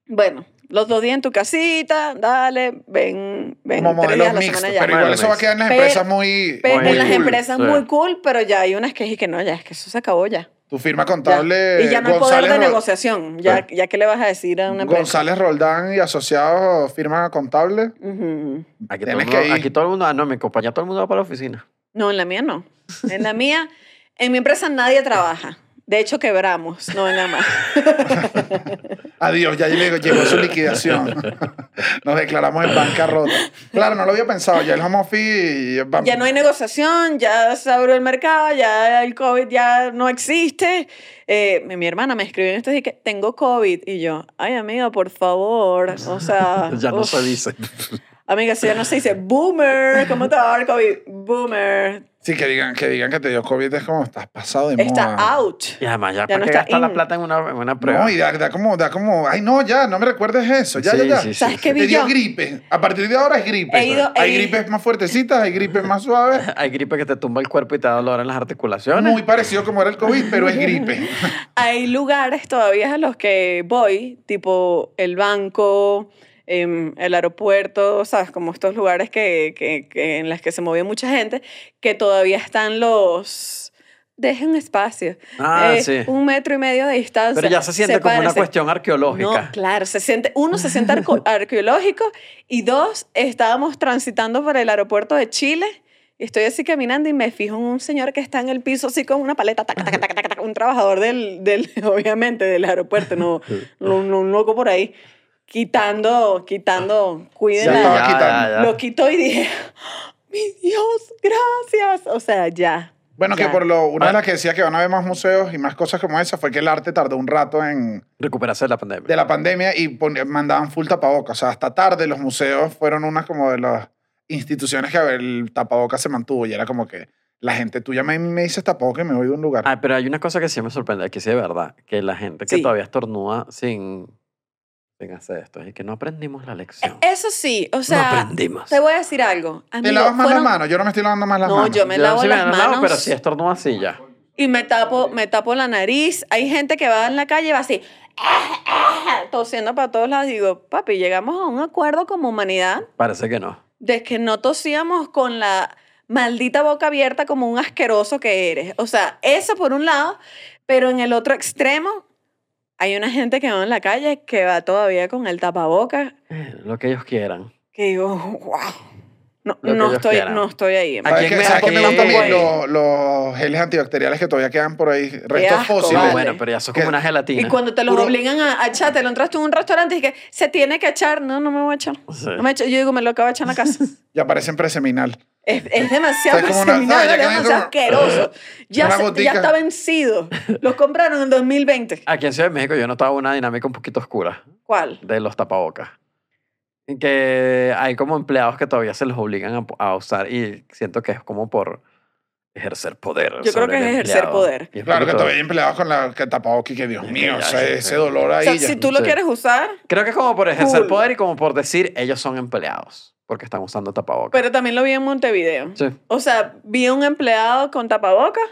A: bueno, los dos días en tu casita, dale, ven, ven
F: Como
A: tres días a
F: modelos
A: la
F: mixtos.
A: semana
F: Pero
A: ya.
E: Bueno,
F: igual eso va a
E: mixto.
F: quedar en las
A: Pe-
F: empresas muy.
A: Pe-
E: Muy
A: en las
E: cool,
A: empresas
E: sí.
A: muy cool, pero ya hay unas que dije que no, ya es que eso se acabó ya.
F: Tu firma
A: Ya.
F: contable.
A: y ya no hay poder
F: González
A: de
F: Ro-
A: negociación. Ya, ya que le vas a decir a una empresa.
F: González Roldán y asociados, firma contable.
A: Ujú.
E: Aquí, todo el
F: Tienes
E: mundo,
F: que ir.
E: aquí todo el mundo, ah, no, mi compañía, todo el mundo va para la oficina.
A: No, en la mía no. En la mía, en mi empresa nadie trabaja. De hecho, quebramos, no nada más.
F: Adiós, ya llegó, llegó su liquidación. Nos declaramos en bancarrota. Claro, no lo había pensado. Ya el home office. va-
A: Ya no hay negociación, ya se abrió el mercado, ya el COVID ya no existe. Eh, mi, mi hermana me escribió en esto y dije, tengo COVID. Y yo, ay amiga, por favor. O sea,
E: Ya no
A: uf.
E: se dice.
A: Amiga, si ya no se dice boomer, ¿cómo te va a dar COVID? Boomer.
F: Sí, que digan que, digan que te dio COVID es como estás pasado de moda.
A: Está out.
E: Y además, ya,
A: Ya
E: ¿para
A: no
E: qué
A: está
E: gastar la
A: in.
E: plata en una, en una prueba?
F: No, y da, da como, da como, ay no, ya, no me recuerdes eso, ya, ya,
E: Sí,
F: ya.
E: sí, sí,
A: ¿Sabes
E: sí.
A: qué
F: Te
A: vi
F: dio
A: yo?
F: gripe. A partir de ahora es gripe.
A: He ido-
F: hay
A: he-
F: gripes más fuertecitas, hay gripes más suaves.
E: Hay gripe que te tumba el cuerpo y te da dolor en las articulaciones.
F: Muy parecido como era el COVID, pero es gripe.
A: Hay lugares todavía a los que voy, tipo el banco, em, el aeropuerto, ¿sabes? Como estos lugares que, que- que- en los que se movía mucha gente, que todavía están los... Dejen espacio.
E: Ah,
A: Eh,
E: sí.
A: Un metro y medio de distancia.
E: Pero ya se siente como una
A: Sepárense.
E: cuestión arqueológica.
A: No, claro, se siente, uno se siente arco- arqueológico y dos, estábamos transitando por el aeropuerto de Chile y estoy así caminando y me fijo en un señor que está en el piso así con una paleta, taca, taca, taca, taca, taca, un trabajador del, del, obviamente, del aeropuerto, no, no- no un loco por ahí, quitando, quitando, cuiden
F: Ya
A: la-
F: estaba quitando.
E: ya, ya.
A: Lo quitó y dije, "Ah, mi Dios, gracias. O sea, ya.
F: Bueno, que
A: ya.
F: por lo,
E: Ah.
F: una de las que decía que van a haber más museos y más cosas como esa fue que el arte tardó un rato en,
E: Recuperarse de la pandemia.
F: de la pandemia y pon- mandaban full tapabocas. O sea, hasta tarde los museos fueron unas como de las instituciones que el tapabocas se mantuvo y era como que la gente, tú ya me, me dices tapabocas y me voy de un lugar.
E: Ah, pero hay una cosa que sí me sorprende, aquí sí de verdad, que la gente que
A: Sí.
E: todavía estornuda sin, sin hacer esto, es que no aprendimos la lección.
A: Eso sí, E, o sea,
E: no aprendimos.
A: te voy a decir algo.
F: ¿Te
A: Amigo,
F: lavas más
A: fueron-
F: las manos? Yo no me estoy lavando más las
A: No,
F: manos.
A: yo me lavo
E: sí
A: las
E: han
A: manos.
E: pero si estornuda así ya.
A: Y me tapo, me tapo la nariz. Hay gente que va en la calle y va así, tosiendo para todos lados. Digo, papi, llegamos a un acuerdo como humanidad
E: Parece que no.
A: de que no tosíamos con la maldita boca abierta como un asqueroso que eres. O sea, eso por un lado, pero en el otro extremo hay una gente que va en la calle que va todavía con el tapabocas.
E: Eh, Lo que ellos quieran.
A: Que digo, wow. No,
E: Lo que
A: no
E: ellos
A: estoy,
E: quieran.
A: no estoy ahí. en
E: ¿A
F: ¿Sabes
E: quién
F: qué-
E: me-
F: sabes
E: a
F: qué me
E: quién-
F: gusta a mí?
A: tampoco
F: Lo- Los geles antibacteriales que todavía quedan por ahí, restos
A: asco,
F: fósiles.
E: Ah,
A: Vale.
E: bueno, pero ya sos como
F: Pues Que-
E: una
A: Y
E: gelatina.
A: cuando te los
F: Puro-
A: obligan a, a echar, te lo entras tú en un restaurante y que se tiene que echar. No, no me voy a echar.
E: Sí.
A: No me echo. Yo digo, me lo acabo de echar en la casa.
F: Ya parecen preseminal.
A: Es, es demasiado
F: O sea, es como una-
A: seminal,
F: ah, ya
A: es
F: quedan
A: demasiado asqueroso. Ya,
F: una
A: se- ya
F: gotica.
A: está vencido. Los compraron en 2020.
E: Aquí en Ciudad de México yo notaba una dinámica un poquito oscura
A: ¿Cuál?
E: de los tapabocas. Que hay como empleados que todavía se los obligan a, a usar y siento que es como por ejercer poder.
A: Yo creo
E: sobre
A: que
E: el
A: es ejercer
E: empleado.
A: poder.
E: Y es un
F: Claro que
E: poquito-
F: todavía hay empleados con la que tapabocas y que Dios
E: Ya,
F: mío,
E: ya,
F: o sea,
E: ya,
F: ese
E: ya.
F: dolor
A: O
F: ahí.
A: sea,
F: ya.
A: si tú lo
E: sí.
A: quieres usar,
E: Creo que es como por ejercer
A: Cool.
E: poder y como por decir ellos son empleados porque están usando tapabocas.
A: pero también lo vi en Montevideo.
E: Sí.
A: O sea, vi a un empleado con tapabocas,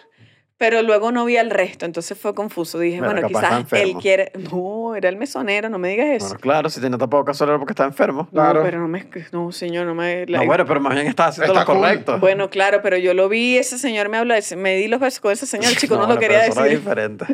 A: pero luego no vi al resto. Entonces fue confuso. Dije,
E: Bueno,
A: bueno,
E: capaz está
A: quizás él
E: enfermo.
A: quiere. No, era el mesonero, no me digas eso.
E: Bueno, claro, si tiene tapabocas solo era porque está enfermo.
A: No,
F: Claro.
A: pero no me. No, señor, no me. la-
E: No, bueno, pero más bien está haciendo
F: Está
E: lo
F: cool.
E: correcto.
A: Bueno, claro, pero yo lo vi, ese señor me habló, ese- me di los besos con ese señor, chico, no, lo
E: bueno,
A: quería
E: pero eso era
A: decir.
E: diferente.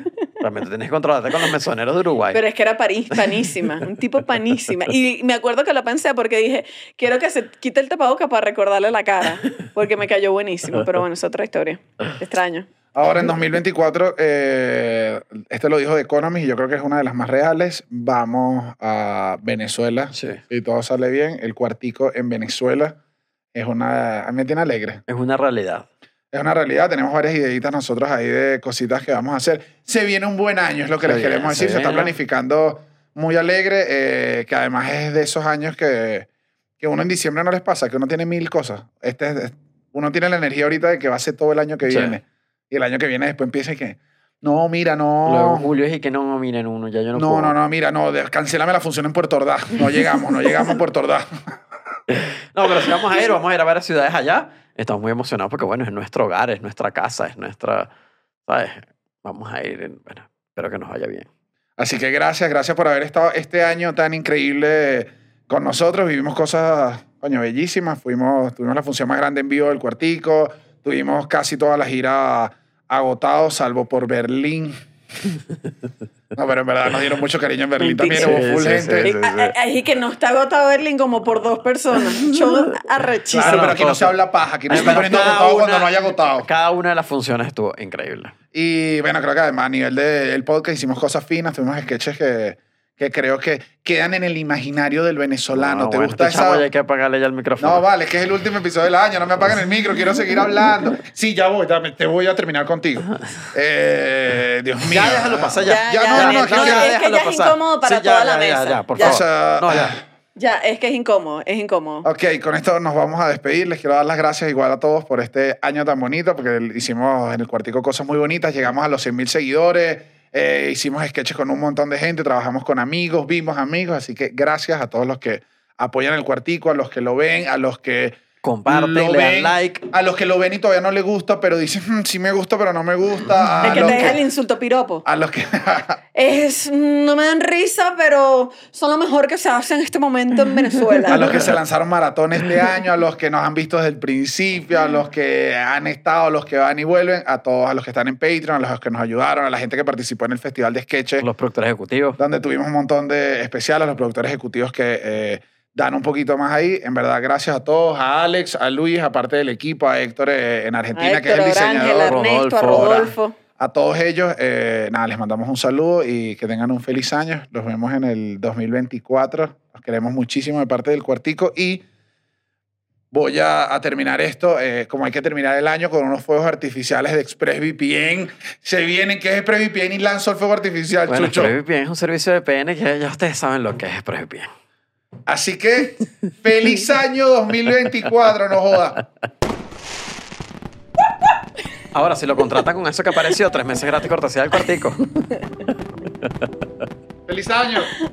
E: También te tienes que controlarte con los mesoneros de Uruguay.
A: Pero es que era París, panísima, un tipo panísima. Y me acuerdo que lo pensé porque dije, quiero que se quite el tapabocas para recordarle la cara, porque me cayó buenísimo. Pero bueno, es otra historia. Extraño.
F: Ahora en 2024, eh, este lo dijo The Economist y yo creo que es una de las más reales. Vamos a Venezuela.
E: Sí.
F: Si todo sale bien, el cuartico en Venezuela es una. A mí me tiene alegre.
E: Es una realidad.
F: Es una realidad, tenemos varias ideitas nosotros ahí de cositas que vamos a hacer. Se viene un buen año, es lo que
E: Se
F: les
E: viene,
F: queremos
E: se
F: decir. Se está
E: viene.
F: planificando muy alegre, eh, que además es de esos años que, que uno en diciembre no les pasa, que uno tiene mil cosas. Este es- es- uno tiene la energía ahorita de que va a ser todo el año que
E: Sí.
F: viene. Y el año que viene después empieza y que, no, mira,
E: Luego
F: no.
E: Julio es y que no, no, miren uno, ya yo no
F: No,
E: puedo.
F: no, no, mira, no, de- cancélame la función en Puerto Ordaz. No llegamos, no llegamos a Puerto Ordaz.
E: No, pero si vamos a ir, vamos a ir a varias ciudades allá. Estamos muy emocionados porque, bueno, es nuestro hogar, es nuestra casa, es nuestra... ¿Sabes? Vamos a ir, bueno, espero que nos vaya bien.
F: Así que gracias, gracias por haber estado este año tan increíble con nosotros. Vivimos cosas, coño, bellísimas. Fuimos, tuvimos la función más grande en vivo del Cuartico. Tuvimos casi toda la gira agotados, salvo por Berlín. No, pero en verdad nos dieron mucho cariño en Berlín también.
E: Mentira.
F: Hubo full
E: Sí, sí,
F: gente. Eh,
E: sí, sí.
A: A- a- Así que no está agotado Berlín como por dos personas. Yo arrechísimo.
F: Claro, pero
E: no,
F: aquí no
E: todo.
F: se habla paja, aquí no se
E: Pero
F: está poniendo
E: cada
F: agotado cuando
E: una-
F: no haya agotado.
E: Cada una de las funciones estuvo increíble.
F: Y bueno, creo que además a nivel del podcast hicimos cosas finas, tuvimos sketches que, que creo que quedan en el imaginario del venezolano.
E: No,
F: ¿Te
E: bueno,
F: gusta
E: este chamo
F: esa?
E: ya hay que apagarle ya el micrófono.
F: No, vale, es que es el último episodio del año, no me apaguen el micro, quiero seguir hablando. Sí, ya voy, dame, te voy a terminar contigo. Eh, Dios mío.
E: Ya déjalo pasar ya.
A: Ya, ya,
F: no, no, no,
A: Daniel,
F: es que ya-
A: es que ya es incómodo para
E: ya,
A: toda la
E: ya,
A: mesa.
E: Ya, ya, por
A: Ya.
E: favor.
F: O sea, ah,
E: no, ya.
A: Ya, es que es incómodo, es incómodo.
F: Ok, con esto nos vamos a despedir. Les quiero dar las gracias igual a todos por este año tan bonito, porque el- hicimos en el cuartico cosas muy bonitas. Llegamos a los 100.000 seguidores, eh, hicimos sketches con un montón de gente, trabajamos con amigos, vimos amigos. Así que gracias a todos los que apoyan el cuartico, a los que lo ven, a los que
E: Comparten,
F: lo
E: le dan
F: ven,
E: like.
F: a los que lo ven y todavía no le gusta, pero dicen, "Mm, sí me gusta, pero Ah, no me gusta.
A: el
F: A
A: que
F: los
A: te deja el
F: que-
A: insulto piropo.
F: a los que...
A: Es, no me dan risa, pero son lo mejor que se hace en este momento en Venezuela.
F: A los que se lanzaron maratón este año, a los que nos han visto desde el principio, a los que han estado, a los que van y vuelven, a todos, a los que están en Patreon, a los que nos ayudaron, a la gente que participó en el Festival de Sketches,
E: Los productores ejecutivos.
F: donde tuvimos un montón de especiales, los productores ejecutivos que eh, dan un poquito más ahí. En verdad, gracias a todos, a Alex, a Luis, aparte del equipo, a Héctor eh, en
A: A
F: Argentina, que
A: Héctor,
F: es el
A: a Ángel,
F: diseñador.
A: a Ernesto, a
E: Rodolfo,
A: Rodolfo.
F: A todos ellos, eh, nada, les mandamos un saludo y que tengan un feliz año. Los vemos en el 2024. Los queremos muchísimo de parte del cuartico y voy a, a terminar esto, eh, como hay que terminar el año, con unos fuegos artificiales de ExpressVPN. Se vienen, ¿qué es ExpressVPN? Y lanzó el fuego artificial,
E: Bueno,
F: Chucho.
E: ExpressVPN es un servicio de PN que ya ustedes saben lo que es ExpressVPN.
F: Así que, feliz año 2024, no jodas.
E: Ahora, si lo contratan con eso que apareció, tres meses gratis cortesía del cuartico.
F: ¡Feliz año!